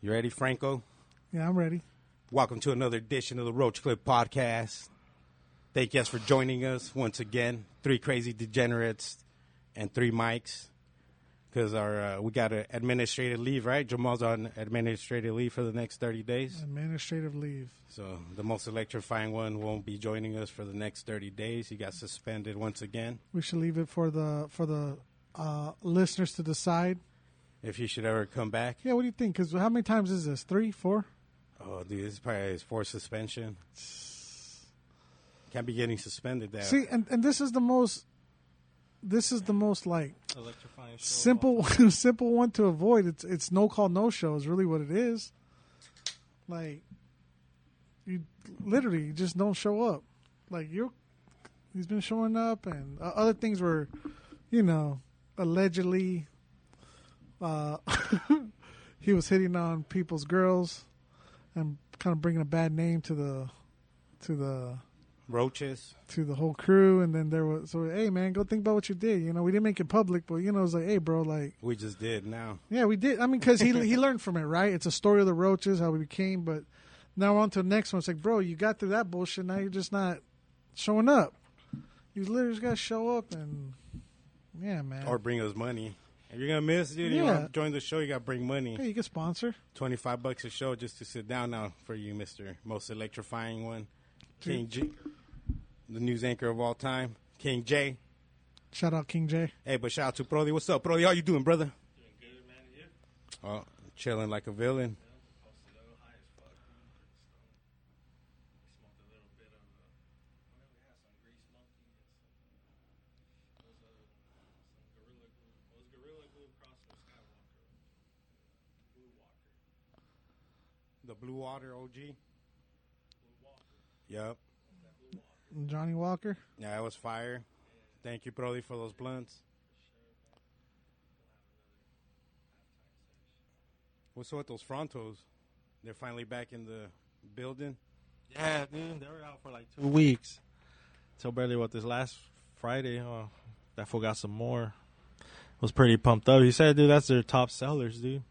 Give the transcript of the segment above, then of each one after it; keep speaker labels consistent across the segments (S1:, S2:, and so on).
S1: You ready, Franco?
S2: Yeah, I'm ready.
S1: Welcome to another edition of the Roach Clip Podcast. Thank you guys for joining us once again. Three crazy degenerates and three mics because our uh, we got an administrative leave, right? Jamal's on administrative leave for the next thirty days.
S2: Administrative leave.
S1: So the most electrifying one won't be joining us for the next thirty days. He got suspended once again.
S2: We should leave it for the for the uh, listeners to decide.
S1: If he should ever come back,
S2: Yeah, what do you think? Because how many times is this? Three, four?
S1: oh dude, this is probably his fourth suspension. Can't be getting suspended that.
S2: See, and, and this is the most. This is the most like
S3: Electrifying show.
S2: simple simple one to avoid. It's it's no call no show is really what it is. Like you literally you just don't show up. Like you're he's been showing up and uh, other things were you know allegedly uh he was hitting on people's girls and kind of bringing a bad name to the to the
S1: Roaches.
S2: to the whole crew and then there was so hey man go think about what you did you know we didn't make it public but you know it was like hey bro like
S1: We just did now.
S2: yeah, we did. I mean, because he he learned from it, right? It's a story of the roaches, how we became. But now on to the next one. It's like, bro, you got through that bullshit. Now you're just not showing up. You literally just got to show up and yeah, man.
S1: Or bring us money. If you're gonna miss, dude, you
S2: Yeah.
S1: want to join the show, you gotta bring money.
S2: hey, you can sponsor.
S1: Twenty five bucks a show just to sit down now for you, Mister Most Electrifying One, King J, the news anchor of all time, King J.
S2: Shout out King J.
S1: Hey, but shout out to Brody. What's up, Brody? How you doing, brother?
S3: Doing good, man. You?
S1: Oh, chilling like a villain.
S3: Posted up high as fuck. man. Just, um, Smoked a little bit of. Uh, well, we had some grease monkey and some. Those other some gorilla glue. Those gorilla glue crossed with Skywalker. Blue Walker.
S1: The Blue Water OG.
S3: Blue Walker.
S1: Yep.
S3: That Blue Walker.
S2: Johnny Walker.
S1: Yeah, that was fire. Thank you, Brody, for those blunts. What's up with those frontos? They're finally back in the building.
S3: Yeah, dude. They were out for like two weeks. Till barely what this last Friday. Huh? That fool got some more. Was pretty pumped up. He said, "Dude, that's their top sellers, dude."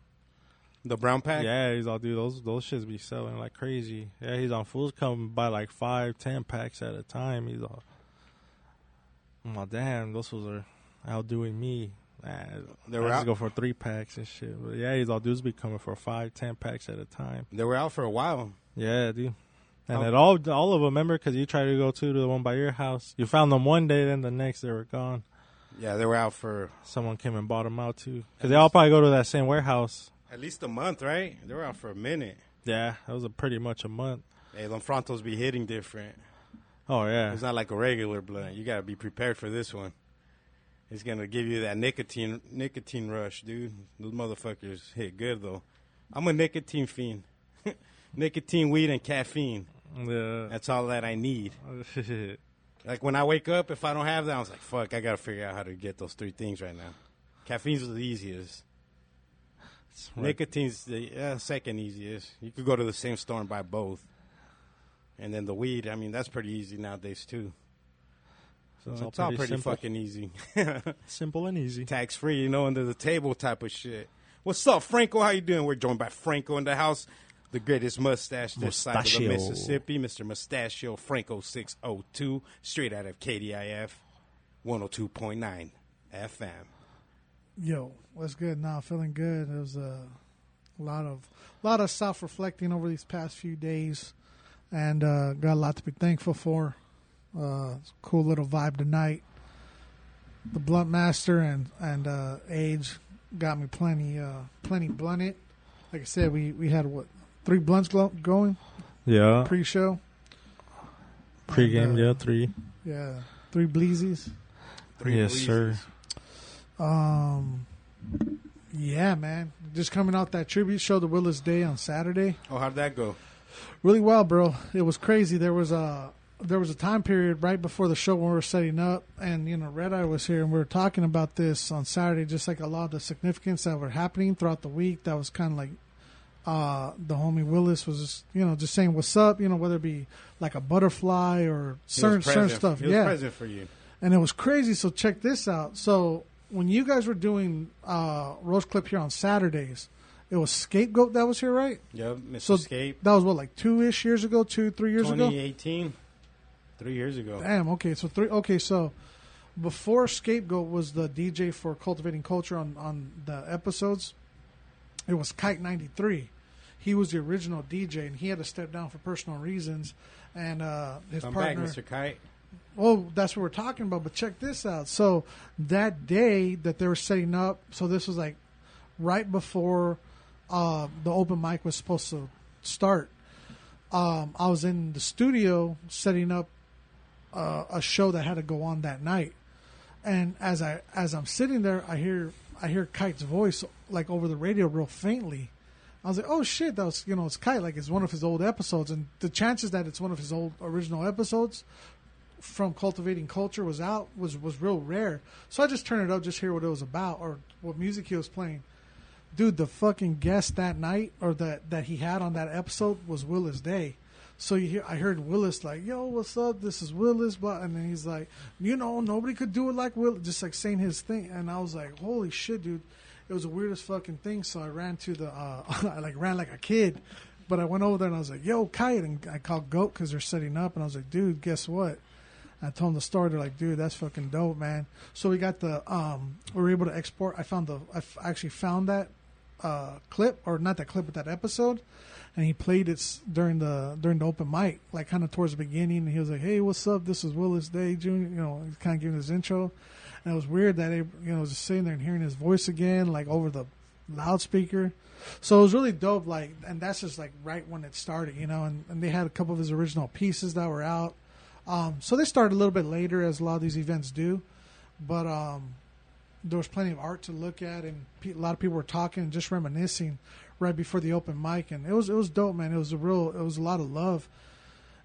S1: The brown pack.
S3: Yeah, he's all dude. Those those shits be selling like crazy. Yeah, he's on fools come by like five, ten packs at a time. He's all, I'm all damn. Those fools are outdoing me. Nah,
S1: They
S3: they
S1: were
S3: were just
S1: out-
S3: go for three packs and shit. But yeah, he's all dudes be coming for five, ten packs at a time.
S1: They were out for a while.
S3: Yeah, dude. And
S1: How-
S3: at all, all of them, remember? Because you tried to go to the one by your house. You found them one day, then the next they were gone.
S1: Yeah, they were out for
S3: Someone came and bought them out too. Because they all probably go to that same warehouse.
S1: at least a month, right? They were out for a minute.
S3: Yeah, that was a pretty much a month.
S1: Hey, them frontos be hitting different.
S3: Oh yeah,
S1: It's not like a regular blunt. You gotta be prepared for this one. It's gonna give you that nicotine nicotine rush, dude. Those motherfuckers hit good though. I'm a nicotine fiend. nicotine, weed, and caffeine.
S3: Yeah.
S1: That's all that I need. Like when I wake up, if I don't have that, I was like, fuck, I gotta figure out how to get those three things right now. Caffeine's the easiest. Nicotine's the uh, second easiest. You could go to the same store and buy both. And then the weed, I mean, that's pretty easy nowadays too. So it's, all pretty,
S3: simple.
S1: fucking easy.
S3: simple and easy.
S1: Tax free, you know, under the table type of shit. What's up, Franco? How you doing? We're joined by Franco in the house, the greatest mustache this side of
S3: Mustachio.
S1: the Mississippi, Mr. Mustachio Franco 602, straight out of KDIF 102.9 FM.
S2: Yo, what's good? Nah, feeling good. It was a lot of lot of self reflecting over these past few days, and uh, got a lot to be thankful for. Uh, it's a cool little vibe tonight. The blunt master and and uh, age got me plenty uh, plenty blunted. Like I said, we we had what three blunts glo- going
S3: Yeah.
S2: pre show.
S3: Pre-game,
S2: And, uh,
S3: yeah, three.
S2: Yeah, three bleezies.
S3: yes,
S1: Breezes.
S3: sir.
S2: Um, yeah, man, just coming off that tribute show to Willis Day on Saturday.
S1: Oh, how'd that go?
S2: really well, bro. It was crazy. There was a there was a time period right before the show when we were setting up, and you know, Red Eye was here, and we were talking about this on Saturday, just like a lot of the significance that were happening throughout the week. That was kind of like uh, the homie Willis was, just, you know, just saying what's up, you know, whether it be like a butterfly or
S1: He was
S2: certain certain
S1: present.
S2: stuff,
S1: He was
S2: yeah
S1: present for you.
S2: and it was crazy. So check this out. So when you guys were doing uh, Rose Clip here on Saturdays, It was Scapegoat that was here, right?
S1: Yep, Mr.
S2: So
S1: Escape,
S2: that was what, like two ish years ago, two, three years ago.
S1: 2018, three years ago.
S2: Damn. Okay. So three. Okay. So before Scapegoat was the DJ for Cultivating Culture on on the episodes, it was Kite ninety three. He was the original DJ, and he had to step down for personal reasons. And uh, his
S1: Come
S2: partner,
S1: back, Mr. Kite.
S2: well, Oh, that's what we're talking about. But check this out. So that day that they were setting up, so this was like right before uh, the open mic was supposed to start. Um, I was in the studio setting up uh, a show that had to go on that night, and as I as I'm sitting there, I hear I hear Kite's voice like over the radio real faintly. I was like, "Oh shit, that was you know it's Kite like it's one of his old episodes." And the chances that it's one of his old original episodes from cultivating culture was out was was real rare. So I just turned it up, just hear what it was about or what music he was playing. Dude, the fucking guest that night or that that he had on that episode was Willis Day. So you hear, I heard Willis like, "Yo, what's up? This is Willis," but and then he's like, "You know, nobody could do it like Willis," just like saying his thing. And I was like, "Holy shit, dude!" It was the weirdest fucking thing. So I ran to the, uh, I like ran like a kid, but I went over there and I was like, "Yo, Kite," and I called Goat because they're setting up, and I was like, "Dude, guess what?" I told them the story. They're like, dude, that's fucking dope, man. So we got the, um, we were able to export. I found the, I f- actually found that uh, clip, or not that clip, but that episode, and he played it s- during the during the open mic, like kind of towards the beginning. And he was like, hey, what's up? This is Willis Day Jr. You know, he's kind of giving his intro, and it was weird that it, you know, just sitting there and hearing his voice again, like over the loudspeaker. So it was really dope. Like, and that's just like right when it started, you know. And, and they had a couple of his original pieces that were out. Um, so they started a little bit later, as a lot of these events do, but um, there was plenty of art to look at, and pe- a lot of people were talking and just reminiscing right before the open mic, and it was it was dope, man. It was a real, it was a lot of love,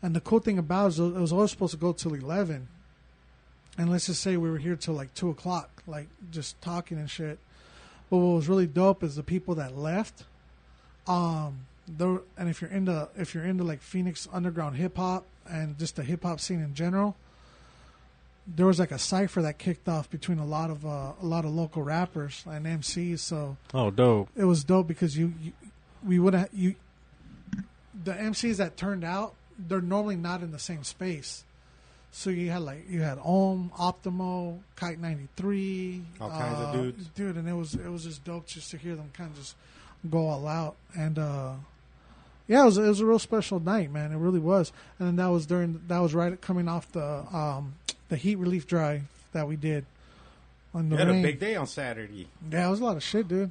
S2: and the cool thing about it is it was always supposed to go till eleven, and let's just say we were here till like two o'clock, like just talking and shit. But what was really dope is the people that left. Um, there, and if you're into if you're into like Phoenix underground hip hop and just the hip hop scene in general, there was like a cipher that kicked off between a lot of uh, a lot of local rappers and MCs. So
S1: Oh, dope.
S2: it was dope because you, you we would have you the MCs that turned out they're normally not in the same space. So you had like you had Ohm, Optimo, Kite ninety three,
S1: All kinds of dudes.
S2: dude, and it was it was just dope just to hear them kind of just go all out and uh, yeah, it was it was a real special night, man. It really was, and then that was during that was right coming off the um, the heat relief drive that we did on the
S1: You had a
S2: rain.
S1: big day on Saturday.
S2: Yeah, it was a lot of shit, dude.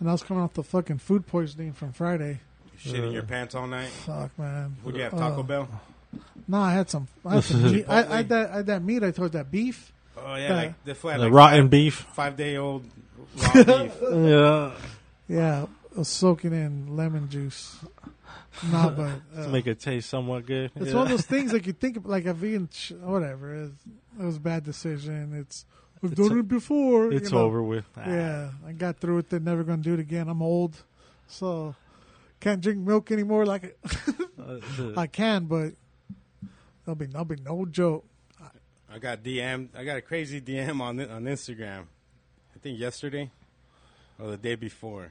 S2: And I was coming off the fucking food poisoning from Friday.
S1: You shitting your pants all night.
S2: Fuck, man.
S1: Would you have Taco
S2: Uh,
S1: Bell?
S2: No, I had some. I had, some meat. I, I
S1: Chipotle.
S2: had that. I had that meat. I told you, that beef.
S1: Oh yeah, like the flat,
S3: The
S1: like
S3: rotten beef.
S1: five day old raw beef.
S3: Uh, Yeah.
S2: Yeah, it was soaking in lemon juice. Nah, but
S3: To
S2: uh,
S3: make it taste somewhat good.
S2: it's
S3: yeah.
S2: one of those things like you think of, like I've eaten sh- whatever. It's, it was a bad decision. It's we've
S3: It's
S2: done
S3: o-
S2: it before. you
S3: It's
S2: know.
S3: over with. Ah.
S2: Yeah, I got through it. They're never gonna do it again. I'm old, so can't drink milk anymore. Like I-
S3: Uh, the-
S2: I can, but that'll be that'll be no joke.
S1: I got DM. I got a crazy DM on on Instagram. I think yesterday or the day before.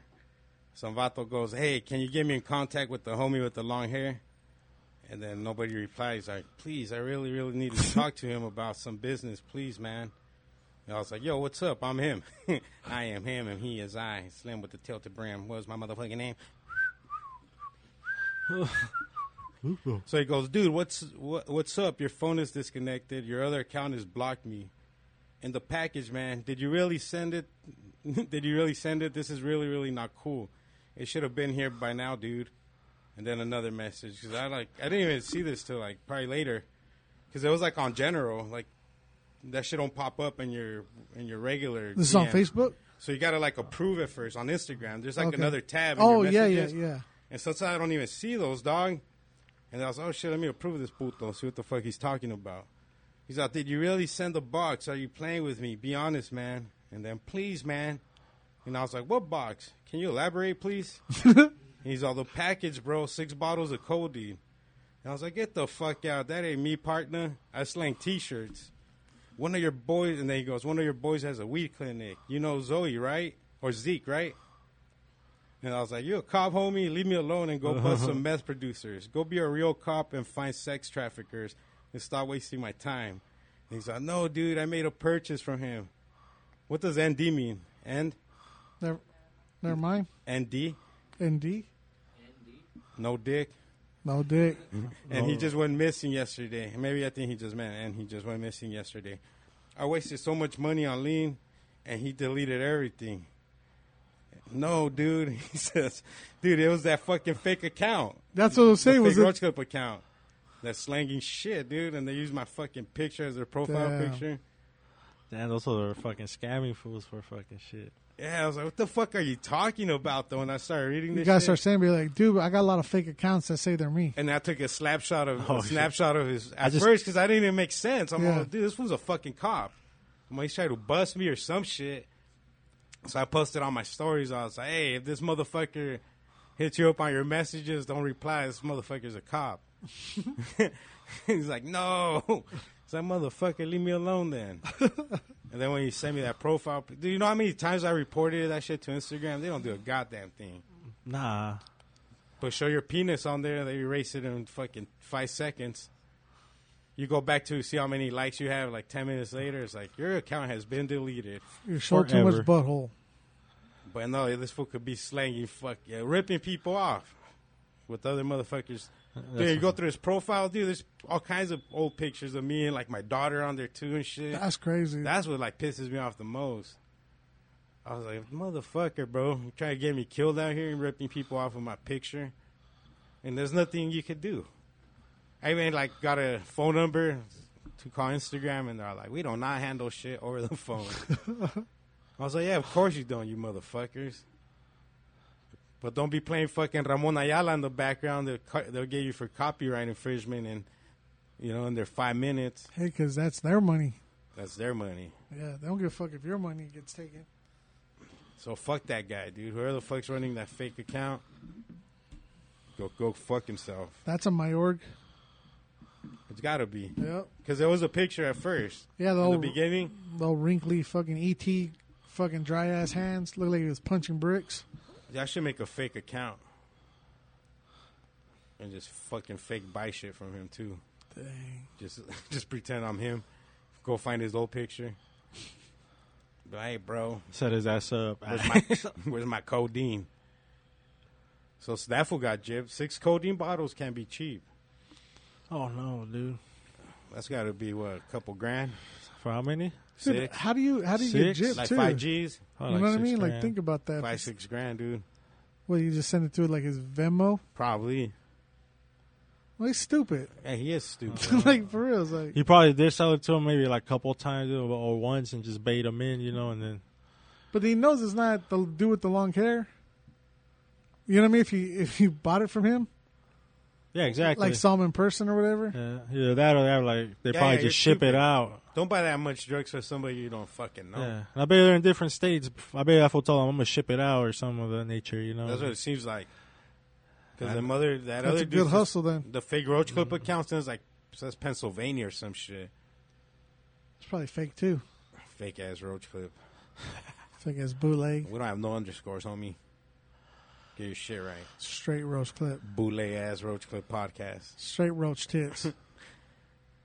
S1: Some vato goes, "Hey, can you get me in contact with the homie with the long hair?" And then nobody replies. Like, please, I really, really need to talk to him about some business, please, man. And I was like, "Yo, what's up? I'm him. I am him, and he is I. Slim with the tilted brim. What's my motherfucking name?" So he goes, dude, what's what, what's up? Your phone is disconnected. Your other account has blocked me. And the package, man, did you really send it? did you really send it? This is really, really not cool. It should have been here by now, dude. And then another message because I like I didn't even see this till like probably later because it was like on general like that shit don't pop up in your in your regular.
S2: This is on
S1: DM.
S2: Facebook.
S1: So you gotta like approve it first on Instagram. There's like
S2: Okay.
S1: another tab. In
S2: Oh
S1: your
S2: yeah, yeah,
S1: messages.
S2: yeah.
S1: And sometimes I don't even see those, dog. And I was, oh shit, let me approve this puto, see what the fuck he's talking about. He's like, did you really send the box? Are you playing with me? Be honest, man. And then, please, man. And I was like, what box? Can you elaborate, please? he's all, the package, bro, six bottles of codeine. And I was like, get the fuck out. That ain't me, partner. I slang t shirts. One of your boys, and then he goes, one of your boys has a weed clinic. You know Zoe, right? Or Zeke, right? And I was like, "You a cop, homie? Leave me alone and go bust some meth producers. Go be a real cop and find sex traffickers and stop wasting my time." And he's like, "No, dude, I made a purchase from him. What does ND mean? And
S2: Never, never mind.
S1: ND?
S2: ND?
S1: No dick."
S2: No dick.
S1: And he just went missing yesterday. Maybe I think he just meant, and he just went missing yesterday. I wasted so much money on lean, and he deleted everything. No, dude, he says, dude, it was that fucking fake account,
S2: That's what I was
S1: the
S2: saying.
S1: fake
S2: Was
S1: Roach
S2: it?
S1: Clip account. That's slanging shit, dude, and they use my fucking picture as their profile
S2: Damn.
S1: picture.
S3: Damn, those are fucking scamming fools for fucking shit.
S1: Yeah, I was like, what the fuck are you talking about? Though, and I started reading
S2: You
S1: this.
S2: guys
S1: shit.
S2: start saying, be like, dude, I got a lot of fake accounts that say they're me.
S1: and I took a slap shot of
S3: Oh,
S1: a
S3: shit.
S1: snapshot of his at
S3: just-
S1: first because I didn't even make sense. I'm
S2: Yeah.
S1: like, dude, this was a fucking cop. I'm like, he's trying to bust me or some shit. So I posted on my stories. I was like, hey, if this motherfucker hits you up on your messages, don't reply. This motherfucker's a cop. he's like, no. It's like, motherfucker, leave me alone then. and then when you send me that profile, pic- do you know how many times I reported that shit to Instagram? They don't do a goddamn thing.
S3: Nah.
S1: But show your penis on there, they erase it in fucking five seconds. You go back to see how many likes you have, like 10 minutes later, it's like, your account has been deleted.
S2: You show too much
S3: Forever.
S2: butthole.
S1: But no, this fool could be slanging, fuck, yeah, ripping people off with other motherfuckers. Dude, you go through his profile, dude, there's all kinds of old pictures of me and like my daughter on there too and shit.
S2: That's crazy.
S1: That's what like pisses me off the most. I was like, motherfucker, bro, you trying to get me killed out here and ripping people off with my picture, and there's nothing you could do. I even like got a phone number to call Instagram, and they're like, we do not handle shit over the phone. I was like, yeah, of course you don't, you motherfuckers. But don't be playing fucking Ramon Ayala in the background. They'll, cu- they'll get you for copyright infringement, and you know, in their five minutes,
S2: hey, because that's their money.
S1: that's their money.
S2: Yeah, they don't give a fuck if your money gets taken.
S1: So fuck that guy, dude. Whoever the fuck's running that fake account, go go fuck himself.
S2: That's a Mayorg.
S1: It's gotta be
S2: Yep.
S1: because there was a picture at first.
S2: Yeah,
S1: in
S2: the
S1: the
S2: old,
S1: beginning.
S2: the old wrinkly fucking ET fucking dry ass hands. Look like he was punching bricks.
S1: I should make a fake account and just fucking fake buy shit from him too.
S2: Dang.
S1: Just just pretend I'm him. Go find his old picture. But hey, bro,
S3: Set his ass up.
S1: where's my where's my codeine? So Staffel got jibbed. Six codeine bottles can be cheap.
S3: oh no, dude.
S1: That's got to be what a couple grand.
S3: For how many?
S2: Dude,
S1: Six.
S2: how do you how do you get
S3: Six?
S2: gypped
S1: like
S2: too?
S1: five G's,
S3: Oh,
S2: You know what I
S3: six
S2: mean? Like
S3: grand.
S2: think about that.
S1: five six grand, dude.
S2: Well, you just send it to like his Venmo.
S1: Probably.
S2: Well, he's stupid.
S1: Yeah, he is stupid.
S2: like for real, it's like
S3: He probably did sell it to him maybe like a couple times or, or once and just bait him in, you know, and then
S2: But he knows it's not the dude with the long hair. You know what I mean? If you if you bought it from him,
S3: yeah, exactly.
S2: like saw him in person or whatever.
S3: yeah, either that or that. Like they
S1: Yeah,
S3: probably
S1: yeah, you're
S3: just ship
S1: stupid. Oh.
S3: it out.
S1: Don't buy that much drugs for somebody you don't fucking know.
S3: Yeah, and I bet they're in different states. I bet if I told them I'm gonna ship it out or some of that nature, you know.
S1: That's what it seems like. Because the mother, that
S2: That's
S1: other
S2: a
S1: dude,
S2: good hustle Mm-hmm. then.
S1: the fake Roach Clip account says like says Pennsylvania or some shit.
S2: It's probably fake too.
S1: Fake ass Roach Clip.
S2: Fake as bootleg,
S1: We don't have no underscores, homie. Get your shit right.
S2: straight roach clip,
S1: Boule ass Roach Clip podcast.
S2: straight roach tits,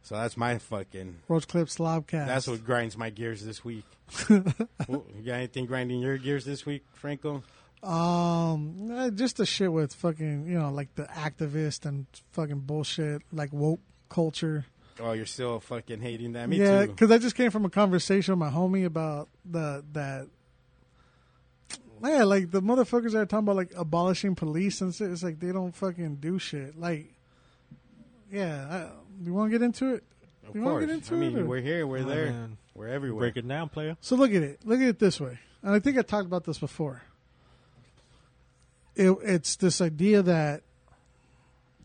S1: So that's my fucking.
S2: roach clip slob cast.
S1: That's what grinds my gears this week. Well, you got anything grinding your gears this week, Franco?
S2: Um, eh, just the shit with fucking you know like the activist and fucking bullshit like woke culture.
S1: Oh, you're still fucking hating that. Me
S2: yeah,
S1: too.
S2: because I just came from a conversation with my homie about the that. Yeah, like the motherfuckers that are talking about like abolishing police and shit. It's like they don't fucking do shit. Like, yeah, I, you want to get into it?
S1: Of
S2: You wanna
S1: course.
S2: get into
S1: I mean,
S2: it, or-
S1: we're here, we're
S3: Oh,
S1: there,
S3: man.
S1: we're everywhere.
S3: Break it down, player.
S2: So look at it. Look at it this way, and I think I talked about this before. It, it's this idea that,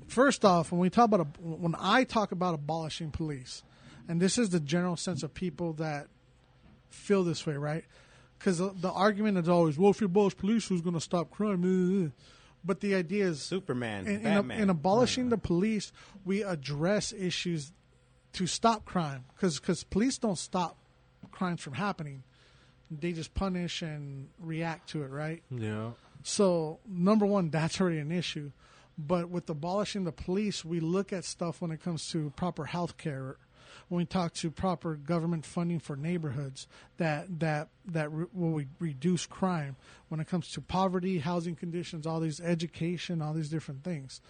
S2: first off, when we talk about a, when I talk about abolishing police, and this is the general sense of people that feel this way, right? Because the, the argument is always, well, if you abolish police, who's going to stop crime? But the idea is
S1: Superman,
S2: in, in,
S1: Batman. Oh,
S2: in abolishing the police, we address issues to stop crime because police don't stop crimes from happening. They just punish and react to it, right?
S3: Yeah,
S2: So number one, that's already an issue. But with abolishing the police, we look at stuff when it comes to proper health care, when we talk to proper government funding for neighborhoods that that that re- will we reduce crime. When it comes to poverty, housing conditions, all these education, all these different things.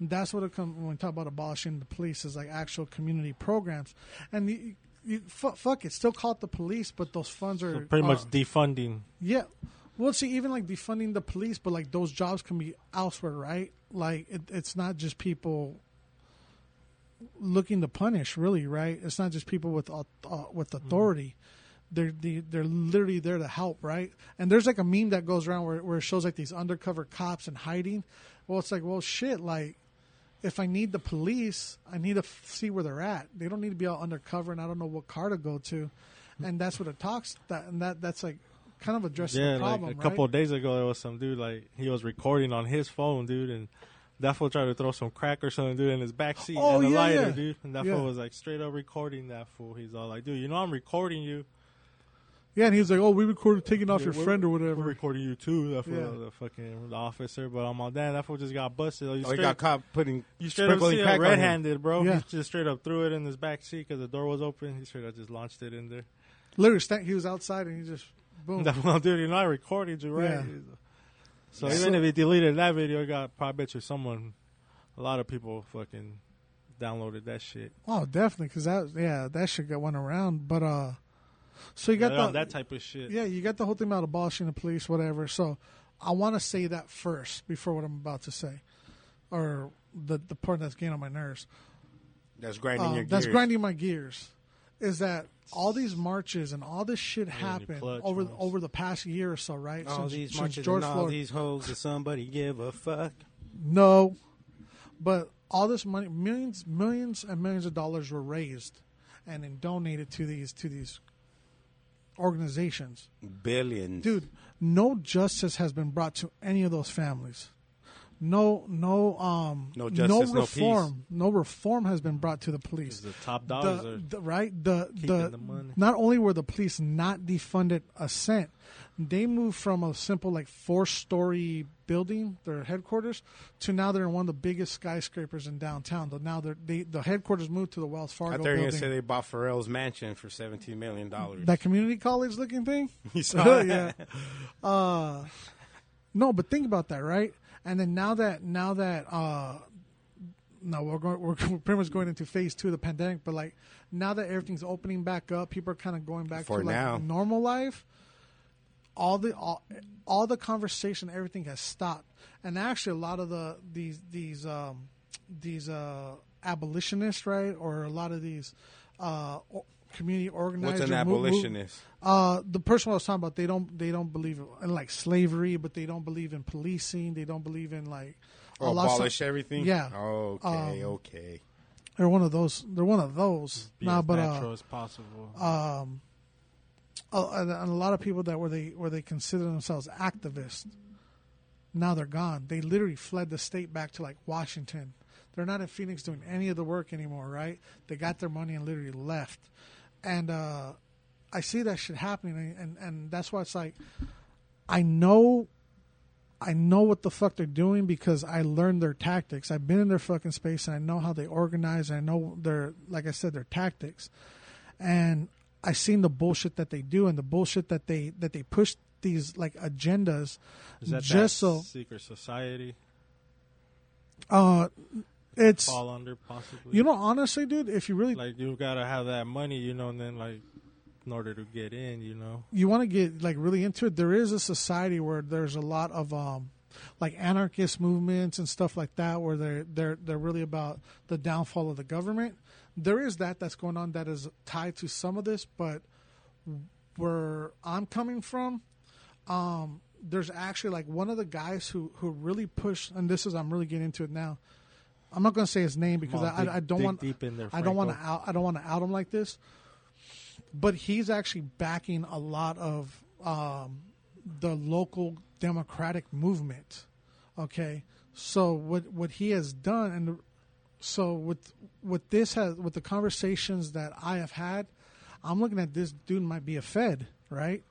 S2: That's what it comes when we talk about abolishing the police is like actual community programs, and you, you, fu- fuck it, still call it the police, but those funds are
S3: So pretty much
S2: are-
S3: defunding.
S2: yeah. Well, see, even like defunding the police, but like those jobs can be elsewhere, right? Like it, it's not just people looking to punish, really, right? It's not just people with au- uh, with
S3: Mm-hmm.
S2: authority. They're they, they're literally there to help, right? And there's like a meme that goes around where where it shows like these undercover cops and hiding. Well, it's like, well, shit, like if I need the police, I need to f- see where they're at. They don't need to be all undercover, and I don't know what car to go to. And that's what it talks that, and that that's like kind of addressing
S3: yeah,
S2: the problem,
S3: like a
S2: right?
S3: couple of days ago, there was some dude like he was recording on his phone, dude, and that fool tried to throw some crack or something, dude, in his back seat
S2: Oh,
S3: and a
S2: yeah,
S3: lighter,
S2: yeah.
S3: dude. And that
S2: Yeah.
S3: fool was like straight up recording that fool. He's all like, dude, you know I'm recording you.
S2: yeah, and he was like, "Oh, we recorded taking off
S3: Yeah,
S2: your
S3: we're-
S2: friend or
S3: We're
S2: whatever."
S3: recording you too. That fool,
S2: Yeah.
S3: the fucking the officer. But I'm all damn. That fool just got busted. Like, you
S1: Oh, he
S3: straight-
S1: got caught putting
S3: You straight up
S1: sprinkling
S3: see
S1: crack on
S3: it
S1: him.
S3: red-handed, bro.
S2: Yeah.
S3: He just straight up threw it in his back seat because the door was open. He straight up just launched it in there.
S2: Literally, stand, he was outside and he just boom.
S3: That well, dude, you know I recorded you, right?
S2: Yeah.
S3: So
S2: Yeah.
S3: even
S2: So-
S3: if he deleted that video, it got probably bet you someone, a lot of people fucking downloaded that shit.
S2: Oh, definitely, because that yeah, that shit got went around. But uh, so you got
S3: They're on
S2: the,
S3: that type of shit.
S2: yeah, you got the whole thing about abolishing the police, whatever. So I want to say that first before what I'm about to say, or the the part that's getting on my nerves.
S1: That's grinding
S2: Uh,
S1: your
S2: that's
S1: gears.
S2: grinding my gears is that all these marches and all this shit
S3: the
S2: happened
S3: clutch
S2: over
S3: ones.
S2: over the past year or so, right?
S1: All
S2: Since-
S1: these
S2: since
S1: marches
S2: George
S1: and all
S2: Floyd-
S1: these hoes. Does somebody give a fuck?
S2: No, but all this money, millions, millions, and millions of dollars were raised and then donated to these to these organizations.
S1: Billions,
S2: dude no justice has been brought to any of those families no no um
S1: No justice, no peace.
S2: reform no, reform has been brought to the police
S3: the top dollars
S2: the,
S3: are
S2: the- right the the,
S3: keeping the money.
S2: not only were the police not defunded a cent they moved from a simple like four story building their headquarters to now they're in one of the biggest skyscrapers in downtown though now they're they, the headquarters moved to the wells
S1: I
S2: fargo
S1: thought you were gonna
S2: building
S1: say they bought Pharrell's mansion for seventeen million dollars.
S2: that community college looking thing
S1: You saw that?
S2: yeah. Uh, no, but think about that, right? And then now that now that uh, no, we're going, we're pretty much going into phase two of the pandemic. But like now that everything's opening back up, people are kind of going back
S1: For
S2: to like
S1: now.
S2: normal life. All the all, all the conversation, everything has stopped, and actually a lot of the these these um, these uh, abolitionists, right, or a lot of these uh, o- community organizers.
S1: What's an abolitionist?
S2: Uh, the person I was talking about, they don't they don't believe in like slavery, but they don't believe in policing. They don't believe in like
S1: Or
S2: a lot of stuff-
S1: Oh, abolish everything?
S2: Yeah, Um,
S1: Okay. okay.
S2: they're one of those. They're one of those.
S3: be
S2: nah,
S3: as
S2: but
S3: natural
S2: uh,
S3: as possible.
S2: uh, and, and a lot of people that where they where they consider themselves activists, now they're gone. They literally fled the state back to like Washington. They're not in Phoenix doing any of the work anymore, right? They got their money and literally left. And uh, I see that shit happening, and, and, and that's why it's like, I know I know what the fuck they're doing because I learned their tactics. I've been in their fucking space and I know how they organize. I know their, like I said, their tactics, and I seen the bullshit that they do and the bullshit that they that they push these like agendas.
S3: Is that that
S2: just so
S3: secret society
S2: uh, it's
S3: fall under possibly?
S2: you know honestly, dude, if you really
S3: like you gotta have that money, you know, and then like in order to get in, you know,
S2: you want to get like really into it, there is a society where there's a lot of um, like anarchist movements and stuff like that, where they're they're they're really about the downfall of the government. There is that that's going on that is tied to some of this, but where I'm coming from, um, there's actually like one of the guys who who really pushed, and this is I'm really getting into it now. I'm not going to say his name because
S3: on,
S2: I,
S3: dig-
S2: I, I don't
S3: dig
S2: want
S3: deep in there,
S2: I don't want to
S3: Franco.
S2: out I don't want to out him like this. But he's actually backing a lot of um, the local democratic movement. Okay, so what what he has done, and the- so with with this has with the conversations that I have had, I'm looking at this dude might be a Fed, right?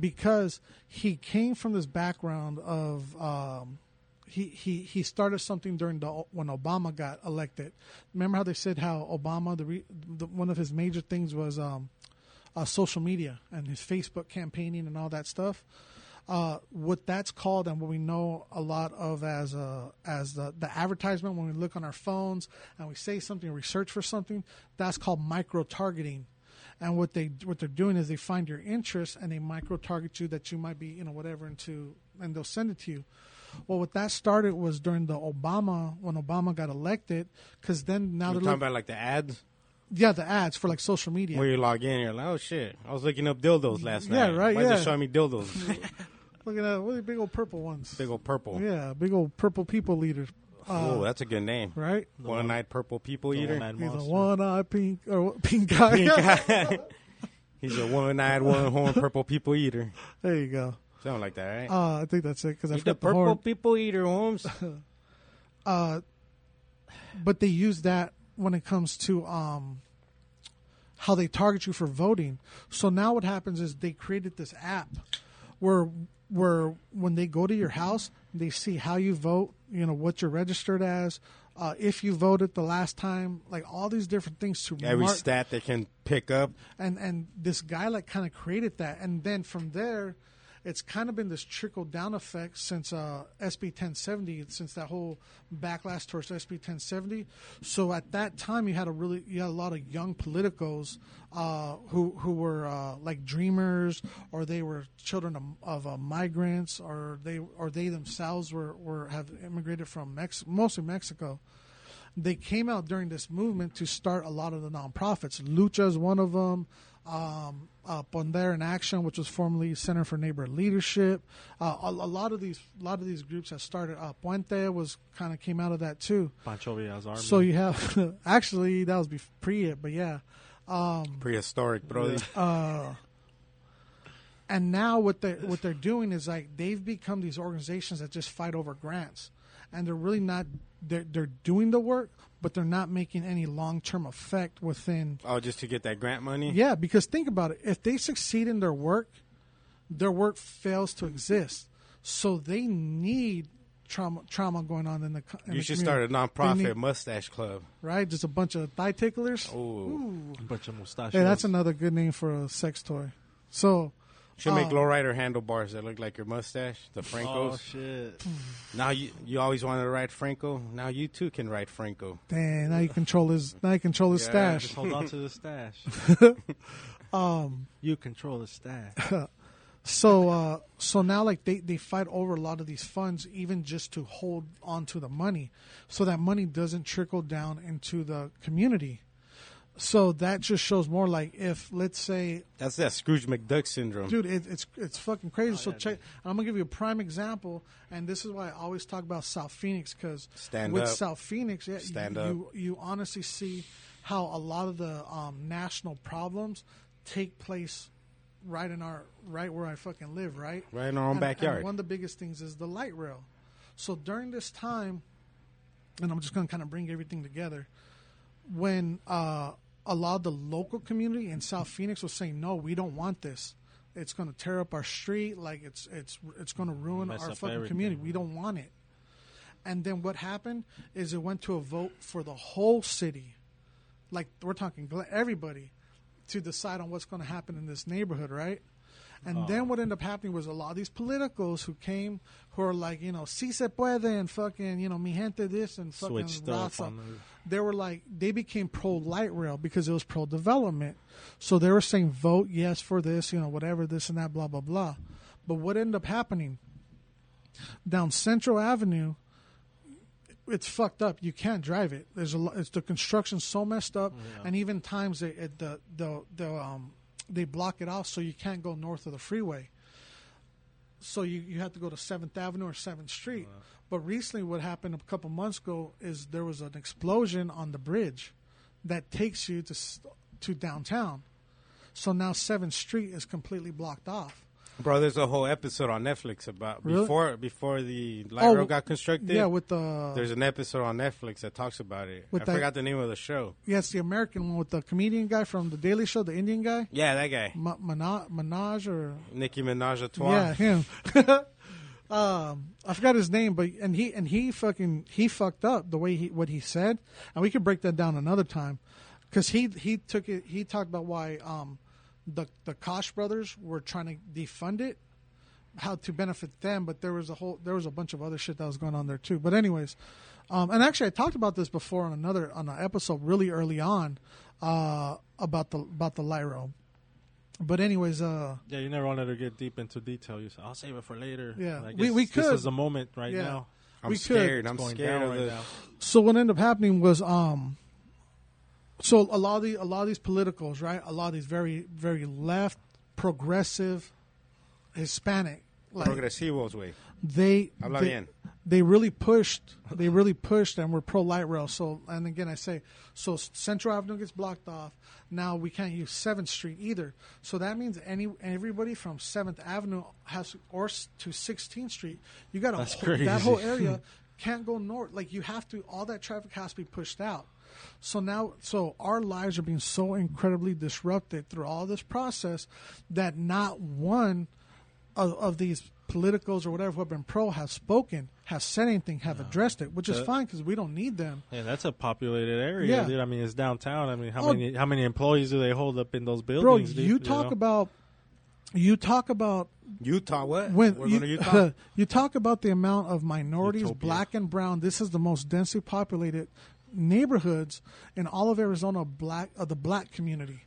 S2: because he came from this background of um, he, he he started something during the when Obama got elected. Remember how they said how Obama the, re, the one of his major things was um, uh, social media and his Facebook campaigning and all that stuff. Uh, what that's called and what we know a lot of as uh, as the, the advertisement when we look on our phones and we say something, we search for something, that's called micro targeting. And what they what they're doing is they find your interest and they micro target you that you might be you know whatever into and they'll send it to you. Well, what that started was during the Obama when Obama got elected, because then now
S1: We're
S2: they're
S1: talking
S2: look-
S1: about like the ads
S2: yeah the ads for like social media.
S1: where you log in. You're like, oh shit, I was looking up dildos last
S2: Yeah,
S1: night.
S2: right,
S1: Why is
S2: yeah.
S1: it showing me dildos?
S2: Look at that, really big old purple ones.
S1: Big old purple.
S2: Yeah, big old purple people leaders. Uh,
S1: oh, that's a good name.
S2: right?
S1: One eyed purple people eater.
S3: One-eyed
S2: He's a
S3: monster.
S2: one eye pink or pink guy.
S1: Pink eye. He's a one eyed, one horn purple people eater.
S2: there you go.
S1: Something like that, right?
S2: Uh, I think that's it because I
S1: He's the
S2: forgot the,
S1: purple
S2: horn.
S1: people eater, Holmes.
S2: But they use that when it comes to um, how they target you for voting. So now what happens is they created this app where where when they go to your house, they see how you vote, you know what you're registered as, uh, if you voted the last time, like all these different things to
S1: Every
S2: mark-
S1: stat they can pick up.
S2: and and this guy like kind of created that and then from there it's kind of been this trickle down effect since uh, SB 1070 since that whole backlash towards SB 1070 so at that time you had a really you had a lot of young politicos uh, who who were uh, like dreamers or they were children of, of uh, migrants or they or they themselves were, were have immigrated from Mex- mostly Mexico they came out during this movement to start a lot of the nonprofits. Lucha is one of them. Um, uh, Ponder in Action, which was formerly Center for Neighbor Leadership, uh, a, a lot of these, a lot of these groups have started. Uh, Puente was kind of came out of that too.
S3: Pancho Villa's army.
S2: So you have actually that was bef- pre it, but yeah.
S1: Prehistoric, bro.
S2: and now what they what they're doing is like they've become these organizations that just fight over grants and they're really not they're, they're doing the work but they're not making any long-term effect within
S1: oh, just to get that grant money?
S2: yeah because think about it if they succeed in their work their work fails to exist so they need trauma trauma going on in the co- in
S1: You
S2: the
S1: should start a
S2: community.
S1: nonprofit
S2: They need-
S1: mustache club.
S2: right just a bunch of thigh ticklers
S1: Oh, Ooh.
S3: bunch of mustachios.
S2: hey that's another good name for a sex toy so
S1: Should
S2: Uh,
S1: make lowrider handlebars that look like your mustache, the Francos.
S3: Oh shit!
S1: Now you you always wanted to ride Franco. Now you too can ride Franco.
S2: dang now you control his now you control his
S1: Yeah,
S2: stash
S3: Just hold on to the stash. um, you control the stash.
S2: So uh, so now like they, they fight over a lot of these funds even just to hold onto the money so that money doesn't trickle down into the community. So that just shows more like if let's say
S1: That's that Scrooge McDuck syndrome.
S2: dude it, it's it's fucking crazy. so check and I'm gonna give you a prime example and this is why I always talk about South Phoenix because
S1: Stand
S2: with
S1: up.
S2: South Phoenix yeah,
S1: Stand
S2: you,
S1: up.
S2: you you honestly see how a lot of the um, national problems take place right in our right where I fucking live right
S1: Right in our own
S2: And- and
S1: backyard.
S2: one of the biggest things is the light rail. So during this time, and I'm just going to kind of bring everything together, when uh, a lot of the local community in South Phoenix was saying, "No, we don't want this. It's going to tear up our street. Like it's it's it's going to ruin
S3: Mess
S2: our
S3: up
S2: fucking
S3: everything,
S2: community. We don't want it." And then what happened is it went to a vote for the whole city, like we're talking gla- everybody, to decide on what's going to happen in this neighborhood, right? And
S3: Uh-huh.
S2: then what ended up happening was a lot of these politicals who came, who are like, you know, si se puede and fucking, you know, mi gente this and fucking
S3: Switched up
S2: raza.
S3: on the-
S2: They were like, they became pro light rail because it was pro development. So they were saying, vote yes for this, you know, whatever, this and that, blah, blah, blah. But what ended up happening down Central Avenue, it's fucked up. You can't drive it. There's a lot, it's the construction's so messed up, and even times they it, the the the um they block it off so you can't go north of the freeway. So you you have to go to Seventh Avenue or Seventh Street. But recently, what happened a couple months ago is there was an explosion on the bridge that takes you to s- to downtown. So now Seventh Street is completely blocked off.
S1: Bro, there's a whole episode on Netflix about
S2: Really?
S1: before before the light
S2: Oh,
S1: rail got constructed.
S2: yeah, with the
S1: there's an episode on Netflix that talks about it.
S2: With
S1: I
S2: that-
S1: forgot the name of the show.
S2: yeah, it's the American one with the comedian guy from the Daily Show, the Indian guy,
S1: Yeah, that guy,
S2: Ma- Mana- Minaj or
S1: Nicki Minaj a Twa.
S2: yeah, him. um, I forgot his name, but and he and he fucking he fucked up the way he what he said, and we could break that down another time, because he he took it he talked about why um the the Koch brothers were trying to defund it, how to benefit them, but there was a whole there was a bunch of other shit that was going on there too. But anyways, um, and actually I talked about this before on another on an episode really early on, uh about the about the Lyro. But anyways, uh.
S3: Yeah, you never wanted to get deep into detail. You said, "I'll save it for later."
S2: Yeah.
S3: Like,
S2: We-
S3: it's-
S2: we
S3: This
S2: could.
S3: is the moment right
S2: Yeah.
S3: now.
S1: I'm
S2: We could.
S1: scared. I'm
S3: It's going
S1: scared
S3: down
S1: of
S3: right
S1: the.
S3: now.
S2: so what ended up happening was um so a lot of the a lot of these politicals right a lot of these very very left progressive hispanic like
S1: Progresivos way.
S2: they
S1: Habla
S2: they,
S1: bien.
S2: they really pushed they really pushed and were pro light rail so and again i say so central avenue gets blocked off now we can't use 7th street either so that means any everybody from 7th avenue has or s- to 16th street you got
S3: That's
S2: whole, that whole
S3: crazy.
S2: area can't go north like you have to all that traffic has to be pushed out so now so our lives are being so incredibly disrupted through all this process that not one of, of these politicals or whatever who have been pro have spoken, have said anything, have addressed it, which is fine because we don't need them.
S3: Yeah, that's a populated area,
S2: Yeah.
S3: dude. I mean, it's downtown. I mean, how
S2: Oh.
S3: many how many employees do they hold up in those
S2: Bro,
S3: buildings? dude,
S2: you talk
S3: know?
S2: about you talk about
S1: Utah, what?
S2: when
S1: We're
S2: you,
S1: going to Utah.
S2: you talk about the amount of minorities,
S3: Utopia.
S2: black and brown. This is the most densely populated neighborhoods in all of Arizona. Black of the black community,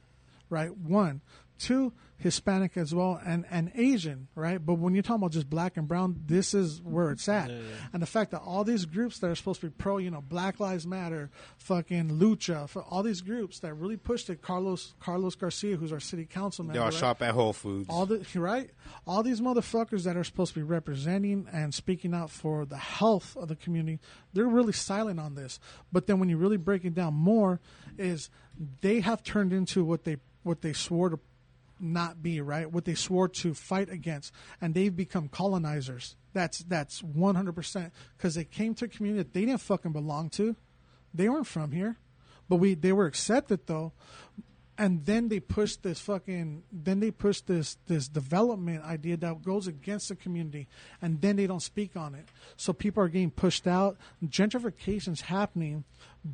S2: right? One, two, Hispanic as well, and and Asian, right? But when you're talking about just black and brown, this is where it's at. And the fact that all these groups that are supposed to be pro, you know, Black Lives Matter, fucking lucha, for all these groups that really pushed it. Carlos Carlos Garcia, who's our city council member,
S1: They all
S2: right?
S1: shop at Whole Foods.
S2: all the right all these motherfuckers that are supposed to be representing and speaking out for the health of the community they're really silent on this but then when you really break it down more is they have turned into what they what they swore to not be right what they swore to fight against and they've become colonizers that's that's 100% because they came to a community that they didn't fucking belong to they weren't from here but we they were accepted though and then they push this fucking then they push this this development idea that goes against the community and then they don't speak on it so people are getting pushed out gentrification's happening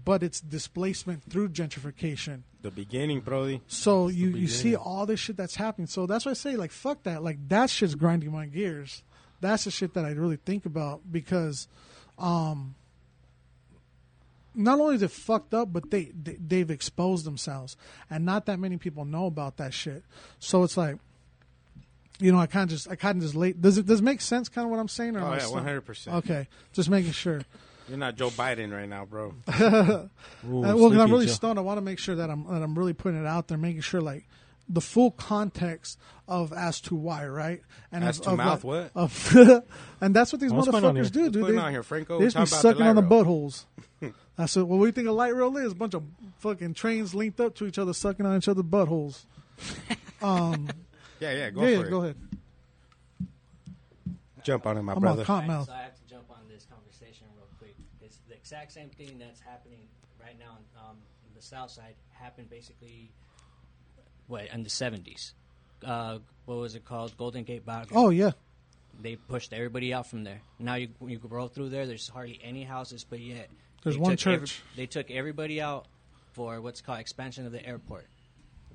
S2: but it's displacement through gentrification
S1: the beginning, Brody.
S2: so you you see all this shit that's happening so that's why i say like fuck that like that shit's grinding my gears that's the shit that i really think about because um, not only is it fucked up, but they, they they've exposed themselves, and not that many people know about that shit. So it's like, you know, I kind of just I kind of just late. Does it does it make sense? Kind of what I'm saying? Or am
S1: Oh,
S2: I
S1: yeah,
S2: still-
S1: 100%.
S2: Okay, just making sure.
S1: You're not Joe Biden right now, bro.
S3: Ooh,
S2: Uh, well, 'cause I'm
S3: Sleepy
S2: really
S3: Joe.
S2: stoned. I want to make sure that I'm that I'm really putting it out there, making sure like the full context of as to why, right? And
S1: As
S2: of-
S1: to
S2: of,
S1: mouth, what?
S2: like- Of, and that's what these
S3: What's going on
S2: motherfuckers do,
S3: here?
S2: dude.
S1: going
S2: they,
S1: on here, Franco?
S2: They
S1: We're
S2: just
S1: talking
S2: be
S1: about the
S2: sucking on the
S1: light rail.
S2: buttholes. That's what, what we think a light rail is. A bunch of fucking trains linked up to each other, sucking on each other's buttholes.
S1: Yeah, yeah, go
S2: yeah,
S1: for it.
S2: go ahead.
S1: Jump on it, my
S2: I'm
S1: brother.
S2: on cotton
S4: Alright,
S2: mouth.
S4: so I have to jump on this conversation real quick. It's the exact same thing that's happening right now in, um, in the South Side happened basically what in the seventies. Uh, what was it called? Golden Gate Boulevard.
S2: Oh yeah,
S4: they pushed everybody out from there. Now you you roll through there. There's hardly any houses, but yet
S2: There's
S4: they
S2: one
S4: took every-
S2: church.
S4: they took everybody out for what's called expansion of the airport.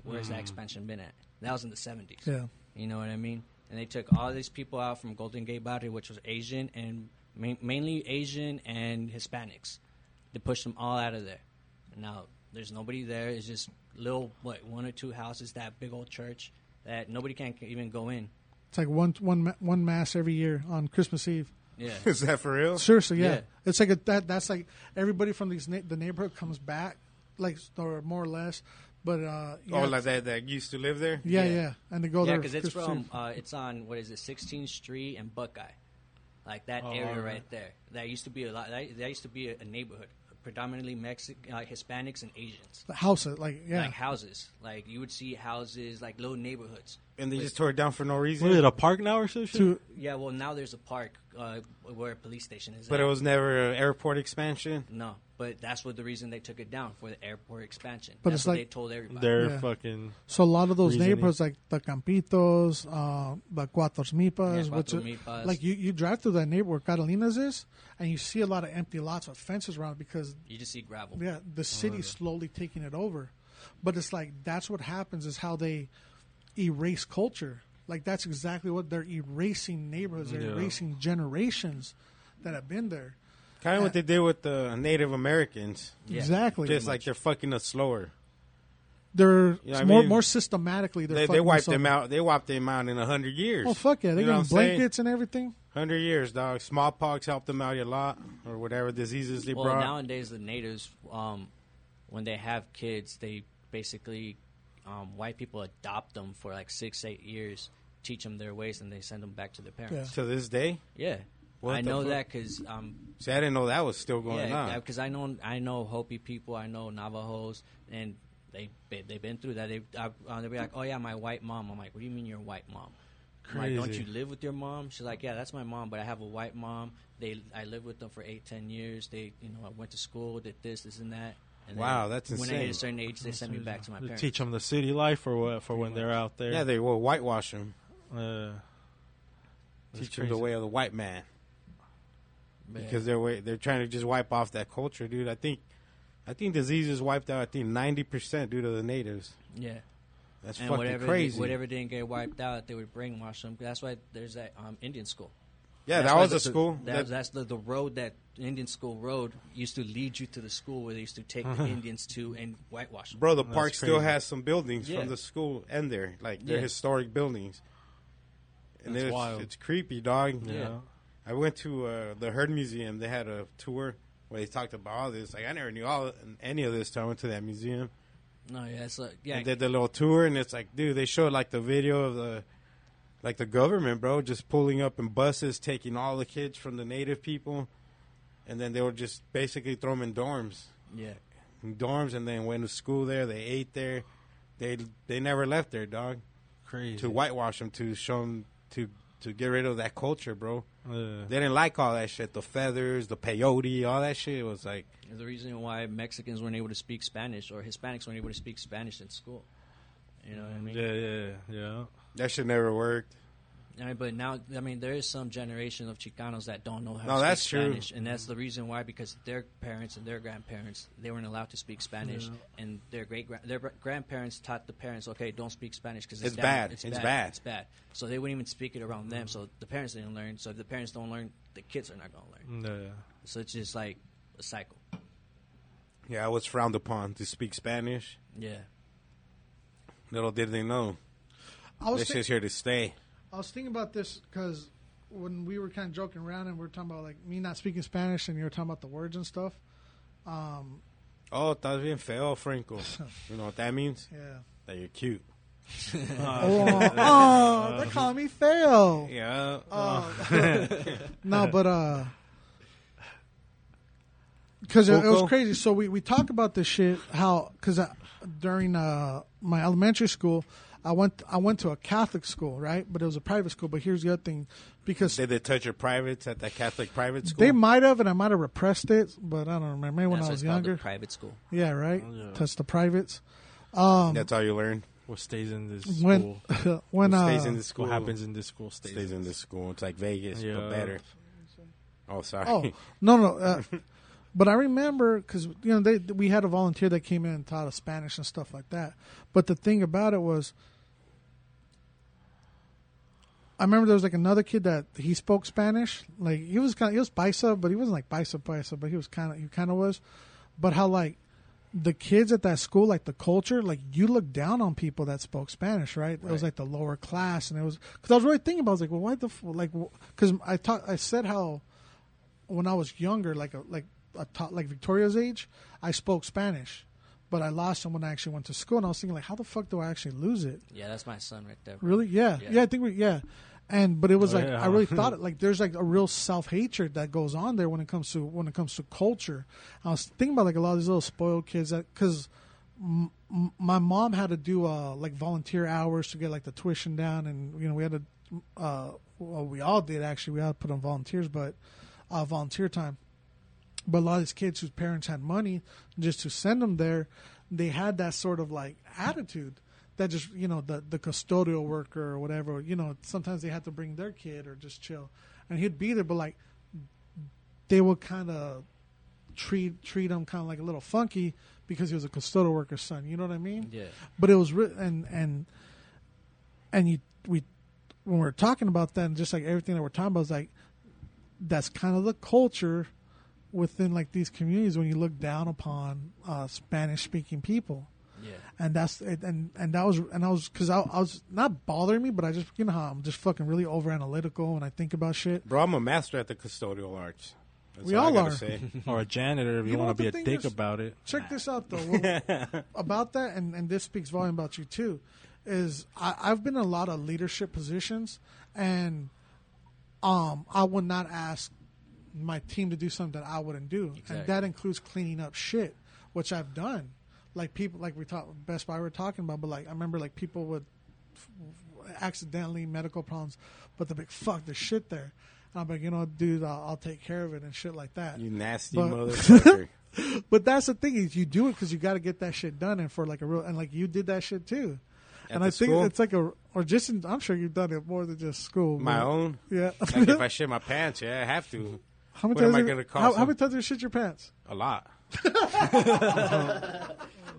S4: Where's that expansion been at? That was in the 70s.
S2: Yeah.
S4: you know what I mean. And they took all these people out from Golden Gate Boundary, which was Asian and ma- mainly Asian and Hispanics. They pushed them all out of there. Now there's nobody there. It's just little what one or two houses. That big old church that nobody can even go in.
S2: it's like one one ma- one mass every year on Christmas Eve.
S4: Yeah.
S1: Is that for real?
S2: Seriously, yeah.
S4: Yeah.
S2: It's like a, that. That's like everybody from these na- the neighborhood comes back, like or more or less. But uh,
S1: Oh,
S2: yeah,
S1: like that, that used to live there?
S2: yeah,
S4: yeah.
S2: yeah, and they go
S4: Yeah,
S2: there.
S4: because it's
S2: Christmas
S4: from
S2: Eve.
S4: uh, it's on what is it, 16th Street and Buckeye, like that area
S3: alright.
S4: right. there. That used to be a lot. That, that used to be a, a neighborhood, predominantly Mexican, uh, Hispanics and Asians.
S2: the houses, like yeah,
S4: Like houses, like you would see houses, like little neighborhoods.
S1: and they just tore it down for no reason.
S3: What is it, a park now or some shit?
S2: To
S4: Yeah, well, now there's a park uh, where a police station is.
S1: but
S4: at.
S1: it was never an airport expansion.
S4: no, but that's what the reason they took it down for the airport expansion.
S2: But
S4: that's
S2: it's
S4: what
S2: like-
S4: they told everybody.
S3: They're
S2: Yeah.
S3: fucking.
S2: So a lot of those
S3: Reasoning.
S2: neighborhoods, like the Campitos, uh, the Cuatros Mipas,
S4: Yeah,
S2: which
S4: Cuatro
S2: are-
S4: Mipas.
S2: like you, you drive through that neighborhood where Catalinas is, and you see a lot of empty lots with fences around because
S4: You just see gravel.
S2: yeah,
S1: Oh,
S2: the city's slowly taking it over. But it's like that's what happens is how they erase culture. Like that's exactly what they're erasing neighborhoods, they're
S3: Yeah.
S2: erasing generations that have been there.
S1: Kind of what they did with the Native Americans.
S4: Yeah.
S2: exactly.
S1: Just like they're fucking us slower.
S2: they're
S1: You know what I
S2: more
S1: mean?
S2: more systematically they're
S1: They, they
S2: fucking
S1: wiped
S2: us up.
S1: them out. They wiped them out in a hundred years.
S2: Oh fuck yeah, they
S1: You know
S2: got
S1: what I'm saying?
S2: blankets and everything.
S1: Hundred years, dog. Smallpox helped them out a lot, or whatever diseases they
S4: Well,
S1: brought.
S4: nowadays the natives, um, when they have kids, they basically um, white people adopt them for like six, eight years, teach them their ways, and they send them back to their parents.
S1: to this day,
S4: Yeah,
S1: What
S4: I
S1: the
S4: know
S1: fuck?
S4: that 'cause that because um,
S1: see, I didn't know that was still going
S4: yeah,
S1: on.
S4: because I know I know Hopi people, I know Navajos, and they they- they've been through that. They I, uh, they'll be like, oh yeah, my white mom. I'm like, what do you mean your white mom? I'm Like, don't
S3: Crazy.
S4: you live with your mom? She's like, yeah, that's my mom, but I have a white mom. They I lived with them for eight, ten years. They you know I went to school, did this, this, and that. And then
S1: Wow, that's
S4: When I hit
S1: insane.
S4: a certain age, they sent me back to my
S3: They
S4: parents.
S3: teach them the city life for what for when they're out there.
S1: yeah, they will whitewash them,
S3: uh, that's
S1: teach them the
S3: crazy.
S1: way of the white man,
S4: But,
S1: because they're wa- they're trying to just wipe off that culture, dude. I think, I think diseases wiped out. I think ninety percent due to the natives.
S4: yeah.
S1: That's
S4: And
S1: fucking
S4: whatever
S1: crazy.
S4: whatever didn't get wiped out, they would brainwash them. That's why there's that um, Indian school.
S1: yeah,
S4: That's
S1: that
S4: why
S1: was a
S4: that's the-
S1: school.
S4: That,
S1: That-
S4: that's the, the road that Indian school road used to lead you to the school where they used to take
S1: Uh-huh.
S4: the Indians to and whitewash. 'em.
S1: Bro, the park still
S3: crazy.
S1: has some buildings
S4: Yeah.
S1: from the school and there, like they're
S4: Yeah.
S1: historic buildings. And
S3: That's
S1: it's,
S3: wild.
S1: it's creepy, dog.
S3: Yeah.
S4: Yeah.
S1: I went to uh, the Heard Museum. They had a tour where they talked about all this. Like I never knew all any of this till I went to that museum
S4: No, yeah, it's like yeah,
S1: and did the little tour. And it's like, dude, they showed like the video of the like the government, bro, just pulling up in buses, taking all the kids from the native people, and then they would just basically throw them in dorms
S4: yeah.
S1: in dorms and then went to school there. They ate there. They they never left there, dog.
S3: crazy.
S1: To whitewash them, to show them, to to get rid of that culture, bro.
S3: Uh,
S1: They didn't like all that shit. The feathers, the peyote, all that shit was like,
S4: The reason why Mexicans weren't able to speak Spanish or Hispanics weren't able to speak Spanish in school. You know what I mean?
S3: yeah, yeah, yeah.
S1: that shit never worked.
S4: I mean, but now, I mean, there is some generation of Chicanos that don't know how
S1: No,
S4: to
S1: that's
S4: speak
S1: true.
S4: Spanish, and that's the reason why because their parents and their grandparents they weren't allowed to speak Spanish, and their great their br- grandparents taught the parents, okay, don't speak Spanish because it's,
S1: It's
S4: dam-
S1: bad.
S4: it's,
S1: It's
S4: bad,
S1: bad."
S4: it's bad. So they wouldn't even speak it around them. So the parents didn't learn. So if the parents don't learn, the kids are not going to learn.
S3: Yeah, yeah.
S4: So it's just like a cycle.
S1: Yeah, I was frowned upon to speak Spanish.
S4: Yeah.
S1: Little did they know,
S2: I was
S1: this
S2: think-
S1: shit's here to stay.
S2: I was thinking about this because when we were kind of joking around and we were talking about like me not speaking Spanish and you were talking about the words and stuff.
S1: Oh, estás bien feo, Franco. You know what that means?
S2: Yeah.
S1: That you're cute.
S2: Oh, oh, they call me fail.
S1: Yeah.
S2: Oh. No, but uh, because it, it
S1: Coco?
S2: was crazy. So we we talk about this shit how because during uh my elementary school. I went. I went to a Catholic school, right? But it was a private school. But here's the other thing, because
S1: did they touch your privates at that Catholic private school?
S2: They might have, and I might have repressed it, but I don't remember. Maybe when
S4: that's
S2: I
S4: why
S2: was
S4: it's called the Oh,
S2: younger.
S4: private school.
S2: yeah, right.
S3: Yeah.
S2: Touch the privates.
S1: That's all you learn.
S3: What stays in this
S2: When
S3: school?
S2: when uh,
S1: stays in the school
S3: What happens in this school stays,
S1: stays in the school. It's like Vegas,
S3: Yeah.
S1: but better. Oh, sorry.
S2: oh no no, uh, but I remember because you know they we had a volunteer that came in and taught us Spanish and stuff like that. But the thing about it was, I remember there was like another kid that he spoke Spanish. Like he was kind of he was paisa, but he wasn't like paisa paisa, but he was kind of he kind of was. But how like the kids at that school, like the culture, like you look down on people that spoke Spanish, right? It was like the lower class, and it was because I was really thinking about, it, I was like, well, why the f-? like? Because I taught, I said how when I was younger, like a, like a top, like Victoria's age, I spoke Spanish, but I lost it when I actually went to school, and I was thinking like, how the fuck do I actually lose it?
S4: Yeah, that's my son right there. bro.
S2: Really? Yeah. yeah,
S4: Yeah.
S2: I think we yeah. And but it was
S3: Oh,
S2: like
S3: yeah.
S2: I really thought it like there's like a real self hatred that goes on there when it comes to when it comes to culture. I was thinking about like a lot of these little spoiled kids that because m- my mom had to do uh, like volunteer hours to get like the tuition down, and you know we had to, uh, well, we all did actually. We had to put on volunteers, but uh, volunteer time. But a lot of these kids whose parents had money just to send them there, they had that sort of like attitude that just you know the the custodial worker or whatever. You know sometimes they had to bring their kid or just chill, and he'd be there, but like they would kind of treat treat him kind of like a little funky because he was a custodial worker's son. You know what I mean?
S4: Yeah.
S2: But it was writ and and and you we when we are talking about that and just like everything that we're talking about is like that's kind of the culture within like these communities when you look down upon uh, Spanish speaking people
S4: Yeah.
S2: and that's it, and and that was and I was because I, I was not bothering me but I just you know how I'm just fucking really over analytical when I think about shit
S1: Bro, I'm a master at the custodial arts. That's
S2: We
S1: all I
S2: all
S1: gotta
S2: are.
S1: Say.
S3: or a janitor if you,
S2: You know
S3: want
S2: what the
S3: to be
S2: thing
S3: a dick
S2: is?
S3: about it.
S2: check this out though Well, about that and, and this speaks volume about you too is I, i've been in a lot of leadership positions and um, i would not ask my team to do something that i wouldn't do
S4: Exactly.
S2: and that includes cleaning up shit which i've done like people like we talked best buy we were talking about but like i remember like people would accidentally medical problems but the big fuck there's shit there and i'm like you know dude i'll, I'll take care of it and shit like that
S1: You nasty
S2: But-
S1: motherfucker.
S2: but that's the thing is you do it because you got to get that shit done and for like a real and like you did that shit too.
S1: At
S2: and
S1: the
S2: I think
S1: school?
S2: it's like a or just in, I'm sure you've done it more than just school.
S1: My
S2: but-
S1: own.
S2: yeah.
S1: Like if I shit my pants, yeah, I have to.
S2: how many
S1: what am
S2: times?
S1: I
S2: have-
S1: gonna call
S2: how, how
S1: some-
S2: many times have you shit your pants?
S1: A lot.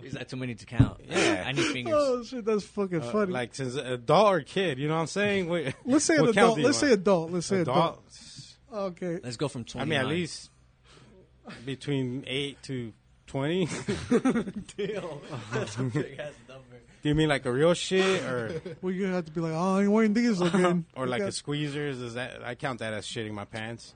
S4: Is that too many to count?
S1: Yeah.
S4: I need fingers.
S2: Oh shit, that's fucking
S1: Uh,
S2: funny.
S1: like since adult or kid, you know what I'm saying? What-
S2: let's say an
S1: what count
S2: adult.
S1: do you
S2: Let's say
S1: want?
S2: adult. Let's say adult.
S1: adult.
S2: Okay.
S4: Let's go from
S1: I
S4: 20.
S1: mean, at least between eight to twenty. do you mean like a real shit or
S2: Well, you have to be like, oh, I ain't wearing these again.
S1: Uh-huh. or like
S2: Okay.
S1: a squeezers? Is that I count that as shitting my pants?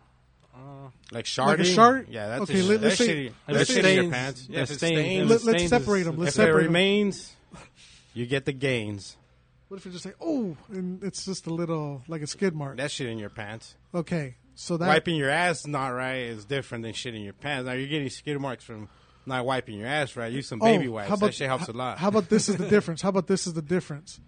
S1: Like sharding?
S2: Like a shart?
S1: Yeah, that's
S2: Okay,
S1: a,
S2: let-
S1: that's
S2: let's say-
S1: shitty.
S3: If
S1: That's
S3: it
S1: shitty in your
S3: stains-
S1: pants.
S3: if
S1: Yes,
S3: it
S1: it
S3: stains-
S1: stains.
S3: if
S2: Let-
S3: it
S2: let's
S3: stains,
S2: separate 'em.
S1: if
S2: Let's
S1: it
S2: separate 'em.
S1: remains, you get the gains.
S2: What if you just say, oh, and it's just a little like a skid mark?
S1: That shit in your pants.
S2: Okay, so that
S1: wiping your ass not right is different than shitting your pants. Now you're getting skid marks from not wiping your ass right. Use some baby wipes. that shit helps
S2: h-
S1: a lot.
S2: Oh, How about this is the difference? How about this is the difference?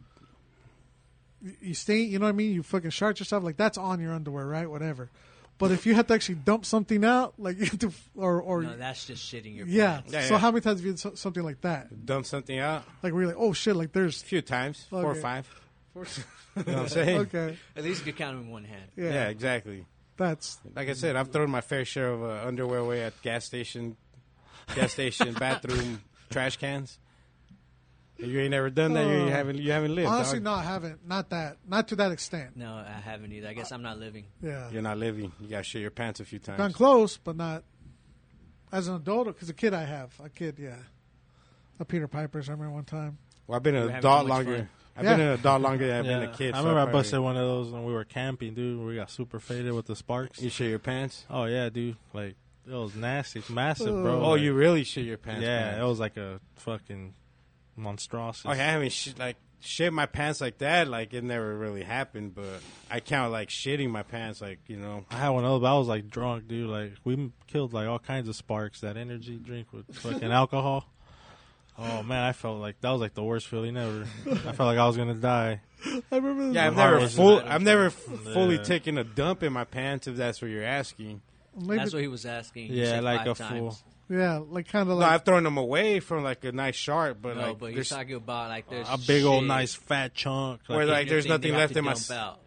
S2: You- You stain, you know what I mean? You fucking shart yourself like that's on your underwear, right? Whatever. But if you have to actually dump something out, like you have to, or or
S4: No, that's just shitting your
S2: yeah.
S4: pants.
S1: Yeah,
S2: So
S1: yeah.
S2: how many times have you done so- something like that?
S1: Dump something out
S2: Like we're like, oh shit, like there's
S1: a few times, four or
S2: Okay.
S1: five. You know what I'm saying?
S2: okay,
S4: At least you can count in one hand.
S2: yeah,
S1: Yeah. exactly.
S2: that's
S1: Like I said, I've thrown my fair share of uh, underwear away at gas station, gas station bathroom trash cans. If you ain't never done that, you,
S2: Uh,
S1: you haven't you haven't lived.
S2: honestly
S1: dog.
S2: no, I haven't, not that, not to that extent.
S4: No, I haven't either. I guess I'm not living.
S2: Yeah,
S1: You're not living. You got to shit your pants a few times.
S2: gone close, but not as an adult. Because a kid, I have a kid, yeah, a Peter Piper's. I remember one time.
S1: Well, I've been an
S4: You're having
S1: adult
S4: too much
S1: longer.
S4: fun.
S1: I've
S2: Yeah.
S1: been an adult longer than I've
S3: Yeah.
S1: been a kid.
S3: I
S1: so
S3: remember I
S1: probably-
S3: busted one of those when we were camping, dude. We got super faded with the sparks.
S1: You shit your pants.
S3: Oh yeah, dude. Like it was nasty, It's massive, bro.
S1: Oh,
S3: Like,
S1: you really shit your pants.
S3: Yeah,
S1: man.
S3: it was like a fucking monstrosity.
S1: Okay, I haven't sh- like shit my pants like that. Like it never really happened, but I count like shitting my pants. Like you know,
S3: I had one other, but I was like drunk, dude. Like we m- killed like all kinds of sparks. That energy drink with fucking alcohol. Oh man, I felt like that was like the worst feeling ever. I felt like I was gonna die.
S2: I remember.
S1: yeah, I've
S3: heart
S1: never
S3: wasn't
S1: full.
S3: that
S1: I've never f- fully
S3: Yeah.
S1: taken a dump in my pants. If that's what you're asking,
S2: Maybe,
S4: That's what he was asking. He
S3: Yeah,
S4: said
S3: like
S4: five
S3: a
S4: times.
S3: fool.
S2: yeah, like kind of
S1: no,
S2: like
S1: I've thrown them away from like a nice sharp, but
S4: No,
S1: like
S4: but he's
S1: there's,
S4: talking about like there's
S3: A big old
S4: shit
S3: nice fat chunk.
S1: Where, like,
S4: in your
S1: there's
S4: thing
S1: nothing
S4: they have
S1: left
S4: to
S1: in my
S4: dump
S1: s-
S4: out.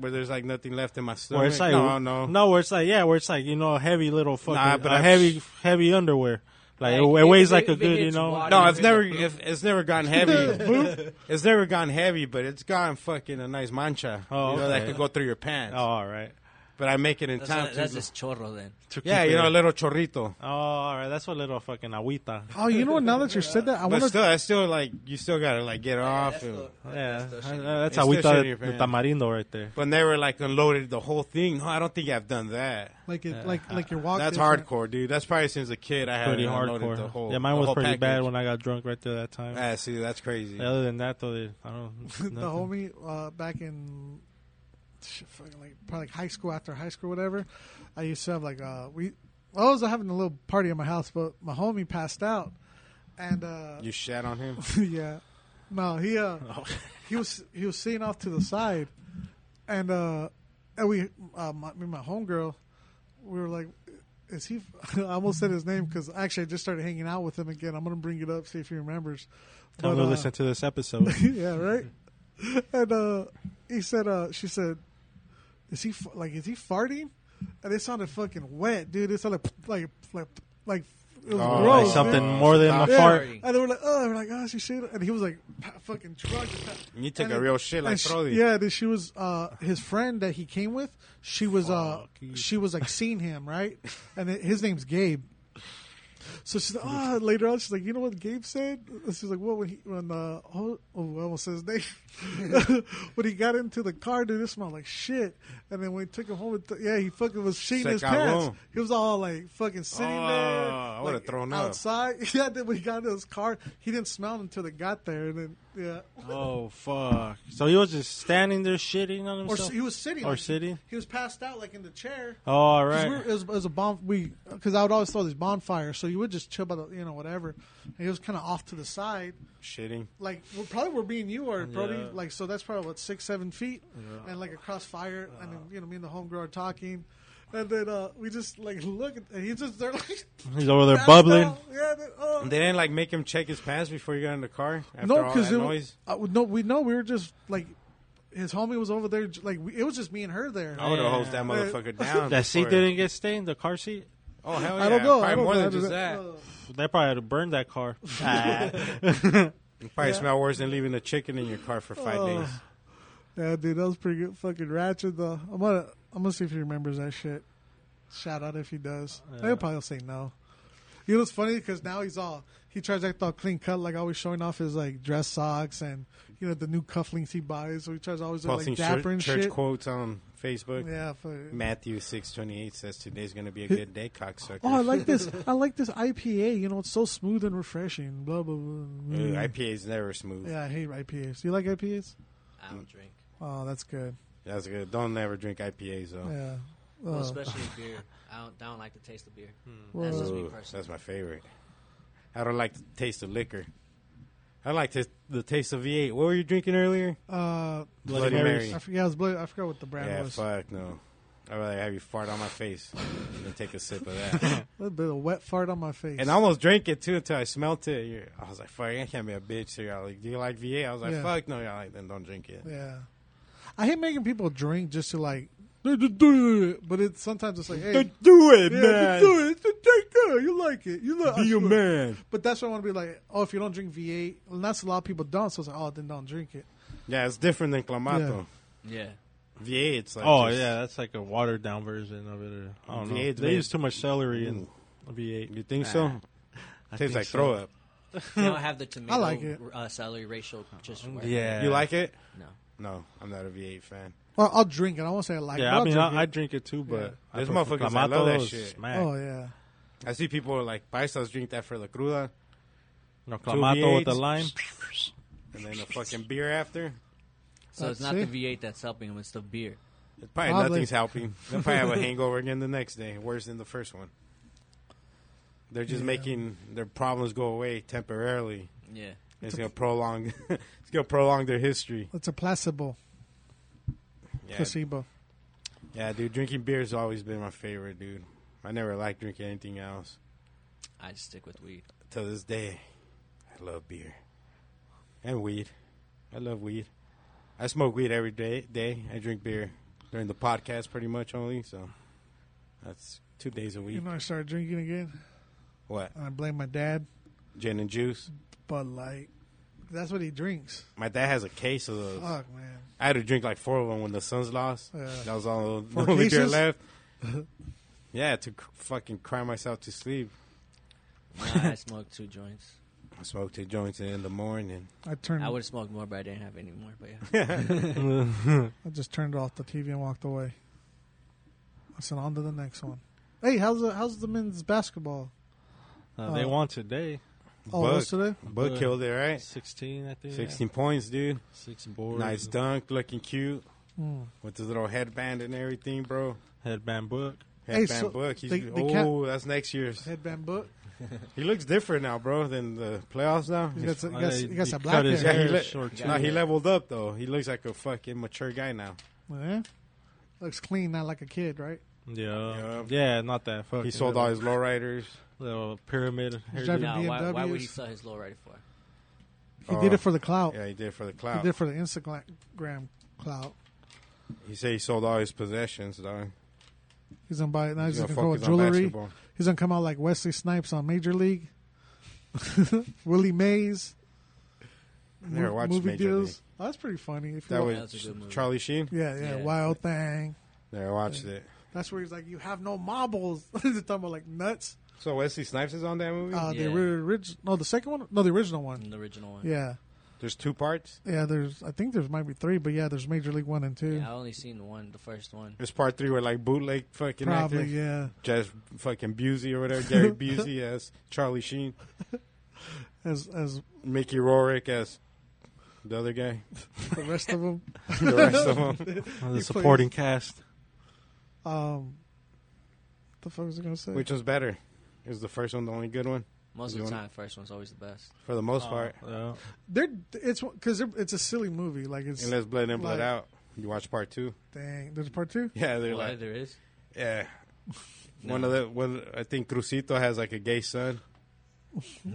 S1: where there's like nothing left in my stomach.
S3: where it's like
S1: no, no,
S3: no, where it's like yeah, where it's like you know a heavy little fucking
S1: Nah, but
S3: a
S1: I'm
S3: heavy heavy underwear. Like it,
S4: Like,
S3: it
S4: if-
S3: weighs
S4: if-
S3: like a
S4: if it
S3: good you
S4: hits
S3: know.
S4: water-
S1: No,
S4: I've
S1: it's never if, it's never gone heavy. it's never gone heavy, but it's gone fucking a nice mancha.
S3: Oh,
S1: you know, that
S3: okay.
S1: could go through your pants.
S3: Oh, all right.
S1: But I make it in
S4: That's,
S1: time.
S4: not, that's
S1: to-
S4: just chorro then.
S1: yeah, you know, a little chorrito.
S3: Oh, all right. That's what little fucking agüita.
S2: oh, you know what? Now that you said that, I
S1: But
S2: wonder.
S1: still, I still like you still gotta like get off.
S4: That's
S1: and-
S4: the-
S3: Yeah,
S4: that's the shit.
S3: uh, that's
S1: It's
S3: how we
S1: still
S3: thought
S1: shitty
S3: it-
S1: for
S3: the
S1: him.
S3: tamarindo right there.
S1: But never like unloaded the whole thing. No, I don't think I've done that.
S2: like it, like like your walk.
S1: That's
S2: different.
S1: hardcore, dude. That's probably since a kid. I had
S3: Pretty
S1: unloaded the
S3: hardcore.
S1: whole.
S3: yeah, mine
S1: the
S3: was
S1: whole
S3: pretty
S1: package.
S3: bad when I got drunk right there that time.
S1: Ah, see, that's crazy.
S3: Other than that, though, they, I don't.
S2: The
S3: nothing.
S2: homie uh, back in shit, fucking like probably like high school after high school, whatever. I used to have like uh, we. I was having a little party at my house, but my homie passed out, and uh,
S1: You shat on him.
S2: yeah, no, he uh,
S3: Oh.
S2: he was he was sitting off to the side, and uh, and we uh, my, me and my homegirl, we were like, is he? I almost said his name because actually I just started hanging out with him again. I'm gonna bring it up, see if he remembers.
S3: Tell them
S2: But,
S3: to
S2: uh,
S3: listen to this episode.
S2: yeah, right. And uh, he said, uh, she said, is he f- like, is he farting? And it sounded fucking wet, dude. It sounded like, like, like it was
S1: Oh,
S2: gross.
S3: like something
S2: dude.
S3: more than a
S1: stop.
S2: Yeah.
S3: fart.
S4: farting.
S2: And they were like, oh, they were like, oh, she shit. And he was like, pa- fucking drunk.
S1: You took
S2: And
S1: a
S2: it-
S1: real shit like
S2: and she-
S1: Brody.
S2: Yeah, then she was uh, his friend that he came with. She was uh, she was like seeing him right, and it, his name's Gabe. So she's like, ah. Later on, she's like, you know what Gabe said? She's like, what when he when uh, oh, oh I almost said his name when he got into the car, dude, it smelled like shit. And then when he took him home, it yeah, he fucking was shitting
S1: Se
S2: his
S1: cagó.
S2: pants. He was all like fucking sitting
S1: Oh,
S2: there.
S1: I would've
S2: like,
S1: thrown up.
S2: outside. up. Yeah, then when he got into his car, he didn't smell until they got there, and then yeah.
S3: Oh fuck! So he was just standing there shitting
S2: Or
S3: on himself.
S2: s he was sitting.
S3: Or
S2: like,
S3: sitting?
S2: He was passed out like in the chair.
S3: oh, all
S2: 'Cause
S3: right.
S2: we were- it, was, it was a bomb. We because I would always throw these bonfires, so you would just chill by the you know whatever. And he was kind of off to the side,
S1: Shitting.
S2: like we're, probably where me and you are, probably
S3: Yeah.
S2: like so that's probably what six seven feet, and like across fire, and then you know me and the homegirl are talking. And then uh, we just like look, and he's just there like
S3: He's over there
S2: passed
S3: bubbling.
S2: out. Yeah, then, oh.
S1: They didn't like make him check his pants before he got in the car. After
S2: no,
S1: all
S2: because
S1: that noise.
S2: uh, no, we know we were just like his homie was over there, j- like we, it was just me and her there.
S1: I would have hosed that motherfucker down.
S3: Uh, That seat
S1: before-
S3: didn't get stained. The car seat.
S1: Oh hell yeah!
S2: I don't know.
S1: Probably
S2: I don't
S1: more
S2: know.
S1: than
S2: I
S1: just
S2: don't-
S1: that.
S2: uh,
S3: They probably had to burn that car. Ah.
S1: It probably smell worse than leaving a chicken in your car for five
S2: Oh.
S1: days.
S2: Uh, Yeah, dude, that was pretty good. Fucking ratchet though. I'm gonna I'm gonna see if he remembers that shit. Shout out if he does. He'll probably say no. You know what's funny? Because now he's all he tries to act all clean cut, like always showing off his like dress socks and you know the new cufflinks he buys. So he tries to always look,
S1: Posting
S2: like dapper
S1: church,
S2: and
S1: church
S2: shit.
S1: quotes on Facebook.
S2: Yeah. fuck.
S1: Matthew six twenty eight says today's gonna be a good day, cocksucker.
S2: Oh, I like this. I like this IPA. You know, it's so smooth and refreshing. Blah blah
S1: Uh,
S2: blah.
S1: Ooh, IPA's never smooth.
S2: Mm. Yeah, I hate IPAs. Do you like IPAs?
S4: I don't drink.
S2: Oh, that's good.
S1: That's good. Don't ever drink IPAs though.
S2: Yeah.
S4: Well,
S2: Uh,
S4: especially beer. I don't, I don't like the taste of beer.
S2: well, uh,
S4: That's just me
S1: Ooh,
S4: personally.
S1: that's my favorite. I don't like the taste of liquor. I like the, the taste of V8. What were you drinking earlier?
S2: uh,
S1: Bloody,
S3: Marys.
S1: Mary.
S2: I forget. I was blo- I forgot what the brand
S1: Yeah,
S2: was.
S1: fuck no. I'd rather have you fart on my face than take a sip of that.
S2: A little bit of wet fart on my face.
S1: and I almost drank it too until I smelt it. You're- I was like, fuck, I can't be a bitch. So y'all like, do you like V8? I was like,
S2: Yeah.
S1: fuck no. Y'all like, then don't drink it.
S2: yeah, I hate making people drink just to like, but it's sometimes it's like, hey,
S1: Don't do it,
S2: yeah,
S1: man.
S2: do it, Just drink it. uh, You like it, you like.
S1: Be a man.
S2: But that's why I want to be like, oh, if you don't drink V8, and that's a lot of people don't. So it's like, oh, then don't drink it.
S1: Yeah, it's different than Clamato.
S4: Yeah.
S1: V8, it's like.
S3: oh
S1: just-
S3: yeah, that's like a watered down version of it. Or, I don't know.
S1: V8's
S3: They
S1: made-
S3: use too much celery in V8.
S1: You think so?
S3: I
S1: Tastes
S3: think
S1: like
S3: so.
S1: throw up.
S4: They don't have the tomato
S2: like it.
S4: Uh, celery ratio. Just right.
S3: Yeah,
S1: You like it?
S4: No.
S1: No, I'm not a V8 fan.
S2: Well, I'll drink it. I won't say I like it.
S3: Yeah,
S2: but
S3: I mean,
S2: I'll
S3: I, I
S2: drink
S3: drink it too, but I
S1: There's
S3: prefer
S1: motherfuckers that love that
S3: Clamato
S1: shit.
S3: Smack.
S2: it. Oh yeah,
S1: I see people like paisas drink that for la cruda,
S3: no, Clamato with the
S1: V8s.
S3: lime.
S1: and then a fucking beer after.
S4: So it's
S2: Let's
S4: not the
S2: see.
S4: V8 that's helping them. It's the beer.
S1: It's probably,
S2: Probably.
S1: nothing's helping. They'll probably have a hangover again the next day, worse than the first one. They're just making their problems go away temporarily.
S4: Yeah.
S1: It's gonna prolong. it's gonna prolong their history.
S2: it's a placebo,
S1: Yeah,
S2: placebo.
S1: yeah, dude. Drinking beer's always been my favorite, dude. I never liked drinking anything else.
S4: I just stick with weed.
S1: To this day, I love beer and weed. I love weed. I smoke weed every day. Day I drink beer during the podcast, pretty much only. So that's two days a
S2: You
S1: week.
S2: know, I started drinking again,
S1: What
S2: and I blame my dad.
S1: gin and juice?
S2: But like, that's what he drinks.
S1: My dad has a case of those.
S2: Fuck, man.
S1: I had to drink like four of them when the Suns lost.
S2: Yeah.
S1: That was all the
S2: Four
S1: only beer
S2: cases?
S1: left. yeah, to cr- fucking cry myself to sleep.
S4: Nah, I smoked two joints.
S1: I smoked two joints in the morning.
S2: I turned.
S4: I
S2: I,
S4: would have smoked more, but I didn't have any more. But yeah.
S2: just turned off the TV and walked away. I said, on to the next one. Hey, how's the how's the men's basketball?
S3: Uh, they
S2: Oh.
S3: won today,
S2: Oh,
S1: Buck.
S2: what's today?
S1: But
S3: Good.
S1: killed it, right?
S3: sixteen. I think yeah.
S1: Sixteen points, dude.
S3: six boards.
S1: Nice dunk, looking cute
S2: Mm.
S1: with his little headband and everything, bro.
S3: headband book.
S2: Hey,
S1: Headband
S2: so
S1: book. He's,
S2: they- they can't-
S1: oh, that's next year's.
S2: Headband book.
S1: He looks different now, bro, than the playoffs now.
S2: He got, some, he got,
S3: Oh,
S2: he
S3: they-
S2: got
S3: they
S2: some
S3: cut
S2: black
S3: his
S1: yeah,
S2: hair.
S1: he,
S3: hair
S1: le-
S3: short,
S1: nah, he
S3: yeah.
S1: leveled up though. He looks like a fucking mature guy now.
S2: Yeah. Looks clean, not like a kid, right?
S3: Yeah.
S1: Yeah.
S3: Yeah, not that. Fucking
S1: He sold all his lowriders.
S3: little pyramid. hairdo.
S2: driving-
S4: No, why, why would
S2: BMWs.
S4: he sell his lowrider for?
S2: He
S1: Oh.
S2: did it for the clout.
S1: Yeah, he did for the
S2: He
S1: clout.
S2: did for the Instagram clout.
S1: He said he sold all his possessions, dog.
S2: He's gonna buy now. He's,
S1: He's
S2: gonna,
S1: gonna
S2: go with
S1: focus on
S2: jewelry.
S1: basketball.
S2: He's gonna come out like Wesley Snipes on Major League. Willie Mays.
S1: I never
S2: Mo-
S1: watched
S2: movie
S1: Major
S2: deals.
S1: League.
S2: Oh, that's pretty funny. If you
S1: That
S2: wa-
S1: was
S4: that's a good movie.
S1: Charlie Sheen.
S2: yeah, yeah,
S4: Yeah.
S2: Wild Thing.
S1: Never watched it.
S2: That's where he's like, "You have no marbles." he's talking about like nuts.
S1: So Wesley Snipes is on that movie.
S2: Uh,
S4: Yeah. Mm-hmm.
S2: The original, no, the second one, no, the original one.
S4: In the original one.
S2: Yeah,
S1: There's two parts.
S2: yeah. There's, I think there's might be three, but yeah, there's Major League one and two.
S4: Yeah, I only seen the one, the first one.
S1: There's part three where like bootleg fucking
S2: Probably,
S1: actors.
S2: yeah.
S1: Just fucking Busey or whatever. Gary Busey as Charlie Sheen.
S2: As as
S1: Mickey Rorick as the other guy.
S2: the rest of them.
S1: The rest of them.
S3: The supporting cast.
S2: Um, the fuck was I gonna say?
S1: Which was better? Is the first one the only good one?
S4: Most
S1: You
S4: of the
S1: wanna-
S4: time, first one's always the best.
S1: For the
S3: Oh.
S1: most part.
S3: Uh, Yeah.
S2: They're it's because it's a silly movie. Like it's
S1: Unless Blood In, Blood
S2: Like-
S1: Out. You watch part two?
S2: dang. There's part two.
S1: Yeah, they're
S4: Well,
S1: like,
S4: there is.
S1: yeah. One of the one, I think Crucito has like a gay son.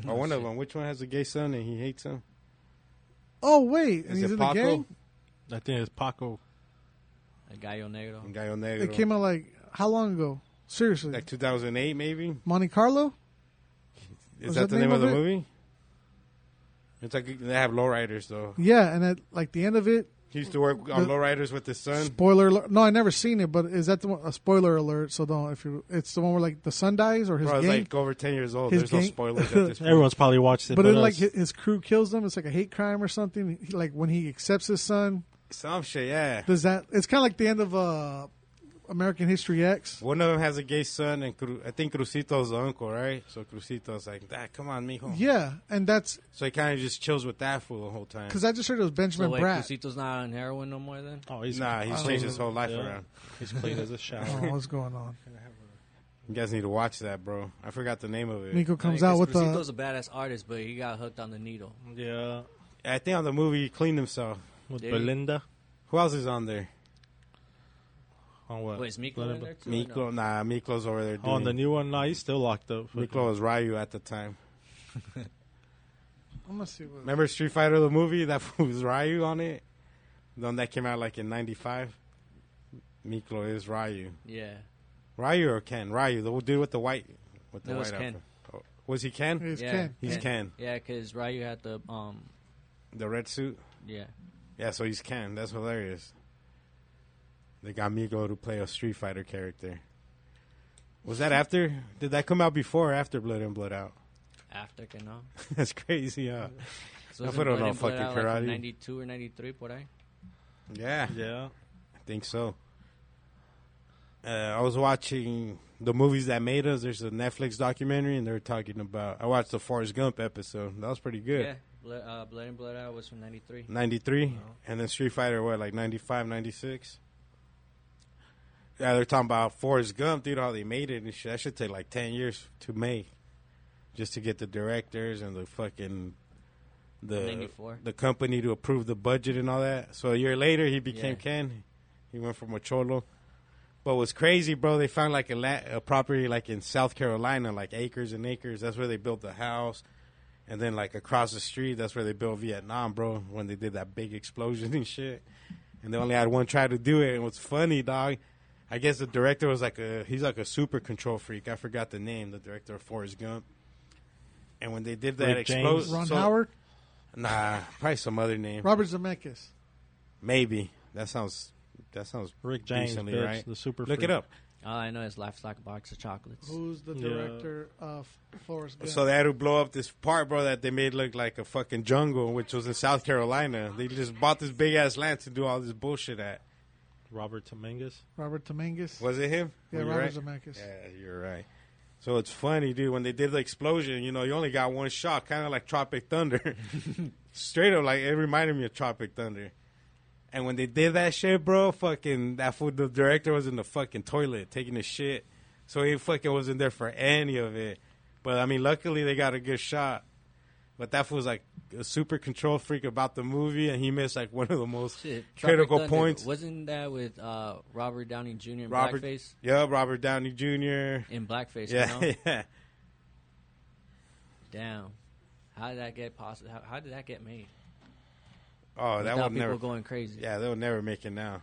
S1: Or one of them. Which one has a gay son and he hates him?
S2: Oh wait, and
S1: Is
S2: he's
S1: it
S2: in the
S1: Paco?
S2: gang.
S3: I think it's Paco.
S4: El Gallo Negro.
S1: Gallo Negro.
S2: It came out like how long ago? Seriously,
S1: like 2008 maybe.
S2: Monte Carlo.
S1: Is
S2: Was
S1: that
S2: that
S1: the name, of the
S2: it?
S1: movie? It's like they have lowriders though.
S2: Yeah, and at like the end of it,
S1: He used to work on lowriders with his son.
S2: spoiler. alert- No, I never seen it, but is that the one, a spoiler alert? So don't if you. It's the one where like the sun dies or his
S1: Bro, I was
S2: gang.
S1: like over 10 years old.
S2: his
S1: There's no
S2: gang-
S1: spoilers at this point.
S3: Everyone's probably watched it.
S2: but then like
S3: us.
S2: his, his crew kills them. It's like a hate crime or something. He, like when he accepts his son,
S1: Some shit, yeah.
S2: does that? It's kind of like the end of uh, American History X.
S1: One of them has a gay son, and Cru- I think Crucito's the uncle, right? So Crucito's like, ah, come on, mijo.
S2: Yeah, and that's
S1: So he kind of just chills with that fool the whole time.
S2: because I just heard it was
S4: So
S2: Benjamin
S4: wait,
S2: Bratt.
S4: Crucito's not on heroin no more then?
S3: oh, he's
S1: Nah, he's
S2: Oh.
S1: changed his whole life
S3: Yeah.
S1: around.
S3: he's clean as a shower.
S2: Oh, what's going on?
S1: You guys need to watch that, bro. I forgot the name of it.
S2: Nico comes
S4: I mean,
S2: out with
S4: 'cause
S2: uh,
S4: Crucito's
S2: the
S4: a badass artist, but he got hooked on the needle.
S3: Yeah,
S1: I think on the movie he cleaned himself.
S3: with
S4: There you-
S3: Belinda.
S1: Who else is on there?
S3: On what?
S4: Wait, is Miko
S3: Belinda-
S4: in there too? or no?
S1: Miklo, nah, Miklo's over there.
S3: Oh, on the
S1: doing-
S3: new one? Nah, he's still locked up.
S1: Miklo was Ryu at the time.
S2: I'm gonna see what
S1: Remember Street Fighter the movie? That fool was Ryu on it. The one that came out like in '95. Miklo is Ryu.
S4: Yeah.
S1: Ryu or Ken? Ryu, the dude with the white, with the
S4: No,
S1: white
S4: it's Ken.
S1: outfit. Oh, Was he Ken?
S2: it's
S4: yeah.
S2: Ken.
S1: He's Ken.
S4: Yeah, because Ryu had the, um,
S1: The red suit.
S4: yeah.
S1: Yeah, so he's Ken. That's hilarious. They got Miko to play a Street Fighter character. Was that after? Did that come out before or after Blood and Blood Out?
S4: After que no.
S1: That's crazy, huh?
S4: So
S1: I
S4: isn't
S1: fueron
S4: Blood
S1: a
S4: and Blood
S1: fucking
S4: out, like,
S1: karate.
S4: 92 or 93, por ahí?
S1: Yeah,
S3: Yeah,
S1: I think so. Uh, I was watching the movies that made us. There's a Netflix documentary, and they were talking about. I watched the Forrest Gump episode. That was pretty good.
S4: Yeah. Blood, uh, Blood and Blood Out was from 93.
S1: 93 and then street fighter what like 95 96 yeah they're talking about forrest gump dude how they made it and shit that should take like 10 years to make just to get the directors and the fucking the
S4: 94.
S1: the company to approve the budget and all that so a year later he became
S4: Yeah.
S1: ken he went from a cholo but what's crazy, bro? They found like a, la- a property like in South Carolina, like acres and acres. That's where they built the house, and then like across the street, that's where they built Vietnam, bro. When they did that big explosion and shit, and they only had one try to do it. And what's funny, dog? I guess the director was like a he's like a super control freak. I forgot the name. The director of Forrest Gump. And when they did that
S3: Rick James?
S1: explosion,
S2: Ron Howard,
S1: Nah, probably some other name.
S2: Robert Zemeckis.
S1: Maybe that sounds that sounds
S3: Rick James,
S1: decently
S3: bitch,
S1: right.
S3: the super
S1: Look
S3: freak.
S1: it up.
S4: All Oh, I know is Livestock Box of Chocolates.
S2: Who's the
S3: Yeah.
S2: director of Forrest Gump?
S1: So they had to blow up this part, bro, that they made look like a fucking jungle, which was in South Carolina. They just bought this big ass land to do all this bullshit at.
S3: Robert Dominguez.
S2: Robert Dominguez.
S1: Was it him?
S2: Yeah,
S1: Were you
S2: Robert
S1: right?
S2: Zemeckis.
S1: Yeah, you're right. So it's funny, dude. When they did the explosion, you know, you only got one shot, kind of like Tropic Thunder. Straight up, like it reminded me of Tropic Thunder. And when they did that shit, bro, fucking that fool, the director was in the fucking toilet taking a shit. So he fucking wasn't there for any of it. But I mean, luckily they got a good shot. But that was like a super control freak about the movie, and he missed like one of the most
S4: Shit, Tropic
S1: critical
S4: Thunder,
S1: points.
S4: Wasn't that with uh, Robert Downey Jr. in
S1: Robert,
S4: blackface?
S1: yeah, Robert Downey Jr.
S4: In blackface,
S1: Yeah,
S4: you know?
S1: yeah.
S4: Damn. How did that get possible? How, how did that get made?
S1: Oh, that
S4: Without
S1: would
S4: people
S1: never.
S4: going crazy.
S1: yeah, they'll never make it now.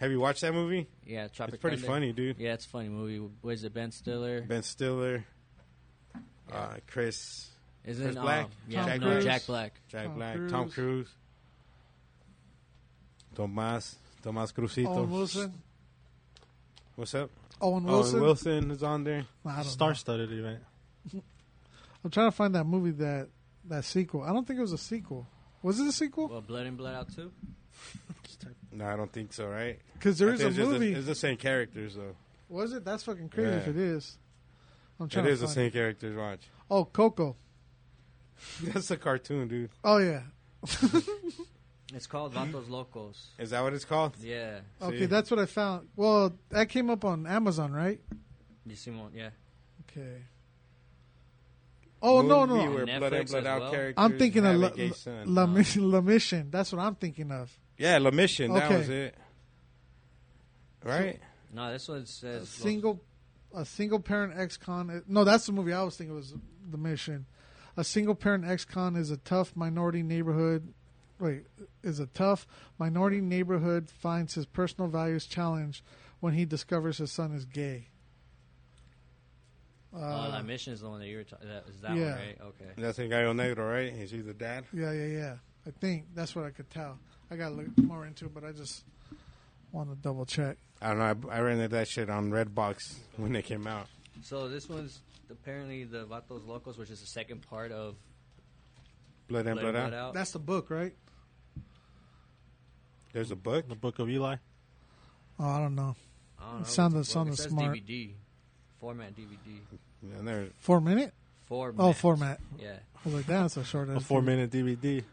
S1: Have you watched that movie?
S4: yeah Tropic
S1: It's pretty
S4: Thunder.
S1: funny, dude.
S4: Yeah, it's a funny movie. Was it Ben Stiller?
S1: Ben Stiller, uh, Chris,
S4: Isn't
S1: Chris
S4: um,
S1: Black?
S4: yeah,
S1: Jack
S4: no,
S1: Black?
S4: Jack Black.
S1: Jack
S2: Tom
S1: Black, Tom Cruise, Tomas, Tomas Cruzito.
S2: Owen Oh, Wilson.
S1: What's up? Owen
S2: Owen Wilson.
S1: Wilson. is on there.
S2: Nah, I don't know.
S3: Star-studded event.
S2: I'm trying to find that movie that that sequel. I don't think it was a sequel. Was it a sequel?
S4: Well, Blood and Blood Out too.
S1: No, I don't think so. Right?
S2: Because
S1: I
S2: there is
S1: think
S2: a
S1: it's just
S2: movie.
S1: The, it's the same characters though.
S2: was it? That's fucking crazy if
S1: Yeah.
S2: it is. I'm trying
S1: It
S2: to
S1: is the
S2: find
S1: same characters. Watch.
S2: Oh, Coco.
S1: That's a cartoon, dude.
S2: Oh yeah.
S4: It's called Vatos Locos.
S1: Is that what it's called?
S4: Yeah,
S2: Okay,
S1: See?
S2: that's what I found. Well, that came up on Amazon, right?
S4: you see one. Yeah,
S2: Okay. Oh no
S1: Movie
S2: no.
S1: Where
S4: And
S1: blood in,
S4: Netflix
S1: blood
S4: as
S1: out
S4: well.
S1: characters
S2: I'm thinking of
S1: have
S2: La,
S1: a gay son.
S2: La, Mis- La Mission. That's what I'm thinking of.
S1: yeah, La Mission. That
S2: Okay.
S1: was it. Right?
S4: no, this one says
S2: A
S4: Los-
S2: single, a single parent ex-con. No, that's the movie I was thinking was the mission. A single parent ex-con is a tough minority neighborhood. Wait, is a tough minority neighborhood finds his personal values challenged when he discovers his son is gay. Uh,
S4: Oh, La Mission is the one that you were talking. That is that
S2: yeah.
S4: one, right? Okay.
S1: That's the guy on Negro, right? He's either dad.
S2: yeah, yeah, yeah. I think that's what I could tell. I got to look more into it, but I just want to double check.
S1: I don't know. I, I rented that shit on Redbox when it came out.
S4: So this one's apparently the Vatos Locos, which is the second part of
S1: Blood in,
S4: Blood,
S1: blood,
S4: and
S1: out.
S4: Blood Out.
S2: That's the book, right?
S1: There's a book.
S3: The Book of Eli.
S2: Oh, I don't know.
S4: I don't know.
S2: Sounded-
S4: Well,
S2: sounded
S4: it says
S2: smart.
S4: DVD format DVD
S1: And there,
S2: Four minute?
S4: format.
S2: Oh, format.
S4: Yeah.
S2: I was like, that's a short.
S3: A four-minute DVD.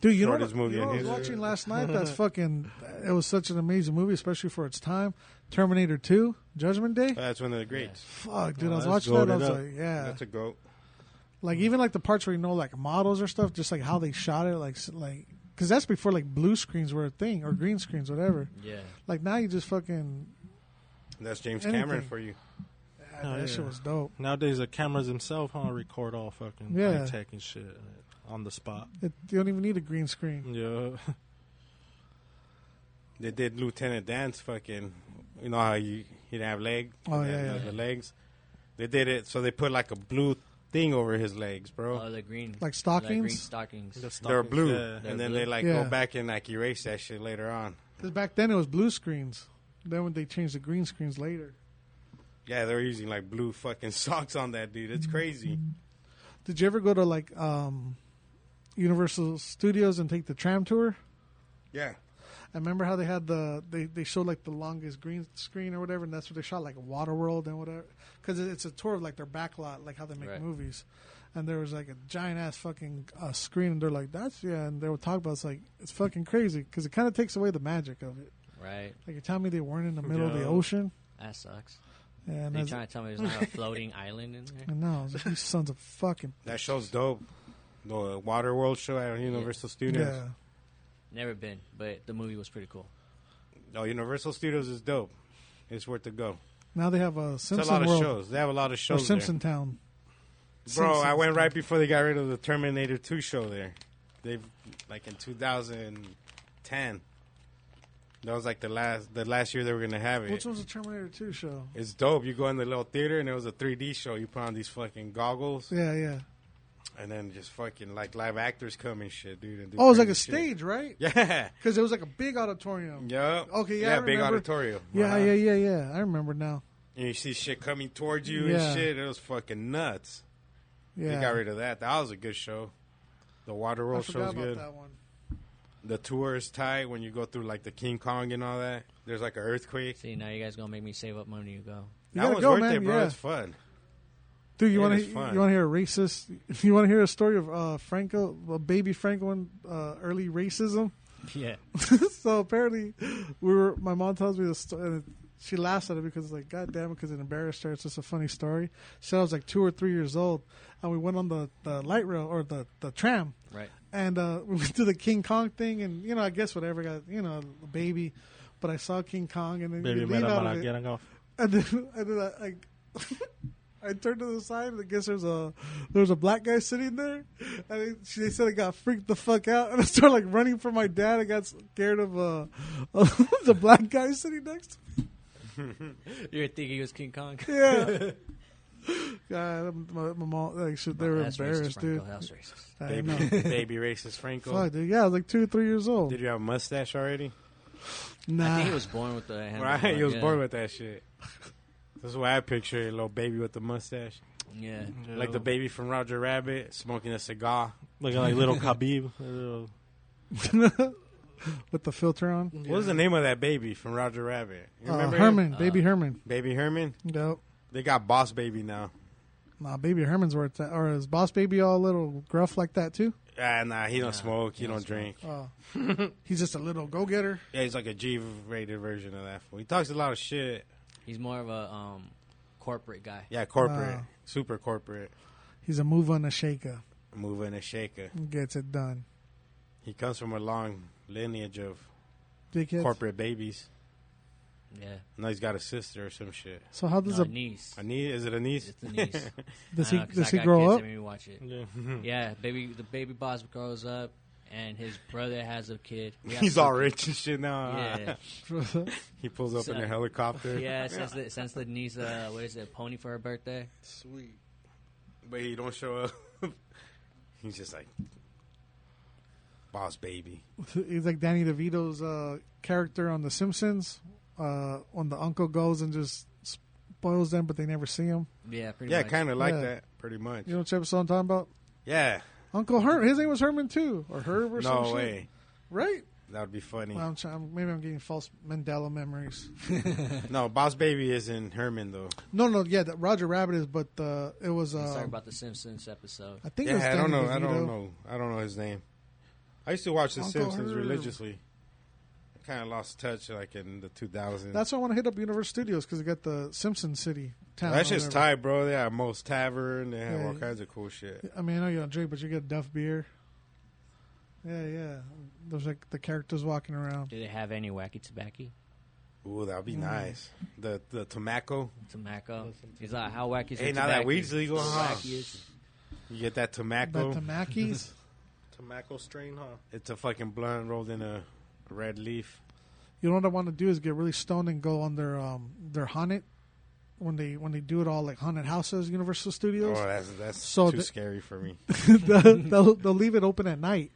S2: Dude, you know, what,
S1: Shortest movie
S2: you know
S1: in
S2: what I was
S1: history.
S2: watching last night? That's fucking. It was such an amazing movie, especially for its time. Terminator 2, Judgment Day.
S1: that's one of the greats.
S2: Fuck, dude,
S3: Oh,
S2: I was
S3: that's
S2: watching that. I
S3: goated
S2: was
S3: up.
S2: like, yeah,
S1: That's a goat.
S2: like even like the parts where you know like models or stuff, just like how they shot it, like s- like because that's before like blue screens were a thing or green screens, whatever.
S4: Yeah.
S2: Like now you just fucking
S1: That's James
S2: Anything.
S1: Cameron for you. Oh,
S2: ah, that
S3: yeah.
S2: shit was dope.
S3: Nowadays, the cameras themselves, huh, record all fucking
S2: Yeah.
S3: high tech and shit on the spot.
S2: It, you don't even need a green
S1: Mm.
S2: screen.
S3: Yeah.
S1: They did Lieutenant Dan's fucking. You know how you he didn't have leg.
S2: Oh,
S1: He had
S2: yeah, yeah.
S1: The legs. They did it so they put like a blue thing over his legs, bro.
S4: Oh, the green
S2: Like
S4: Like green
S2: stockings?
S4: stockings.
S1: They're blue,
S3: Yeah.
S1: and then
S4: blue.
S1: they like
S2: Yeah.
S1: go back and like erase that shit later on.
S2: 'Cause back then it was blue screens. Then when they changed the green screens later.
S1: Yeah, they're using like blue fucking socks on that dude. It's crazy.
S2: Did you ever go to like um Universal Studios and take the tram tour?
S1: Yeah,
S2: I remember how they had the they, they showed like the longest green screen or whatever, and that's what they shot like Waterworld and whatever, because it's a tour of like their back lot, like how they make
S4: Right.
S2: movies. And there was like a giant ass fucking uh, screen, and they're like, "That's yeah," and they would talk about it's like it's fucking crazy because it kind of takes away the magic of it.
S4: Right.
S2: Like you're telling me they weren't in the middle of the
S3: Yeah.
S2: ocean,
S4: That sucks.
S2: and
S4: Are you
S2: that's,
S4: trying to tell me there's not a floating island in there?
S2: I know I was like, these sons of fucking
S1: that show's dope. The Waterworld show at Universal Studios.
S2: yeah.
S4: Never been, but the movie was pretty cool.
S1: No, Universal Studios is dope. It's worth to go.
S2: Now they have a
S1: it's a lot
S2: Simpson
S1: of
S2: World
S1: shows. They have a lot of
S2: or
S1: shows. there.
S2: Simpson Town.
S1: Bro, I
S2: Simpsons
S1: went
S2: Town.
S1: right before they got rid of the Terminator 2 show there. They've like in 2010. That was like the last the last year they were going to have it.
S2: Which one's the Terminator Two show?
S1: It's dope. You go in the little theater and it was a 3D show. You put on these fucking goggles
S2: Yeah, yeah.
S1: and then just fucking like live actors come and shit, dude. And do
S2: Oh, it was like a
S1: crazy shit.
S2: stage, right?
S1: Yeah.
S2: Because it was like a big auditorium.
S1: Yup.
S2: Okay, yeah, I
S1: big
S2: remember.
S1: auditorium.
S2: Yeah,
S1: Uh-huh.
S2: yeah, yeah, yeah. I remember now.
S1: And you see shit coming towards you
S2: Yeah.
S1: and shit. It was fucking nuts.
S2: Yeah,
S1: They got rid of that. That was a good show. The
S2: I
S1: Waterworld show was
S2: forgot about
S1: good.
S2: that one.
S1: the tour is tight when you go through like the King Kong and all that. There's like an earthquake.
S4: See, now you guys gonna make me save up money to go.
S1: that
S2: You gotta
S1: one's
S2: go,
S1: worth
S2: man.
S1: it, bro.
S2: Yeah.
S1: It's fun.
S2: Dude, you
S1: It
S2: want to
S1: is
S2: you
S1: fun.
S2: want to hear a racist? You want to hear a story of uh, Franco, well, baby Franco, and uh, early racism?
S4: Yeah.
S2: so apparently, we were. My mom tells me this, sto- and she laughs at it because it's like, God damn it, because it embarrassed her. It's just a funny story. She said I was like two or three years old, and we went on the, the light rail or the, the tram,
S4: Right.
S2: and uh, we went to the King Kong thing, and you know, I guess whatever got you know, a baby. But I saw King Kong, and then
S3: Baby
S2: you
S3: met
S2: lean
S3: him
S2: out
S3: when
S2: of
S3: I
S2: it.
S3: get him off.
S2: And then, and then I, I, I turned to the side, and I guess there's a there's a black guy sitting there, and it, she, they said I got freaked the fuck out, and I started like running for my dad. I got scared of uh of the black guy sitting next. to me.
S4: You were thinking it was King Kong.
S2: Yeah. God, my, my mom, like, shit, they were
S4: That's racist,
S2: embarrassed, dude.
S4: Franco. That's racist.
S2: I
S1: Baby,
S2: know.
S1: baby racist Franco.
S2: Fuck, dude. Yeah, I was like two or three years old.
S1: Did you have a mustache already?
S4: I
S2: nah.
S4: think he was born with the handle.
S1: Right, he was
S4: yeah.
S1: born with that shit. That's why I picture a little baby with the mustache,
S4: Yeah.
S1: like the baby from Roger Rabbit, smoking a cigar.
S3: looking like little Khabib. Little-
S2: With the filter on.
S1: What was the name of that baby from Roger Rabbit? You
S2: Uh,
S1: remember him?
S2: Herman, baby Herman.
S1: Baby Herman.
S2: Nope.
S1: They got Boss Baby now.
S2: Nah, baby Herman's where it's at. Or is Boss Baby all a little gruff like that, too?
S1: Ah, nah, he don't smoke. He, don't drink.
S2: Oh. He's just a little go getter.
S1: Yeah, he's like a G-rated version of that. fool. He talks a lot of shit.
S4: He's more of a um, corporate guy.
S1: Yeah, corporate,
S2: Wow.
S1: super corporate,
S2: He's a mover and a shaker.
S1: moving a shaker.
S2: He Gets it done.
S1: He comes from a long lineage of
S2: Dickheads.
S1: corporate babies.
S4: Yeah.
S1: Now he's got a sister or some shit.
S2: So how does
S4: No,
S2: a
S4: niece.
S1: A niece? Is it a niece?
S4: It's the niece.
S2: does
S4: I
S2: he
S4: know, 'cause
S2: does
S4: I
S2: he
S4: got
S2: grow
S4: kids
S2: up?
S4: that made me watch it.
S3: yeah.
S4: Yeah, baby, the baby boss grows up, and his brother has a kid. We have
S1: He's
S4: two
S1: all
S4: kids.
S1: rich and shit now. huh?
S4: Yeah,
S1: He pulls up in
S4: So-
S1: a helicopter.
S4: yeah. Since the, since the niece, uh, what is it, pony for her birthday?
S1: Sweet. But he don't show up. He's just like boss baby.
S2: He's like Danny DeVito's uh, character on The Simpsons, uh, when the uncle goes and just spoils them, but they never see him.
S4: Yeah, pretty
S1: Yeah,
S4: much.
S1: kind of like
S2: Yeah.
S1: that, pretty much.
S2: You know what episode I'm talking about?
S1: Yeah.
S2: Uncle Herb. His name was Herman too, or Herb
S1: No
S2: or some
S1: way.
S2: shit, right?
S1: That would be funny.
S2: Well, I'm trying, maybe I'm getting false Mandela memories.
S1: no, boss baby is in Herman though.
S2: No, no, yeah, that Roger Rabbit is, but uh, it was.
S4: Let's talk
S2: Uh,
S4: about the Simpsons episode.
S2: I think it was
S1: Yeah, I don't
S2: Danny
S1: know. I
S2: DeVito.
S1: don't know. I don't know his name. I used to watch The
S2: Uncle
S1: Simpsons
S2: Herb.
S1: religiously. I kind of lost touch like in the 2000s.
S2: That's why I want to hit up Universal Studios because they got the Simpson City town.
S1: That's
S2: or
S1: just
S2: whatever.
S1: tight, bro. They have most tavern. They have
S2: Yeah.
S1: all kinds of cool shit.
S2: I mean, I know you don't drink, but you get Duff beer. Yeah, yeah. There's like the characters walking around.
S4: Do they have any wacky tobacco?
S1: Ooh, that would
S2: Mm.
S1: be nice. The the tobacco.
S4: Tobacco. He's like, how wacky is
S1: Hey,
S4: your
S1: now that
S4: tobacco?
S1: weed's legal, huh?
S4: Wackiest.
S1: You get that tobacco.
S2: But the Mackeys,
S3: Tobacco strain, huh?
S1: it's a fucking blunt rolled in a red leaf.
S2: you know what I want to do is get really stoned and go on their um their haunted when they when they do it all like haunted houses, Universal
S1: Oh,
S2: Studios.
S1: that's that's
S2: So
S1: too
S2: the-
S1: scary for me.
S2: they'll, they'll they'll leave it open at night.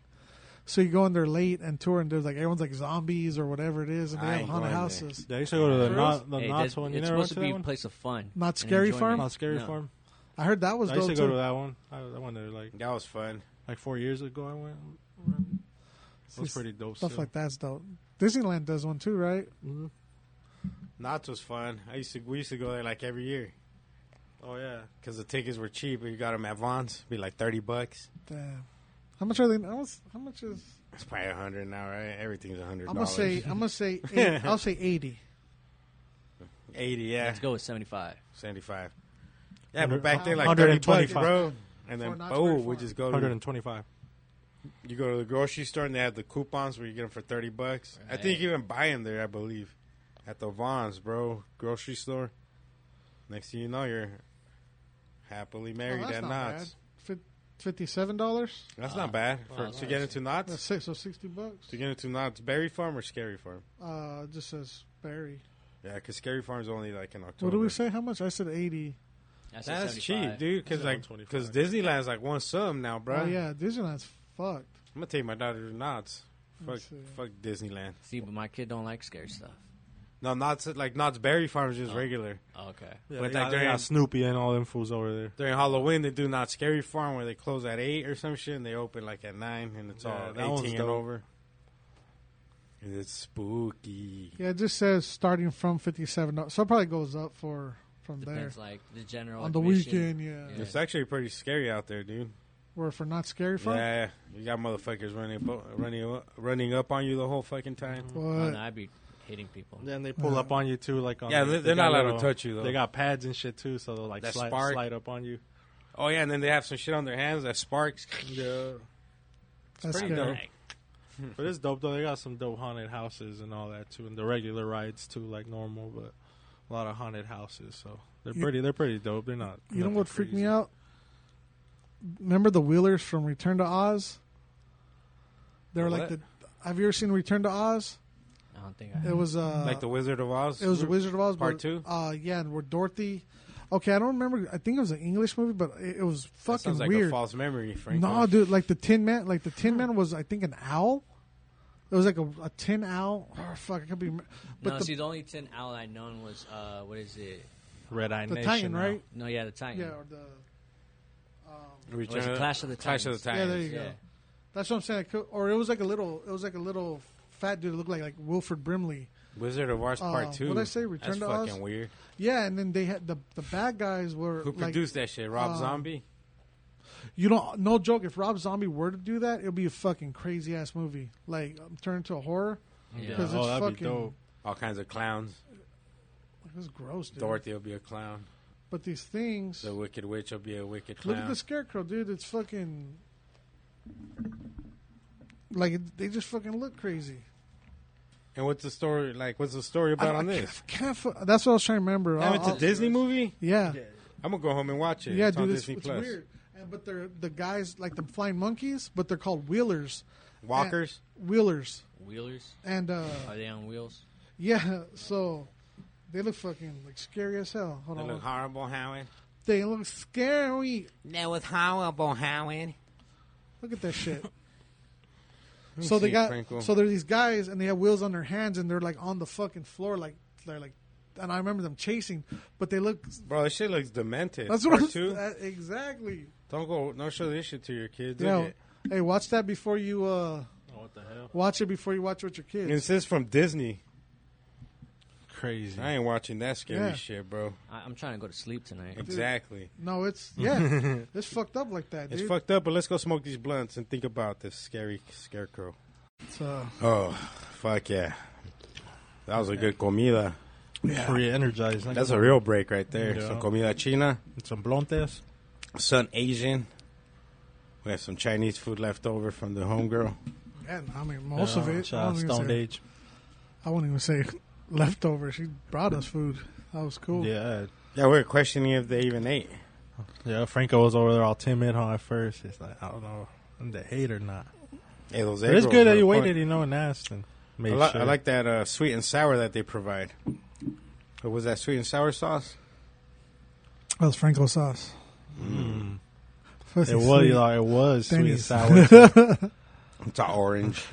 S2: So you go in there late and tour, and there's like everyone's like zombies or whatever it is, and they
S1: I
S2: have
S1: ain't
S2: haunted
S1: going
S2: houses.
S3: Yeah, I used to go to the
S2: For
S3: not the
S4: Hey,
S3: Knott's
S4: that-
S3: one. You
S4: it's
S3: never went
S4: supposed
S3: to
S4: to be
S3: that
S4: a
S3: one?
S4: place of fun.
S2: Not
S4: and
S2: Scary Farm?
S4: enjoyment.
S3: Not Scary
S4: No.
S3: Farm.
S2: I heard that was
S3: I used
S2: dope
S3: to
S2: too.
S3: go to that one. I, I went there like
S1: That was fun.
S3: like four years ago. I went. It was
S2: Just
S3: pretty dope.
S2: Stuff
S3: still.
S2: like that's dope. Disneyland does one too, right?
S1: Knott's was fun. I used to we used to go there like every year
S3: Oh yeah,
S1: because the tickets were cheap. You got them at Vons, be like thirty bucks.
S2: Damn. How much are they? How much, how much is?
S1: It's probably a hundred now, right? Everything's a hundred.
S2: I'm gonna say. I'm gonna say. Eight, I'll say eighty.
S1: eighty. Yeah,
S4: Let's go with 75.
S1: seventy-five. Yeah, but back then like thirty bucks,
S3: 125.
S1: bro. And then
S2: For Knott's
S1: oh,
S2: Berry
S1: we
S2: Farm.
S1: just go to
S3: 125.
S1: you go to the grocery store and they have the coupons where you get them for thirty bucks. I think you even buy them there, I believe, at the Vons, bro, grocery store. Next thing you know, you're happily
S2: Oh,
S1: married
S2: that's
S1: at
S2: not
S1: Knott's.
S2: bad. Fif- Fifty-seven dollars.
S1: That's not bad for, to get into
S2: That's
S1: Knott's.
S2: six. So sixty bucks.
S1: To get into Knott's Berry Farm or Scary Farm?
S2: Uh, it just says Barry.
S1: Yeah, because Scary Farm's only like in October.
S2: What do we say? How much? I said eighty. Oh,
S4: I said
S1: That's
S4: 75.
S1: cheap, dude. Because
S3: Yeah,
S1: like,
S3: 125.
S1: because Disneyland's like one something now, bro.
S2: Oh yeah, Disneyland's fucked.
S1: I'm gonna take my daughter to Knott's. Fuck,
S2: Let's see.
S1: fuck Disneyland.
S4: See, but my kid don't like scary stuff.
S1: No, Knott's like Knott's Berry Farm is
S2: Oh.
S1: just regular.
S4: Okay.
S1: But
S3: Yeah, they,
S1: like
S3: got,
S1: during-
S3: they got Snoopy and all them fools over there.
S1: During Halloween, they do not scary farm where they close at eight or some shit, and they open like at nine, and it's
S3: Yeah, that
S1: all
S3: one's
S1: eighteen and
S3: dope.
S1: over. And It's spooky.
S2: Yeah, it just says starting from fifty-seven. dollars. So it probably goes up for from
S4: Depends,
S2: there
S4: like the general
S2: on the
S4: admission.
S2: weekend. Yeah.
S4: Yeah.
S1: It's actually pretty scary out there, dude.
S2: where for not scary fun.
S1: Yeah, you got motherfuckers running, bu- running, up- running up on you the whole fucking time.
S2: But
S4: Oh, no, I'd be hitting people.
S3: Then they pull up on you too, like on
S1: Yeah,
S3: the-
S1: they-
S3: they
S1: they're
S3: got
S1: not allowed to
S3: little-
S1: touch you, though.
S3: They got pads and shit too, so they'll like
S1: That
S3: slide,
S1: spark.
S3: slide up on you.
S1: Oh yeah, and then they have some shit on their hands that sparks.
S3: Yeah,
S2: That's
S1: pretty
S2: good.
S1: dope.
S4: Like,
S3: but it's dope though. They got some dope haunted houses and all that too, and the regular rides too, like normal, but a lot of haunted houses. So they're
S2: You-
S3: pretty. They're pretty dope. They're not.
S2: You know
S3: nothing
S2: what freaked me
S3: crazy.
S2: out? Remember the Wheelers from Return to Oz? They were like
S1: What?
S2: the. Have you ever seen Return to Oz?
S4: I don't think I.
S2: It was uh,
S1: like the Wizard of Oz.
S2: It was the Wizard of Oz
S1: Part
S2: but,
S1: two?
S2: Uh, yeah, and where Dorothy. Okay, I don't remember. I think it was an English movie, but it, it was
S1: That
S2: fucking
S1: sounds like
S2: weird.
S1: a false memory, Frank.
S2: No, dude, like the Tin Man, like the Tin Man was, I think, an owl. It was like a, a tin owl. Oh, fuck, I could be. rem- But
S4: no,
S2: the,
S4: see, the only tin owl I known was uh, what is it?
S3: Red Eye
S2: the
S3: Nation,
S2: Titan,
S3: now.
S2: right?
S4: No, yeah, the Titan.
S2: Yeah, or the.
S1: Return
S4: was
S1: of-
S4: Clash of the
S1: Clash of the
S4: Titans.
S1: Titans.
S2: Yeah, there you go.
S4: yeah.
S2: That's what I'm saying. I could, or it was like a little. It was like a little fat dude. It looked like like Wilford Brimley.
S1: Wizard of Oz
S2: Uh,
S1: Part Two.
S2: what'd I say, Return
S1: That's
S2: to Oz?
S1: fucking weird.
S2: Yeah, and then they had the the bad guys were
S1: Who
S2: like,
S1: produced that shit? Rob
S2: uh,
S1: Zombie.
S2: You don't. No joke. If Rob Zombie were to do that, it would be a fucking crazy ass movie. Like um, turn into a horror.
S4: Yeah.
S2: 'Cause
S3: Oh,
S2: it's
S3: that'd
S2: fucking-
S3: be dope.
S1: All kinds of clowns.
S2: Like, It's gross, dude.
S1: Dorothy will be a clown.
S2: But these things.
S1: The Wicked Witch will be a wicked clown.
S2: Look at the scarecrow, dude. It's fucking. Like it, they just fucking look crazy.
S1: And what's the story like? What's the story about
S2: I,
S1: on
S2: I
S1: this?
S2: Can't, can't fu- that's what I was trying to remember.
S1: Damn,
S2: I'll-
S1: it's a
S2: I'll-
S1: Disney movie.
S2: Yeah,
S1: I'm gonna go home and watch it.
S2: yeah,
S1: it's on
S2: dude. It's,
S1: Disney
S2: it's
S1: Plus.
S2: weird. And, but they're the guys like the flying monkeys, but they're called wheelers,
S1: Walkers.
S2: wheelers,
S4: Wheelers?
S2: and uh,
S4: Are they on wheels?
S2: yeah. So they look fucking like scary as hell. Hold
S1: They
S2: on,
S1: look horrible, Howard.
S2: they look scary.
S1: That was horrible, Howard.
S2: Look at that shit.
S1: me
S2: so they
S1: see,
S2: got
S1: Franco.
S2: so they're these guys and they have wheels on their hands and they're like on the fucking floor like they're like and I remember them chasing but they look
S1: Bro, this shit looks demented.
S2: that's what I'm
S1: Part two.
S2: that- exactly
S1: Don't go. Don't show this shit to your kids.
S2: yeah
S1: look it.
S2: hey watch that before you uh
S3: Oh, what the hell?
S2: watch it before you watch it with your
S1: And It
S2: kids
S1: says from Disney.
S3: Crazy.
S1: I ain't watching that scary
S2: Yeah.
S1: shit, bro.
S4: I, I'm trying to go to sleep tonight.
S1: Exactly.
S2: no it's yeah it's fucked up like that dude
S1: It's fucked up, but let's go smoke these blunts and think about this scary scarecrow.
S2: So,
S1: Oh, fuck yeah. That was a good comida.
S3: Re-energized.
S1: That's a real break right there.
S3: Yeah.
S1: Some comida china,
S3: some blontes.
S1: some Asian. We have some Chinese food left over from the homegirl.
S2: man, I mean most of
S3: Uh,
S2: it I
S3: child,
S2: wouldn't, even
S3: Stone
S2: say,
S3: Age.
S2: I wouldn't even say leftover she brought us food that was cool
S3: Yeah,
S1: Yeah, we are questioning if they even ate.
S3: yeah. Franco was over there all timid huh, at first. It's like I don't know, if I'm the hate or not.
S1: Hey, those
S3: But
S1: egg
S3: it's
S1: rolls
S3: good
S1: are
S3: that
S1: the
S3: you
S1: point.
S3: waited, you know, and asked and made
S1: I, li-
S3: sure.
S1: I like that uh, sweet and sour that they provide. What was that sweet and sour sauce?
S2: that was Franco sauce
S3: Mm. it was. you know, it was sweet and
S2: mm. Denny's.
S3: sour. too.
S1: It's an orange.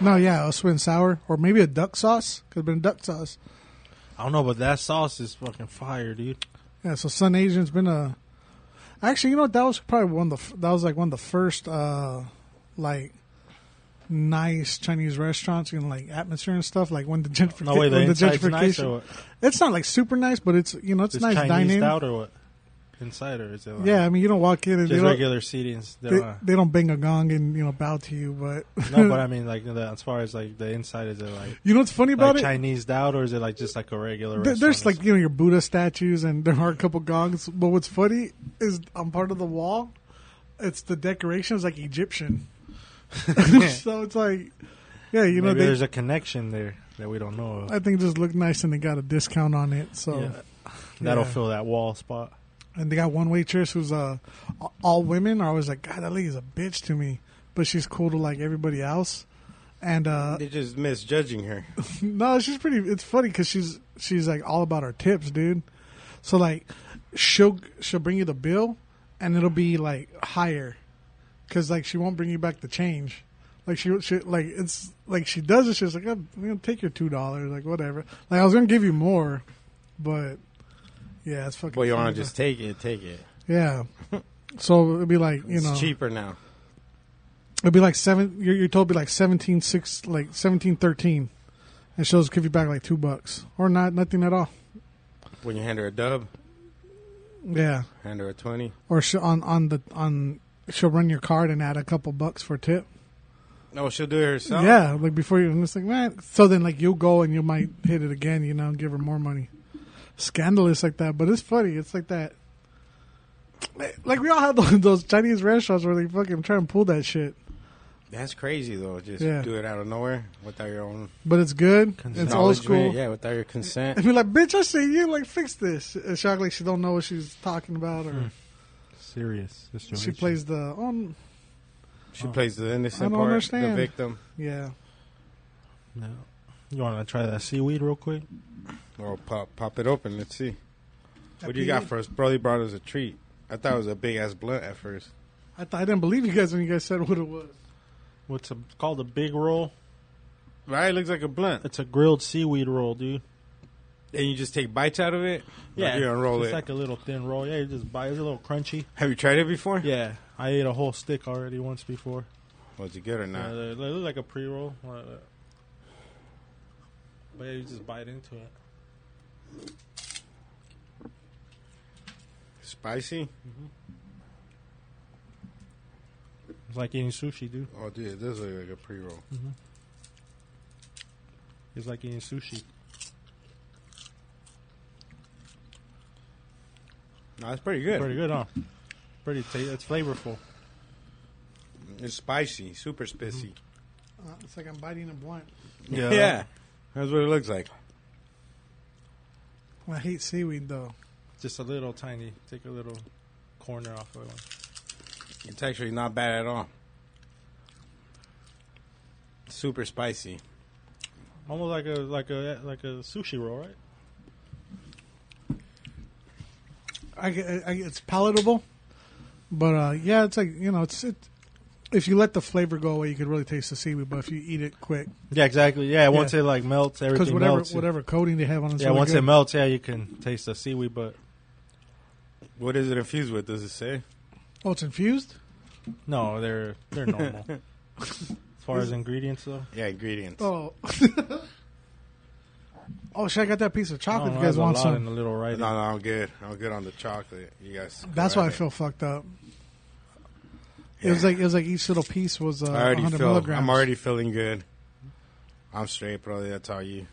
S2: No, yeah, it was sweet and sour, or maybe a duck sauce. Could have been duck sauce.
S3: I don't know, but that sauce is fucking fire, dude.
S2: Yeah, so Sun Asian's been a. Actually, you know what? That was probably one of the. f- That was like one of the first, uh like, nice Chinese restaurants and like atmosphere and stuff. Like when the gentrification,
S3: No way, the
S2: when the
S3: inside's
S2: gentrification.
S3: nice or what?
S2: It's not like super nice, but it's you know it's,
S3: It's
S2: nice
S3: Chinese
S2: dining.
S3: out or what? Inside or is it? Like
S2: Yeah, I mean you don't walk in and they
S3: just
S2: don't,
S3: regular seatings. They
S2: they,
S3: don't-
S2: they don't bang a gong and you know bow to you, but
S3: no, but I mean, like the, as far as like the inside, is it like,
S2: you know what's funny about
S3: like
S2: it?
S3: Chinese out or is it like just like a regular?
S2: There- There's
S3: restaurant?
S2: like you know your Buddha statues and there are a couple gongs, but what's funny is on part of the wall, it's the decorations like Egyptian. so it's like, yeah, you know
S3: Maybe
S2: they.
S3: there's a connection there that we don't know of.
S2: I think it just looked nice and they got a discount on it. So
S3: Yeah. That'll
S2: Oh. Yeah.
S3: fill that wall spot.
S2: and they got one waitress who's uh a- all women are always like God that lady's a bitch to me, but she's cool to like everybody else. And uh
S1: They're just misjudging her.
S2: No, she's pretty. It's funny because she's she's like all about her tips, dude. So like, she'll she'll bring you the bill, and it'll be like higher, because like she won't bring you back the change. Like she, she like it's like she does it. She's like, I'm, I'm gonna take your two dollars, like whatever. Like I was gonna give you more, but yeah, it's fucking.
S1: Well, you want
S2: funny,
S1: to just take it, take it.
S2: though. yeah. So it'd be like you
S1: It's
S2: know,
S1: cheaper now.
S2: it'd be like seven. You're, you're told it'd be like seventeen six, like seventeen thirteen, and she'll just give you back like two bucks or not nothing at all.
S1: When you hand her a dub,
S2: Yeah,
S1: hand her a 20.
S2: or she, on on the on she'll run your card and add a couple bucks for tip.
S1: No, she'll do it herself.
S2: Yeah, like before you, and it's like man. So then, like you go and you might hit it again, you know, and give her more money. Scandalous like that, but it's funny. It's like that. Like we all had those, those Chinese restaurants where they fucking try and pull that shit,
S1: That's crazy though. Just
S2: Yeah.
S1: do it out of nowhere without your own
S2: but it's good. It's old
S1: knowledge,
S2: school.
S1: Yeah, without your consent.
S2: And be like, bitch, I see you. Like, fix this. And she act like she don't know what she's talking about, or
S3: Hmm. Serious.
S2: she
S3: situation.
S2: plays the um, on.
S1: She
S3: Oh.
S1: plays the
S2: I
S1: innocent
S2: don't
S1: part,
S2: understand.
S1: the victim.
S2: Yeah,
S3: No. You want to try that seaweed real quick?
S1: Or pop pop it open. Let's see. What do you got for us? Brody brought us a treat. I thought it was a big ass blunt at first.
S2: I th- I didn't believe you guys when you guys said what it was.
S3: What's a, called a big roll?
S1: Right? It looks like a blunt.
S3: It's a grilled seaweed roll, dude.
S1: And you just take bites out of it. Or you unroll
S3: it's
S1: it.
S3: like a little thin roll. Yeah, you just bite. It's a little crunchy.
S1: Have you tried it before?
S3: Yeah, I ate a whole stick already once before.
S1: Was it good or
S3: Yeah,
S1: not?
S3: they, they look like a pre-roll. like that. But yeah, you just bite into it.
S1: Spicy?
S3: It's like eating sushi, dude.
S1: Oh, dude, it does look like a pre roll.
S3: It's like eating sushi.
S1: No, it's pretty good.
S3: Pretty good, huh? Pretty. ta it's flavorful.
S1: It's spicy, super spicy.
S2: Uh, it's like I'm biting a blunt.
S1: Yeah. That's what it looks like.
S2: I hate seaweed though.
S3: Just a little tiny. Take a little corner off of it.
S1: It's actually not bad at all. Super spicy.
S3: Almost like a like a like a sushi roll, right?
S2: I, get- I, I- it's palatable, but uh, yeah, it's like you know, it's it, if you let the flavor go away, you could really taste the seaweed. But if you eat it quick,
S3: Yeah, exactly. Yeah, once
S2: Yeah.
S3: it like melts,
S2: because
S3: everything
S2: whatever
S3: melts.
S2: whatever coating they have on it,
S3: Yeah, once it melts, yeah, you can taste the seaweed, but
S1: What is it infused with? Does it say?
S2: oh, it's infused.
S3: no, they're they're normal. as far as ingredients, though,
S1: Yeah, ingredients.
S2: Oh. Oh shit! I got that piece of chocolate.
S3: Oh,
S2: if you
S3: there's
S2: guys
S3: a
S2: want
S3: lot in
S2: some?
S3: the little right.
S1: No, no, I'm good. I'm good on the chocolate. You guys.
S2: That's
S1: go
S2: why I
S1: at it.
S2: feel fucked up. It was like it was like each little piece was uh,
S1: I already
S2: 100
S1: feel.
S2: milligrams.
S1: I'm already feeling good. I'm straight, probably. That's all you.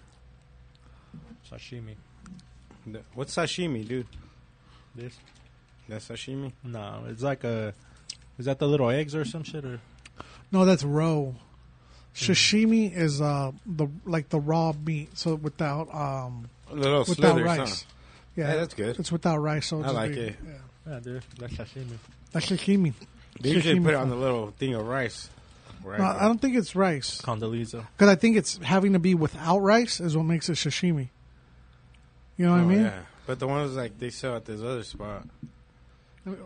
S3: Sashimi.
S1: What's sashimi, dude?
S3: This?
S1: That's sashimi.
S3: No, it's like a. Is that the little eggs or some shit or?
S2: No, that's raw.
S1: Mm-hmm.
S2: Sashimi is uh the like the raw meat, so without um
S1: A little
S2: without
S1: slithers, huh?
S2: rice. Yeah,
S1: Yeah, that's good.
S2: It's without rice, so
S1: I
S2: it's just
S1: like
S2: be-
S1: it.
S2: Yeah.
S3: Yeah, dude, that's sashimi.
S2: That's sashimi.
S1: They usually
S2: Sashimi
S1: put it on
S2: fun.
S1: the little thing of rice. Right.
S2: No, I don't think it's rice
S3: Condoleezza.
S2: because I think it's having to be without rice is what makes it sashimi. You know what I
S1: Oh,
S2: mean?
S1: Yeah. But the ones like they sell at this other spot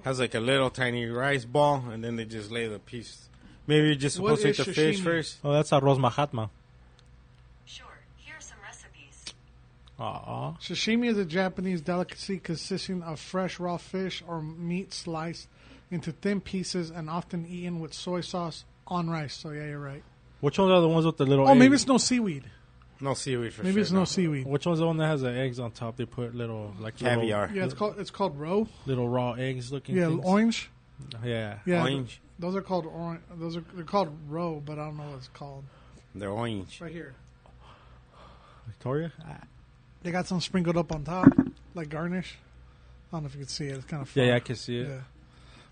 S1: has like a little tiny rice ball, and then they just lay the piece. Maybe you're just
S2: What
S1: supposed to eat the
S2: is
S1: fish
S2: sashimi?
S1: first.
S3: Oh, that's arroz mahatma.
S5: Sure, here are some recipes.
S3: Aw.
S2: Sashimi is a Japanese delicacy consisting of fresh raw fish or meat sliced into thin pieces and often eaten with soy sauce on rice. So yeah, you're right.
S3: Which ones are the ones with the little?
S2: Oh, maybe
S3: eggs?
S2: it's no seaweed.
S1: No seaweed for
S2: Maybe
S1: sure,
S2: it's no seaweed.
S3: Which one's the one that has the eggs on top? They put little like little-
S1: Caviar.
S2: Yeah, it's called it's called roe.
S3: little raw eggs looking.
S2: Yeah,
S3: things.
S2: orange.
S3: Yeah.
S2: Yeah,
S1: Orange.
S2: Those are called orange. Those are they're called roe, but I don't know what it's called.
S1: They're orange.
S2: Right here,
S3: Victoria.
S2: they got some sprinkled up on top, like garnish. I don't know if you can see it. It's kind of
S3: Yeah, yeah, I can see it.
S2: yeah.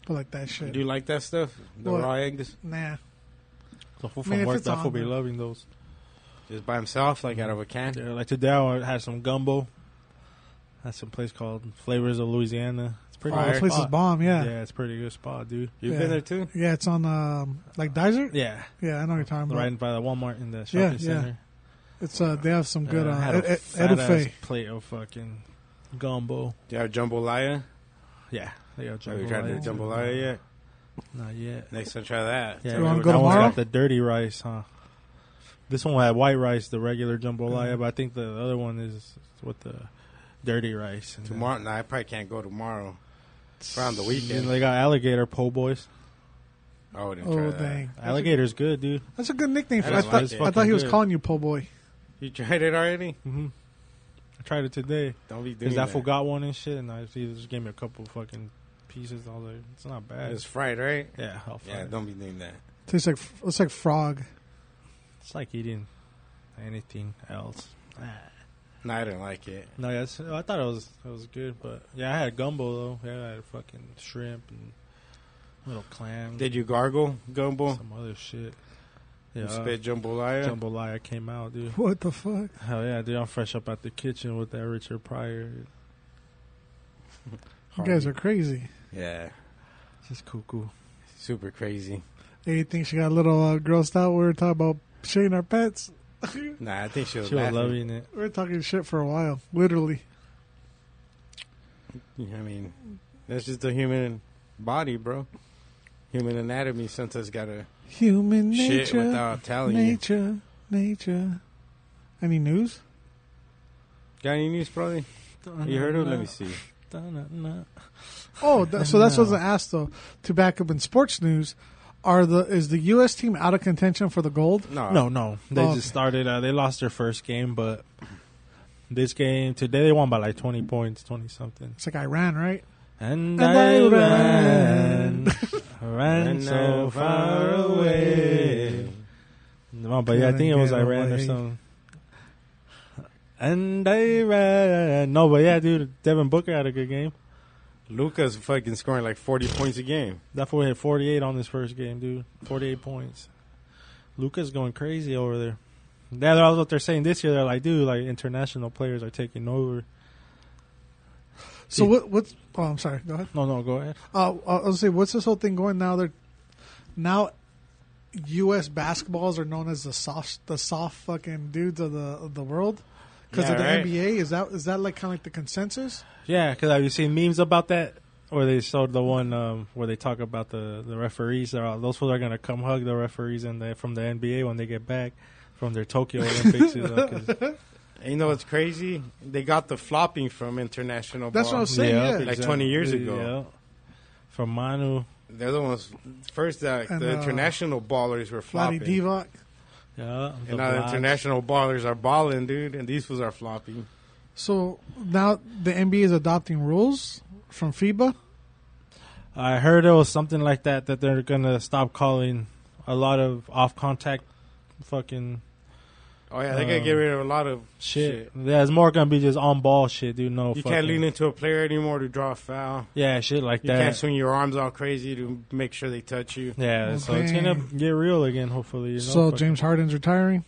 S2: But like that shit.
S1: Do you like that stuff? The
S2: What?
S1: raw eggs?
S2: Nah,
S3: The whole
S2: I mean,
S3: from
S2: if
S3: work,
S2: it's
S3: that
S2: on
S3: will be
S2: there.
S3: loving those.
S1: Just by himself, like out of a can?
S3: Yeah, like today I had some gumbo. That's some place called Flavors of Louisiana. It's pretty.
S2: oh,
S1: Fire.
S2: this
S3: good
S2: place is
S3: spot.
S2: bomb. Yeah. yeah,
S3: it's a pretty good spot, dude.
S1: You've
S2: Yeah.
S1: been there too?
S2: It's on um like Dyser.
S3: Yeah,
S2: Yeah, I know what you're talking about.
S3: right by the Walmart in the shopping
S2: yeah.
S3: center.
S2: It's uh, they have some good
S3: Yeah, I had
S2: uh,
S3: a
S2: ed-
S3: fat
S2: ed-
S3: ass
S2: Edufe.
S3: plate of fucking gumbo.
S1: Do you have jambalaya?
S3: Yeah, they got
S1: Have you tried the
S3: jambalaya.
S1: jambalaya yet?
S3: Not yet.
S1: Next time, try that.
S3: Yeah,
S2: You wanna
S3: that
S2: go
S3: one's
S2: tomorrow?
S3: got the dirty rice, huh? This one had white rice, the regular jambalaya, but I think the other one is with the dirty rice. And
S1: Tomorrow? No, I probably can't go tomorrow. Around the weekend.
S3: And they got alligator po' boys.
S1: I wouldn't try
S2: Oh
S1: that.
S2: dang,
S3: Alligator's good, dude.
S2: that's a good nickname. For,
S1: I
S2: I,
S1: don't
S2: thought
S1: like it.
S2: I thought he was
S3: Fucking good.
S2: calling you po' boy.
S1: You tried it already?
S3: Mm-hmm. I tried it today
S1: Don't be doing
S3: because I
S1: that.
S3: forgot one and shit, and I he just gave me a couple fucking pieces. I was like, it's not bad.
S1: It's fried, right?
S3: yeah, I'll fry
S1: Yeah,
S3: it.
S1: don't be doing that.
S2: Tastes like it's like frog.
S3: It's like eating anything else. Ah.
S1: No, I didn't like it.
S3: No, yeah, it's- I thought it was it was good, but yeah, I had gumbo though. Yeah, I had fucking shrimp and little clams.
S1: Did you gargle gumbo?
S3: some other shit? Yeah,
S1: You spit jambalaya?
S3: jambalaya came out, dude.
S2: What the fuck?
S3: Hell yeah, dude! I'm fresh up out the kitchen with that Richard Pryor.
S2: You
S1: Hard.
S2: guys are crazy.
S1: Yeah,
S3: Just cuckoo.
S1: super crazy.
S2: Hey, you think she got a little uh, grossed out? We were talking about shitting our pets.
S1: Nah, I think she was
S3: She was
S1: laughing.
S3: loving it.
S2: We were talking shit for a while, literally.
S1: I mean, that's just the human body, bro. Human anatomy sometimes gotta
S2: Human nature.
S1: shit without telling you.
S2: Nature, nature. Any news?
S1: Got any news, probably? You heard of? Let me see.
S3: Dun-dun-dun.
S2: Oh, that, so that's
S3: No.
S2: what I asked though. To back up in sports news, are the is the U.S. team out of contention for the gold?
S1: No,
S3: No, no. They
S2: Oh, okay.
S3: just started. Uh, they lost their first game, but this game today they won by like 20 points, 20 something.
S2: It's like Iran, right?
S3: And,
S2: And
S3: I,
S2: I
S3: ran,
S2: ran.
S3: ran so far away. No, but yeah, I
S2: Couldn't
S3: think it was
S2: get
S3: Iran or
S2: away.
S3: something. And I ran. No, but yeah, dude, Devin Booker had a good game.
S1: Luca's fucking scoring like forty points a game.
S3: That fool hit 48 on this first game, dude. 48 points. Luca's going crazy over there. That was what they're saying this year. They're like, dude, like international players are taking over.
S2: So
S3: Yeah.
S2: what? What's? Oh, I'm sorry. Go ahead.
S3: No, no, go ahead.
S2: Uh, I was say, what's this whole thing going now? They're now U.S. basketballs are known as the soft, the soft fucking dudes of the of the world because
S1: Yeah,
S2: of the
S1: right.
S2: NBA. Is that is that like kind of like the consensus?
S3: Yeah, because have you seen memes about that? Where they showed the one um, where they talk about the the referees. They're all, those people are gonna come hug the referees in the, from the NBA when they get back from their Tokyo Olympics. you know, 'cause-
S1: And you know what's crazy? They got the flopping from international.
S2: That's
S1: ball.
S2: what I'm saying, yeah.
S1: Like 20 years ago.
S3: Yeah. From Manu,
S1: They're the ones first. Like,
S2: And,
S1: the
S2: uh,
S1: international ballers were
S2: Vladdy
S1: flopping.
S2: Divac.
S3: yeah, the
S1: And now the
S3: Blocks.
S1: international ballers are balling, dude. And these fools are flopping.
S2: So now the NBA is adopting rules from FIBA.
S3: I heard it was something like that that they're gonna stop calling a lot of off contact fucking
S1: Oh yeah, they gotta
S3: Um,
S1: get rid of a lot of
S3: shit. Yeah, it's more gonna be just on ball shit, dude. No,
S1: You
S3: fucking,
S1: can't lean into a player anymore to draw a foul.
S3: Yeah, shit like
S1: You can't
S3: that.
S1: swing your arms all crazy to make sure they touch you.
S3: yeah,
S2: Well,
S3: so it's gonna
S2: dang.
S3: get real again. Hopefully, you know.
S2: so
S3: fucking-
S2: James Harden's retiring.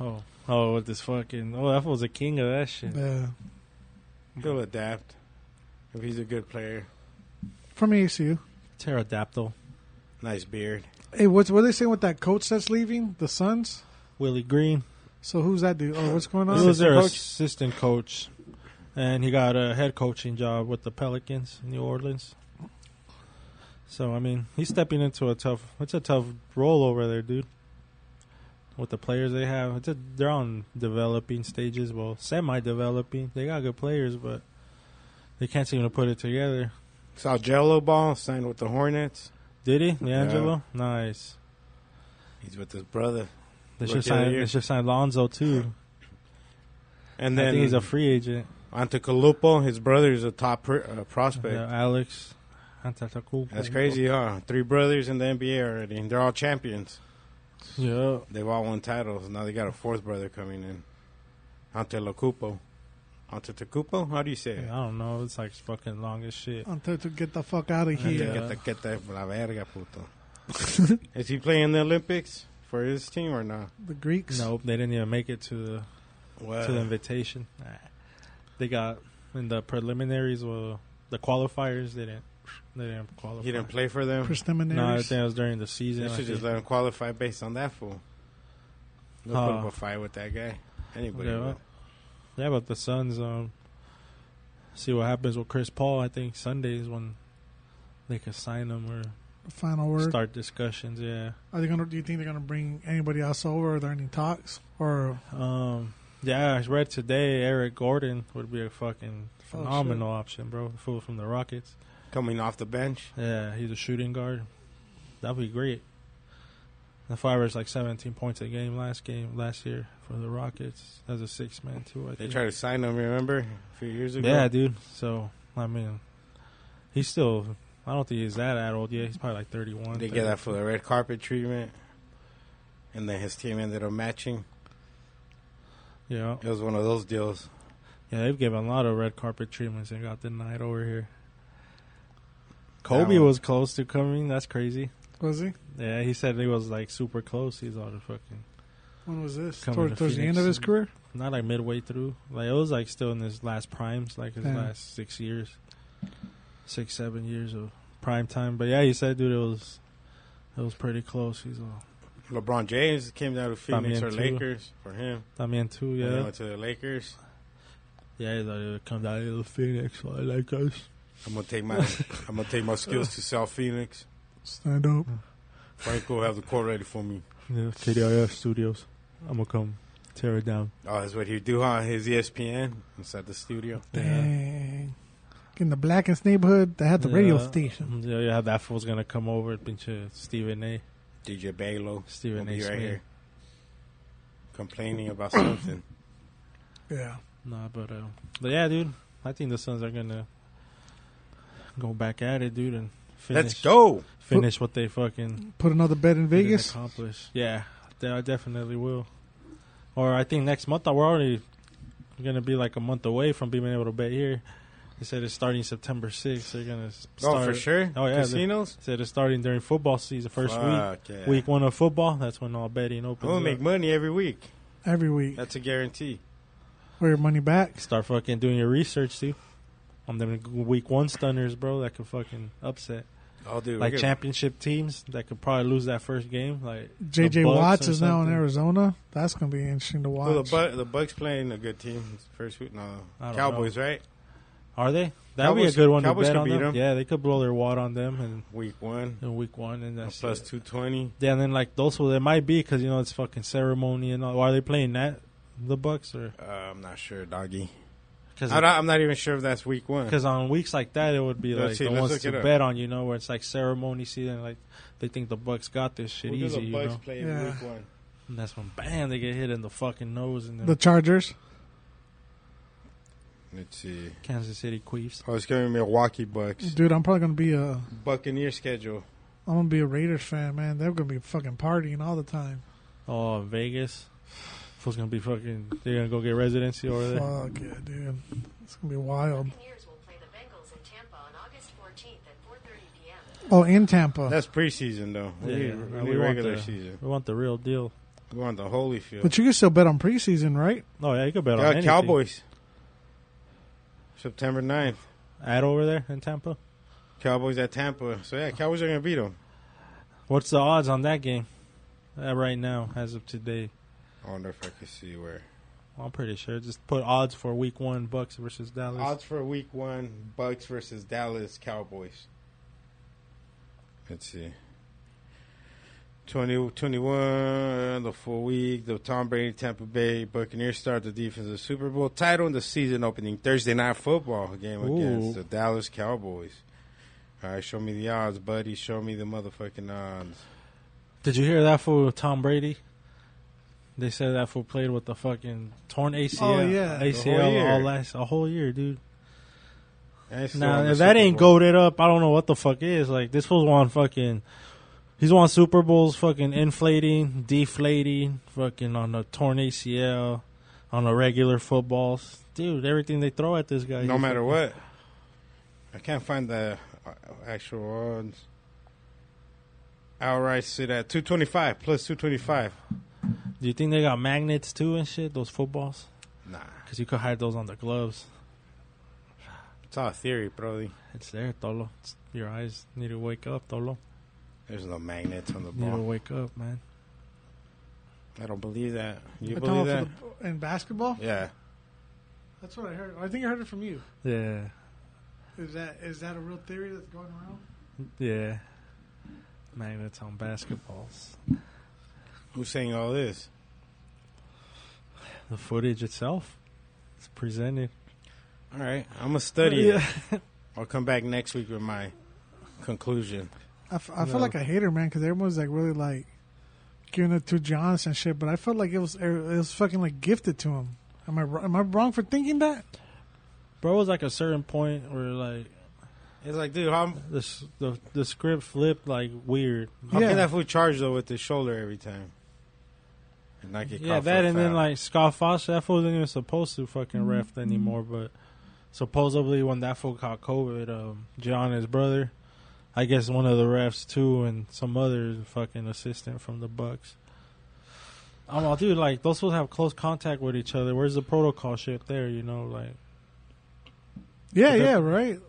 S3: Oh, oh, with this fucking oh, that was a king of that shit.
S2: Yeah,
S1: He'll adapt if he's a good player.
S2: from ACU.
S3: Pterodactyl,
S1: Nice beard.
S2: Hey, what's what are they saying with that coach that's leaving? The Suns.
S3: Willie Green.
S2: So who's that dude? Oh, what's going
S3: He
S2: on?
S3: was their
S1: coach?
S3: assistant coach, and he got a head coaching job with the Pelicans, in New Orleans. So I mean, he's stepping into a tough. It's a tough role over there, dude. With the players they have, it's a, they're on developing stages. Well, semi-developing. They got good players, but they can't seem to put it together.
S1: Saw Jello Ball signed with the Hornets.
S3: Did he, Leangelo? Nice.
S1: He's with his brother.
S3: They
S1: Rookie
S3: should
S1: of the
S3: sign.
S1: year.
S3: They should sign Lonzo too.
S1: And
S3: I
S1: then
S3: think he's a free agent.
S1: Antetokounmpo, his brother, is a top pr- uh, prospect.
S3: Yeah, Alex Antetokounmpo.
S1: That's crazy, huh? Three brothers in the NBA already, and they're all champions.
S3: Yeah.
S1: They've all won titles. Now they got a fourth brother coming in, Antetokounmpo. Antetokounmpo? How do you say it?
S3: I don't know. It's like fucking long as shit.
S2: Until to get the fuck out of
S1: Get
S2: here.
S3: Yeah.
S1: the- get the- la verga, puto. Is he playing the Olympics for his team or not?
S2: The Greeks.
S3: Nope, they didn't even make it to the to
S1: Uh.
S3: the invitation. Nah. They got in the preliminaries. Well, the qualifiers they didn't. They didn't qualify.
S1: He didn't play for them.
S3: No, I
S2: Preliminaries.
S3: think it was during the season.
S1: They
S3: I
S1: should
S3: think.
S1: just let him qualify based on that fool. They'll put
S3: Huh.
S1: up a fight with that guy. Anybody.
S3: Yeah.
S1: would.
S3: yeah, but the Suns. Um, see what happens with Chris Paul. I think Sunday is when they could sign him or
S2: Final word.
S3: start discussions. Yeah.
S2: Are they gonna? Do you think they're gonna bring anybody else over? Are there any talks? Or
S3: Um, yeah, I read today Eric Gordon would be a fucking
S2: Oh,
S3: phenomenal option, bro. The fool from the Rockets.
S1: Coming off the bench.
S3: Yeah, he's a shooting guard. That'd be great. The fire was like 17 points a game last game last year for the Rockets as a six man too. I
S1: They
S3: think.
S1: tried to sign him, remember? A few years ago.
S3: yeah, dude. So I mean, He's still. I don't think he's that that old yet. He's probably like thirty-one.
S1: They get that for the red carpet treatment, and then his team ended up matching.
S3: Yeah,
S1: It was one of those deals.
S3: yeah. They've given a lot of red carpet treatments and got denied over here. Kobe
S1: one-
S3: was close to coming. That's crazy.
S2: Was he?
S3: Yeah, he said he was like super close. He's on the fucking
S2: When was this?
S3: Coming
S2: Toward,
S3: to
S2: towards the end
S3: Phoenix
S2: of his
S3: and-
S2: career?
S3: not like midway through. Like it was like still in his last primes, like his
S2: Yeah.
S3: last six years, six seven years of prime time. But yeah, he said, dude, it was it was pretty close. He's all
S1: LeBron James came down to Phoenix
S3: in
S1: or
S3: too.
S1: Lakers for him.
S3: I mean too.
S1: Yeah,
S3: Yeah,
S1: went to the Lakers.
S3: yeah. He thought it would come down to the Phoenix. so I like us.
S1: I'm gonna take my I'm gonna take my skills to South Phoenix.
S2: Stand up.
S1: Franco will have the court ready for me.
S3: Yeah, KDIF Studios. I'm gonna come tear it down.
S1: Oh, that's what he do, huh? His E ESPN inside the studio.
S2: Dang. In the blackest neighborhood that had the radio
S3: Yeah.
S2: station.
S3: Yeah, yeah. That fool's gonna come over, pinche Stephen A.
S1: DJ Balo.
S3: Stephen
S1: Gonna
S3: A.
S1: be right
S3: Smith.
S1: here. Complaining about something.
S2: Yeah.
S3: Nah, but uh, but yeah, dude. I think the Suns are gonna go back at it, dude, and finish.
S1: Let's go. Oh,
S3: Finish what they fucking
S2: Put another bet in
S3: didn't
S2: Vegas.
S3: accomplish. Yeah, they, I definitely will. Or I think next month we're already gonna be like a month away from being able to bet here. They said it's starting September 6th. They're gonna s- start.
S1: Oh, for sure.
S3: Oh, yeah,
S1: Casinos.
S3: Said it's starting during football season, first week,
S1: Fuck, yeah.
S3: week one of football. That's when all betting
S1: I'm
S3: opens.
S1: gonna
S3: up.
S1: make money every week.
S2: Every week.
S1: That's a guarantee.
S2: Or your money back.
S3: Start fucking doing your research too. On them week one stunners, bro, that could fucking upset.
S1: I'll do
S3: Like championship teams that could probably lose that first game. Like the
S2: JJ
S3: Bucks
S2: Watts
S3: or
S2: is now in
S3: something.
S2: Arizona. That's going to be interesting to watch.
S1: Well, the, Bu- the Bucks playing a good team. First week, no
S3: I don't
S1: Cowboys, right?
S3: Are they? That would be a
S1: Cowboys-
S3: good one
S1: Cowboys
S3: to bet
S1: could
S3: on
S1: beat
S3: them.
S1: them.
S3: Yeah, they could blow their wad on them and
S1: Week one,
S3: in week one, and that's
S1: plus
S3: it.
S1: two twenty.
S3: Yeah, and then like those, well, there might be because you know it's fucking ceremony and all. Are they playing that the Bucks or
S1: Uh, I'm not sure, doggy. I'm
S3: because
S1: not, I'm not even sure if that's week one.
S3: on weeks like that it would be
S1: Let's
S3: like
S1: see,
S3: the
S1: let's
S3: ones
S1: look
S3: to
S1: it up.
S3: bet on, you know, where it's like ceremony season. Like they think the Bucks got this shit
S1: Who do
S3: easy,
S1: the
S3: you
S1: Bucks
S3: know.
S1: play
S2: Yeah.
S1: week one?
S3: And that's when bam they get hit in the fucking nose and then
S2: The Chargers.
S1: Let's see.
S3: Kansas City queefs.
S1: Oh, it's gonna be Milwaukee Bucks.
S2: Dude, I'm probably going to be a
S1: Buccaneer schedule.
S2: I'm going to be a Raiders fan, man. They're going to be fucking partying all the time.
S3: Oh, Vegas. Fool's gonna be fucking. They're gonna go get residency over there.
S2: Fuck yeah, dude. It's going to be wild.
S5: Buccaneers will play the Bengals in Tampa on August 14th at 4:30 p.m.
S2: Oh, in Tampa.
S1: That's preseason though. We
S3: Yeah,
S1: need,
S3: yeah.
S1: we
S3: We
S1: need
S3: want
S1: regular
S3: the-
S1: season.
S3: We want the real deal.
S1: We want the Holyfield.
S2: but you can still bet on preseason, right?
S3: Oh yeah, you could bet on
S1: yeah,
S3: anything.
S1: Cowboys. September 9th.
S3: at over there in Tampa.
S1: Cowboys at Tampa. So yeah, Cowboys are gonna beat them.
S3: What's the odds on that game uh, right now, as of today?
S1: I wonder if I can see where.
S3: I'm pretty sure. Just put odds for Week One Bucks versus Dallas.
S1: Odds for week one, Bucks versus Dallas Cowboys. Let's see. 20, 21, the full week, the Tom Brady, Tampa Bay Buccaneers start the defensive Super Bowl title in the season opening Thursday night football game
S3: Ooh.
S1: against the Dallas Cowboys. All right, show me the odds, buddy. Show me the motherfucking odds.
S3: Did you hear that for Tom Brady? They said that fool played with the fucking torn ACL.
S2: Oh, yeah. The
S1: whole
S3: ACL all
S1: year.
S3: last a whole year, dude.
S1: And still in
S3: Now
S1: the
S3: if that
S1: Super
S3: ain't
S1: Bowl.
S3: goaded up, I don't know what the fuck is. Like this fool's won fucking. He's won Super Bowls, fucking inflating, deflating, fucking on a torn ACL, on a regular footballs, dude. Everything they throw at this guy,
S1: No
S3: he's
S1: matter
S3: fucking-
S1: what. I can't find the uh, actual odds. Outright sit at 225, plus 225.
S3: Do you think they got magnets too and shit? Those footballs?
S1: Nah.
S3: Because you could hide those on the gloves.
S1: It's all theory, brody.
S3: It's there, Tolo. It's- your eyes need to wake up, Tolo.
S1: There's no magnets on the
S3: Need to
S1: ball.
S3: wake up, man.
S1: I don't believe that. You
S2: But
S1: believe
S2: Tom,
S1: that?
S2: for the- in basketball?
S1: Yeah.
S2: That's what I heard. I think I heard it from you.
S3: Yeah.
S2: Is that is that a real theory that's going around?
S3: Yeah. Magnets on basketballs.
S1: Who's saying all this?
S3: The footage itself it's presented.
S1: All right. I'm going to study it.
S3: Yeah.
S1: I'll come back next week with my conclusion.
S2: I, f- I
S3: No.
S2: feel like a hater, man, because everyone's like really like giving it to Giannis and shit. But I felt like it was it was fucking like gifted to him. Am I wr- am I wrong for thinking that?
S3: Bro, it was like a certain point where, like,
S1: It's like, dude, how,
S3: The s- the the script flipped like weird.
S1: how
S2: Yeah.
S1: can that fool charge though with his shoulder every time? And not get
S3: Yeah,
S1: caught
S3: that
S1: for a
S3: and then
S1: foul.
S3: like Scott Foster, that fool isn't even supposed to fucking ref anymore. But supposedly when that fool caught COVID, um, John, his brother, I guess one of the refs too, and some other fucking assistant from the Bucks. I'm all, dude, like those fools have close contact with each other. Where's the protocol shit there? You know, like
S2: Yeah,
S3: But that-
S2: yeah, right.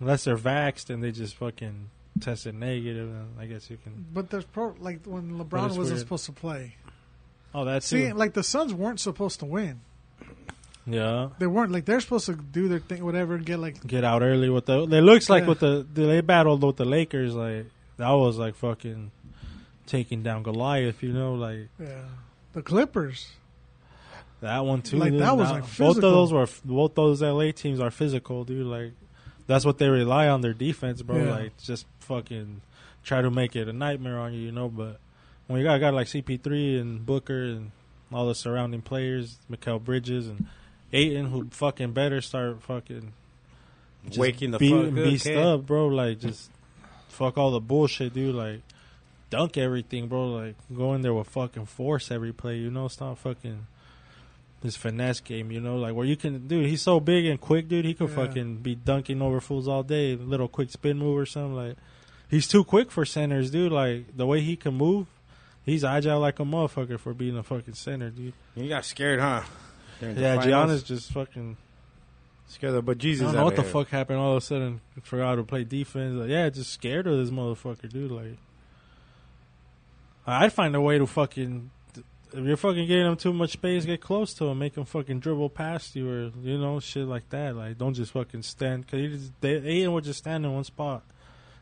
S3: unless they're vaxxed and they just fucking tested negative, then I guess you can.
S2: But there's pro like when
S3: But
S2: LeBron
S3: it's
S2: wasn't
S3: weird.
S2: supposed to play.
S3: Oh, that's
S2: See,
S3: it.
S2: like the Suns weren't supposed to win.
S3: Yeah.
S2: They weren't like they're supposed to do their thing, whatever, and get like
S3: get out early with the. It looks like
S2: Yeah.
S3: with the they battled with the Lakers. Like that was like fucking taking down Goliath. You know, like
S2: yeah, the Clippers.
S3: that one too.
S2: Like,
S3: dude.
S2: that was, like,
S3: both of
S2: physical.
S3: those were both those LA teams are physical, dude. Like that's what they rely on their defense, bro.
S2: Yeah.
S3: Like just fucking try to make it a nightmare on you, you know. But when you got a guy like CP3 and Booker and all the surrounding players, Mikael Bridges and Aiton, who fucking better start fucking just
S1: waking the
S3: beat-
S1: fuck up,
S3: beast
S1: kid.
S3: up, bro. Like just fuck all the bullshit, dude. Like dunk everything, bro. Like go in there with fucking force every play. You know, stop fucking this finesse game. You know, like where you can, dude. He's so big and quick, dude. He could
S2: Yeah.
S3: fucking be dunking over fools all day. Little quick spin move or something. Like he's too quick for centers, dude. Like the way he can move. He's agile like a motherfucker for being a fucking center, dude.
S1: You got scared, huh? During the
S3: Yeah,
S1: finals?
S3: Giannis just fucking
S1: scared the but
S3: I
S1: Jesus.
S3: don't know what the fuck happened. All of a sudden, forgot how to play defense. Like, yeah, just scared of this motherfucker, dude. Like, I'd find a way to fucking. If you're fucking giving him too much space, get close to him, make him fucking dribble past you, or you know, shit like that. Like, don't just fucking stand because he just they Aiden would just stand in one spot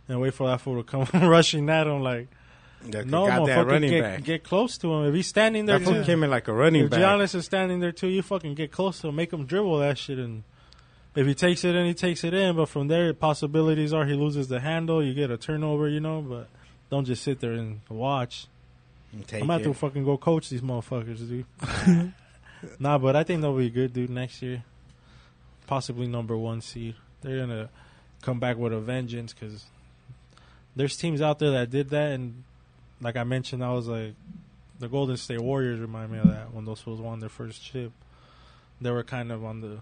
S3: and wait for that fool to come rushing at him. Like, no,
S1: No, got that
S3: motherfucker,
S1: running
S3: get,
S1: back.
S3: get close to him. If he's standing there,
S1: that fool
S3: too-
S1: came in like a running
S3: if
S1: back.
S3: Giannis is standing there too, you fucking get close to him, make him dribble that shit, and if he takes it in, he takes it in. But from there, possibilities are he loses the handle, you get a turnover, you know. But don't just sit there and watch.
S1: and take
S3: I'm gonna have to
S1: it.
S3: fucking go coach these motherfuckers, dude. nah, but I think they'll be good, dude. Next year, possibly number one seed. They're gonna come back with a vengeance because there's teams out there that did that, and like I mentioned, I was like, the Golden State Warriors remind me of that when those fools won their first chip. They were kind of on the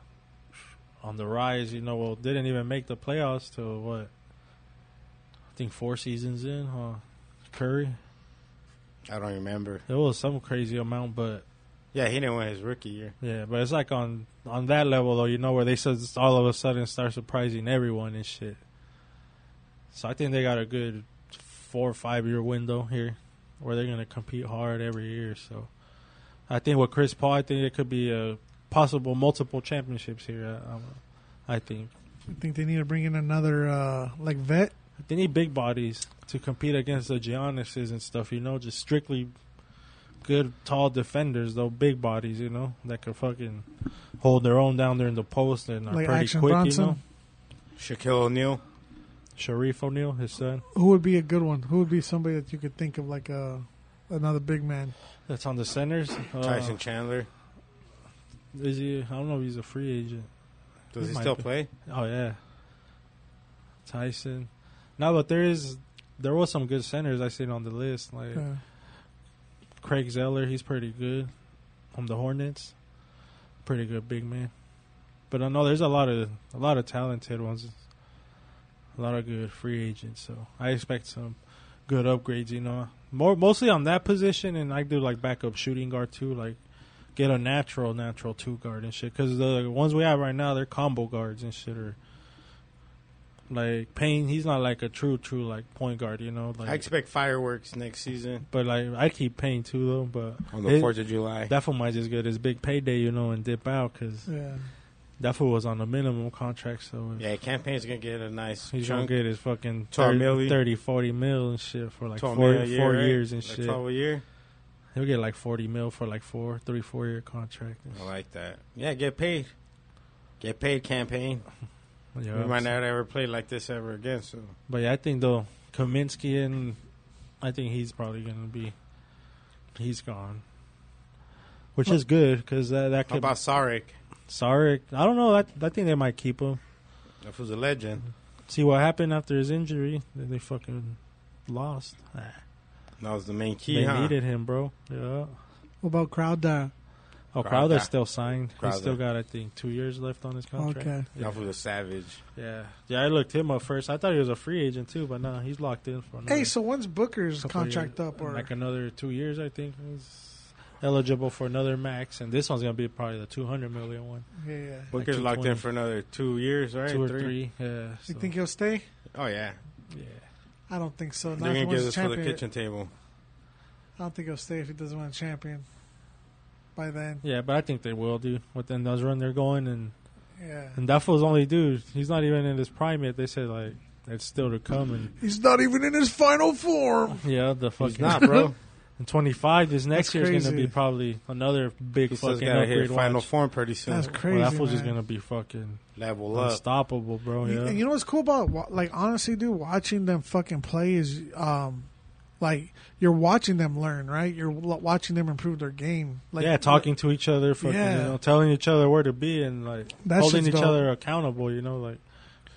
S3: on the rise, you know. Well, didn't even make the playoffs till what? I think four seasons in, huh? Curry.
S1: I don't remember.
S3: It was some crazy amount, but
S1: Yeah, he didn't win his rookie year.
S3: yeah, but it's like on on that level though, you know, where they just all of a sudden start surprising everyone and shit. So I think they got a good four or five year window here, where they're gonna compete hard every year. So I think with Chris Paul, I think it could be a possible multiple championships here. I, I'm- I think
S2: I think they need to bring in another uh like vet.
S3: they need big bodies to compete against the Giannis's and stuff. You know, just strictly good tall defenders, though big bodies. You know, that can fucking hold their own down there in the post and are
S2: Like
S3: pretty
S2: Action
S3: quick.
S2: Bronson?
S3: You know,
S1: Shaquille O'Neal.
S3: Sharif O'Neal, his son,
S2: Who would be a good one? Who would be somebody that you could think of like uh another big man?
S3: that's on the centers. Uh,
S1: Tyson Chandler.
S3: is he? I don't know if he's a free agent.
S1: Does
S3: he
S1: he
S3: might
S1: still
S3: be.
S1: play?
S3: Oh yeah, Tyson. No, but there is there was some good centers I seen on the list. Like
S2: Yeah.
S3: Craig Zeller, he's pretty good. From the Hornets, pretty good big man. But I know there's a lot of a lot of talented ones, a lot of good free agents. So I expect some good upgrades. You know, more mostly on that position, and I do like backup shooting guard too. Like get a natural natural two guard and shit. Because the ones we have right now, they're combo guards and shit. Or like Payne, he's not like a true true like point guard. You know,
S1: I
S3: like
S1: expect fireworks next season
S3: but like I keep Payne too though. But
S1: on the
S3: it-
S1: Fourth of July.
S3: that fool might just get his big payday, you know, and dip out because
S2: Yeah.
S3: that fool was on a minimum contract. So
S1: yeah, campaign's gonna get a nice
S3: he's
S1: chunk.
S3: gonna get his fucking
S1: Twelve
S3: 30,
S1: milli.
S3: 30, 40 mil and shit for like
S1: 12
S3: four,
S1: mil a year,
S3: four
S1: right?
S3: years and
S1: Like
S3: shit.
S1: Twelve a year.
S3: He'll get like 40 mil for like four, three, four year contract.
S1: I like that. Yeah, get paid. Get paid, campaign.
S3: Yeah,
S1: We might not ever play like this ever again. So
S3: But yeah, I think though, Kaminsky and I think he's probably gonna be, he's gone. Which is good because that, that
S1: how
S3: could
S1: about Sarek?
S3: Sarek. I don't know. I, I think they might keep him.
S1: That was a legend.
S3: See what happened after his injury? They, they fucking lost. Ah,
S1: That was the main key,
S3: They
S1: huh?
S3: needed him, bro. Yeah.
S2: What about Crowder?
S3: Oh,
S1: Crowder.
S3: Crowder's still signed.
S1: Crowder.
S3: He's still got, I think, two years left on his contract.
S2: Okay.
S3: Yeah.
S1: That was a savage.
S3: Yeah, yeah. I looked him up first. I thought he was a free agent too, but no, he's locked in for. Another
S2: Hey, so when's Booker's
S3: Mm-hmm. couple
S2: contract
S3: years,
S2: up? Or
S3: like another two years, I think. He's eligible for another max, and this one's gonna be probably the two hundred million one,
S2: yeah, yeah.
S1: Booker's
S3: Like
S1: locked in
S3: 220.
S1: for another two years, right?
S3: two or three. Yeah, so,
S2: You think he'll stay?
S1: Oh yeah,
S3: yeah.
S2: I don't think so. Not
S1: they're
S2: if he
S1: gonna
S2: wins
S1: give
S2: the
S1: us for the
S2: champion.
S1: kitchen table.
S2: I don't think he'll stay if he doesn't win a champion by then.
S3: Yeah, but I think they will, dude. Within those run they're going, and
S2: Yeah.
S3: and that fool's only dude. He's not even in his prime yet. They said like it's still to come, and
S2: He's not even in his final form.
S3: yeah, the
S1: He's
S3: fucking
S1: not, bro.
S3: And twenty five this next
S2: That's
S3: year's gonna
S2: crazy.
S3: be probably another big
S1: He's just
S3: fucking
S1: gotta
S3: upgrade.
S1: hit final
S3: watch.
S1: form pretty soon.
S2: That's
S3: Well,
S2: crazy.
S3: that fool's just
S2: man.
S3: gonna be fucking
S1: Level up.
S3: unstoppable, bro.
S2: You-
S3: Oh, Yeah.
S2: And you know what's cool about wa- like honestly, dude, watching them fucking play is um, like you're watching them learn, right? You're wa- watching them improve their game. Like
S3: yeah, talking to each other, fucking,
S2: Yeah.
S3: you know, telling each other where to be, and like
S2: That
S3: holding each
S2: shit's dope.
S3: other accountable. You know, like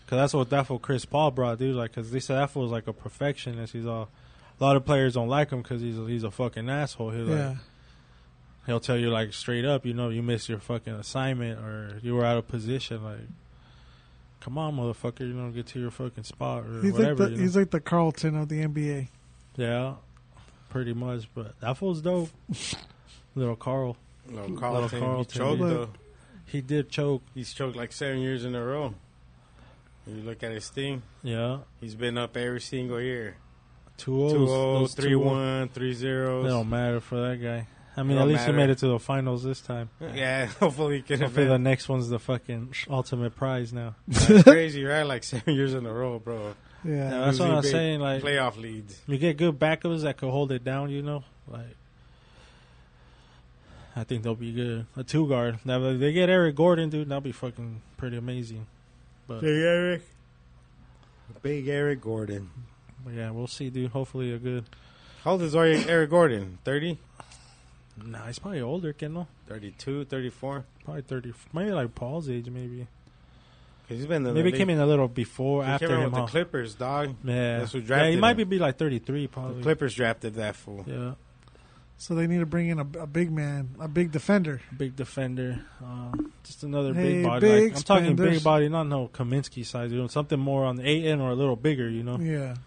S3: because that's what that fool Chris Paul brought, dude. Like, because they said that fool's like a perfectionist. He's all a lot of players don't like him because he's a, he's a fucking asshole. He like
S2: Yeah,
S3: he'll tell you like straight up, you know, you missed your fucking assignment or you were out of position. Like, come on, motherfucker, you know, get to your fucking spot or
S2: he's
S3: whatever.
S2: like the
S3: you know?
S2: he's like the Carlton of the NBA.
S3: yeah, pretty much. But that fool's dope, little Carl.
S1: Little Carlton, he
S3: Carlton,
S1: choked
S2: yeah.
S1: though.
S3: He did choke.
S1: He's choked like seven years in a row. You look at his team.
S3: Yeah.
S1: He's been up every single year.
S3: Two O's,
S1: Two oh,
S3: those
S1: three
S3: two O's.
S1: one, three
S3: It
S1: zeros.
S3: don't matter for that guy. I mean,
S1: It
S3: at
S1: don't
S3: least
S1: matter.
S3: he made it to the finals this time.
S1: Yeah, hopefully he can
S3: Hopefully, the
S1: advance.
S3: next one's the fucking ultimate prize now.
S1: That's crazy, right? Like seven years in a row, bro.
S2: Yeah,
S3: Yeah, that's what
S1: usually
S3: I'm
S1: big
S3: saying. Like,
S1: Playoff leads.
S3: you get good backups that could hold it down. You know, like I think they'll be good. A two guard. Now if they get Eric Gordon, dude. That'll be fucking pretty amazing. But,
S1: Eric. Big Eric Gordon.
S3: but yeah, we'll see, dude. Hopefully, a good.
S1: How old is Ori- Eric Gordon? 30?
S3: Nah, he's probably older, Kendall.
S1: 32, 34?
S3: Probably thirty. Maybe like Paul's age, maybe.
S1: 'Cause He's been in the
S3: Maybe
S1: league-
S3: came in a little before
S1: he
S3: after
S1: came in
S3: him.
S1: with the
S3: huh?
S1: Clippers, dog.
S3: Yeah.
S1: That's who
S3: yeah,
S1: drafted
S3: he might
S1: him.
S3: be, be like 33 probably.
S1: The Clippers drafted that fool.
S3: Yeah.
S2: so they need to bring in a, a big man, a big defender.
S3: Big defender. Um, just another
S2: Hey,
S3: big body.
S2: big
S3: like, I'm talking
S2: spenders.
S3: big body, not no Kaminsky size. You know, something more on the 8N or a little bigger, you know.
S2: Yeah,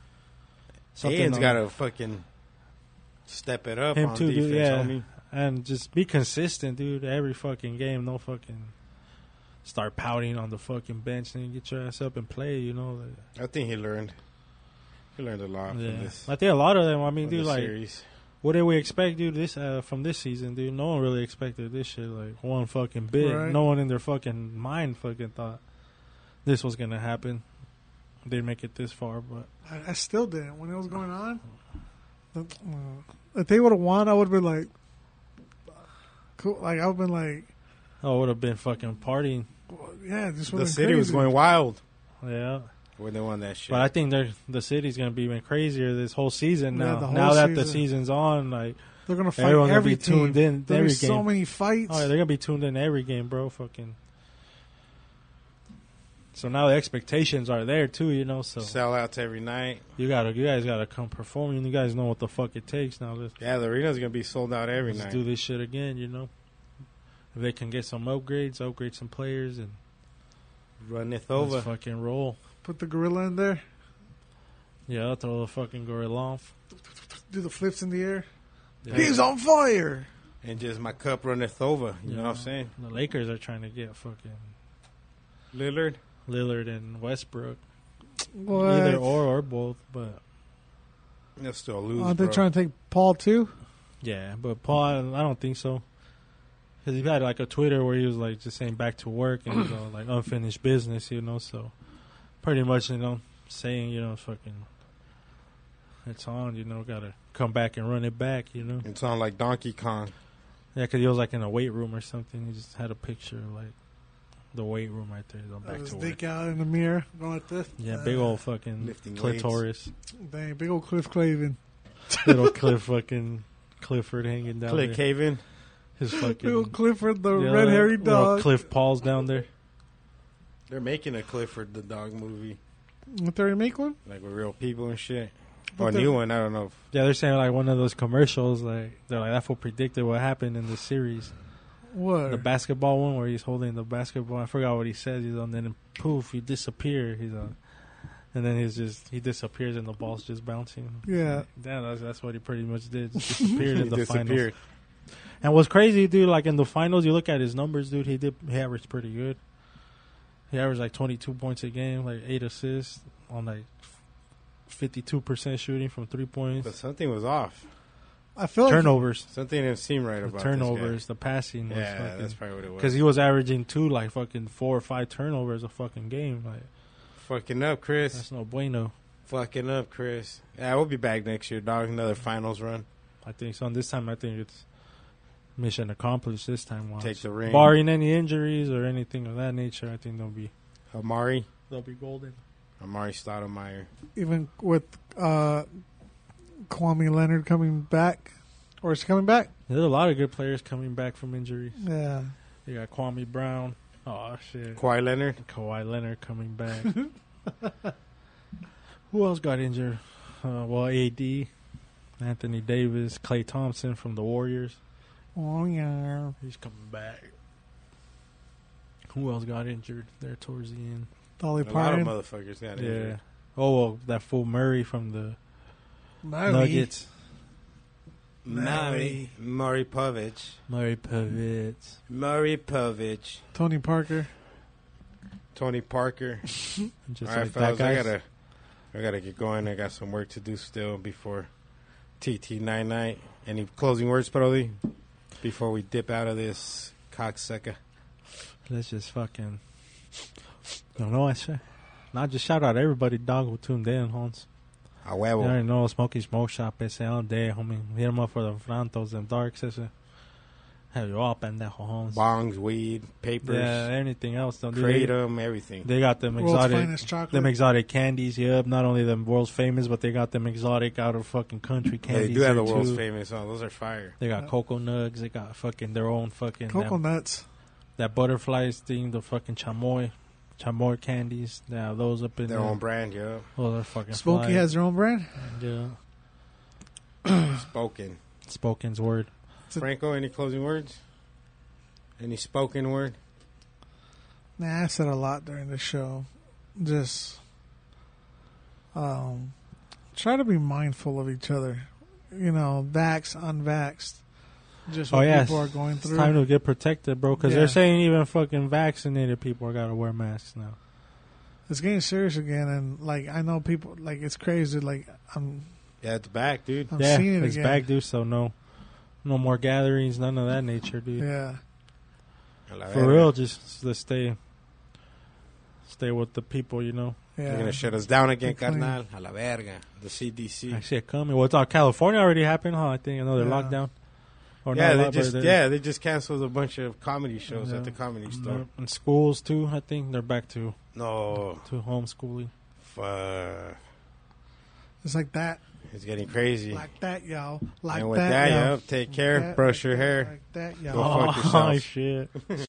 S3: Something
S1: Ian's
S3: on-
S1: got to fucking step it up
S3: Him
S1: on
S3: too, dude,
S1: defense,
S3: yeah.
S1: homie.
S3: And just be consistent, dude. Every fucking game. No fucking start pouting on the fucking bench and get your ass up and play, you know. Like,
S1: I think he learned. He learned a lot from
S3: yeah.
S1: this,
S3: I think a lot of them, I mean,
S1: from
S3: dude,
S1: this
S3: like,
S1: series.
S3: what did we expect, dude? This uh, from this season, dude. No one really expected this shit. Like one fucking bit.
S2: Right.
S3: No one in their fucking mind fucking thought this was gonna happen. They make it this far, but
S2: I, I still didn't when it was going on. the- uh, If they would have won, I would have been like, cool. Like I would have been like,
S3: oh, would have been fucking partying.
S2: well, yeah, this
S1: The
S2: was
S1: city was going wild
S3: Yeah,
S1: when they won that shit.
S3: but I think they're the city's gonna be even crazier this whole season
S2: Yeah,
S3: now.
S2: the whole
S3: now that the
S2: season.
S3: season's on, like
S2: They're gonna fight
S3: everyone's gonna
S2: every
S3: be
S2: team.
S3: tuned in
S2: There'll
S3: every
S2: be so
S3: game.
S2: many fights.
S3: Oh, yeah, they're gonna be tuned in every game, bro. Fucking. So now the expectations are there too, you know. So
S1: Sellouts every night.
S3: you gotta, you guys gotta come perform. You guys know what the fuck it takes now. Let's,
S1: Yeah, the arena's gonna be sold out every
S3: let's
S1: night.
S3: do this shit again, you know. If they can get some upgrades, upgrade some players, and
S1: Runneth
S3: let's
S1: over.
S3: fucking roll.
S2: Put the gorilla in there.
S3: Yeah, throw the fucking gorilla off.
S2: Do the flips in the air.
S3: Yeah.
S2: He's on fire.
S1: And just my cup runneth over. You know
S3: Yeah.
S1: what I'm saying?
S3: The Lakers are trying to get fucking
S1: Lillard.
S3: Lillard and Westbrook,
S2: What?
S3: either
S2: Oh,
S3: or or both. But
S1: They'll still lose.
S3: Oh,
S2: Aren't they
S1: bro.
S2: trying to take Paul too?
S3: yeah, but Paul, I don't think so. Because he had like a Twitter where he was like just saying back to work and you know like unfinished business, you know. So pretty much, you know, saying you know fucking it's on, you know, gotta come back and run it back, you know.
S1: It sound like Donkey Kong.
S3: Yeah, because he was like in a weight room or something. He just had a picture of like the weight room right there. He's on back
S2: His
S3: to
S2: dick
S3: work.
S2: out in the mirror, going like this. Uh,
S3: Yeah, big old fucking
S1: lifting weights.
S3: clitoris.
S2: Dang, big old Cliff Clavin.
S3: Little Cliff fucking Clifford hanging down
S1: Click
S3: there.
S1: Haven.
S3: His
S2: Big old
S3: fucking
S2: Clifford, the
S3: yeah,
S2: red hairy
S3: little
S2: dog.
S3: Cliff Paul's down there.
S1: They're making a Clifford the Dog movie,
S2: What they make one?
S1: like with real people and shit.
S2: But
S1: or a
S2: they're-
S1: new one. I don't know. If,
S3: Yeah, they're saying like one of those commercials, like they're like that fool predicted what happened in the series,
S2: What?
S3: the basketball one where he's holding the basketball. I forgot what he says. He's on, then poof, he disappear. He's on, and then he's just he disappears and the ball's just bouncing.
S2: yeah.
S3: Damn, that's, that's what he pretty much did. Just disappeared Mhm. in
S1: he
S3: the
S1: disappeared.
S3: finals. And what's crazy, dude? Like in the finals, you look at his numbers, dude. He did he averaged pretty good. He averaged like twenty two points a game, like eight assists on like fifty two percent shooting from three
S1: But
S3: points,
S1: something was off.
S2: I feel like
S3: turnovers.
S1: Something didn't seem right
S3: The
S1: about
S3: turnovers, the passing,
S1: This guy. Yeah, that's probably what it was.
S3: because he was averaging two, like fucking four or five turnovers a fucking game. Like
S1: fucking up, Chris.
S3: that's no bueno.
S1: Fucking up, Chris. Yeah, we'll be back next year, dog. Another finals run.
S3: I think so. And this time, I think it's mission accomplished. This time, Wallace.
S1: Take the ring.
S3: barring any injuries or anything of that nature, I think they'll be
S1: Amari.
S3: they'll be golden.
S1: Amari Stoudemire.
S2: even with uh, Kwame Leonard coming back, or is he coming back?
S3: There's a lot of good players coming back from injuries.
S2: Yeah.
S3: You got Kwame Brown. Oh shit.
S1: Kawhi Leonard.
S3: Kawhi Leonard coming back. Who else got injured? Uh, well, AD, Anthony Davis, Clay Thompson from the Warriors.
S2: Oh yeah.
S3: He's coming back. Who else got injured there towards the end?
S2: Dolly
S1: A lot of
S2: Parton.
S1: motherfuckers got injured.
S3: Oh, well, that fool Murray from the
S2: Murray.
S3: Nuggets.
S1: Murray. Murray Povich.
S3: Murray Pavitz.
S1: Murray Povich.
S2: Tony Parker.
S1: Tony Parker.
S3: Just
S1: All right,
S3: like
S1: fellas,
S3: that guy.
S1: I gotta, I gotta get going. I got some work to do still before TT nine night. Any closing words, Brody, before we dip out of this cocksucker?
S3: Let's just fucking. Don't know. I sh- not just shout out everybody, dog, who tuned in, Hans.
S1: A
S3: You
S1: huevo.
S3: already know Smokey Smoke Shop is all day, homie. Hit 'em up for the Frantos and Darks. ese. Have you all pendejo, Hans.
S1: Bongs, weed, papers,
S3: Yeah, anything else. Don't do
S1: kratom,
S3: they,
S1: everything.
S3: they got them
S2: World's
S3: exotic
S2: finest chocolate.
S3: them exotic candies. Yep, not only them world's famous, but they got them exotic out of fucking country
S1: Yeah,
S3: candies.
S1: they do have the
S3: there,
S1: world's
S3: too.
S1: famous. Oh, those are fire.
S3: They got cocoa nugs. They got fucking their own fucking
S2: Cocoa
S3: that,
S2: nuts.
S3: that butterflies thing. The fucking chamoy, chamoy candies. Yeah, those up in
S1: Their
S3: there.
S1: own brand, yeah.
S3: Oh, they're fucking.
S2: Smokey
S3: fly.
S2: has their own brand.
S3: yeah.
S1: Spoken.
S3: Spoken's word.
S1: Franco, any closing words? Any spoken word?
S2: Nah, I said a lot during the show. Just um, try to be mindful of each other. You know, vaxxed, unvaxxed. Just
S3: Oh,
S2: what
S3: yes.
S2: people are going
S3: It's
S2: through.
S3: time to get protected, bro. Because
S2: Yeah.
S3: they're saying even fucking vaccinated people are gotta wear masks now.
S2: it's getting serious again, and like I know people like it's crazy. Like um, I'm,
S1: Yeah, at the back, dude.
S2: I'm
S3: yeah,
S2: seeing it
S3: it's
S2: again.
S3: back, dude. So no, no more gatherings, none of that nature, dude.
S2: Yeah,
S3: For real, just let's stay, stay with the people, you know.
S1: They're gonna
S2: yeah.
S1: shut us down again,
S2: Clean.
S1: carnal. A la verga. The CDC.
S3: Actually, it coming. Well, it's all California already happened, huh? I think another
S2: Yeah.
S3: lockdown. Or
S1: yeah,
S3: not
S1: they
S3: lock-
S1: just
S3: but
S1: yeah they just canceled a bunch of comedy shows
S3: Yeah.
S1: at the comedy store.
S3: they're- and schools too. I think they're back to
S1: No,
S3: to homeschooling.
S1: fuck,
S2: It's like that,
S1: it's getting crazy.
S2: like that, y'all. Like
S1: and with
S2: that,
S1: that,
S2: y'all.
S1: yup, take care,
S2: That,
S1: brush
S2: like
S1: your
S2: that,
S1: hair.
S2: Like that, y'all.
S1: Go fuck
S3: oh
S1: yourselves.
S3: shit.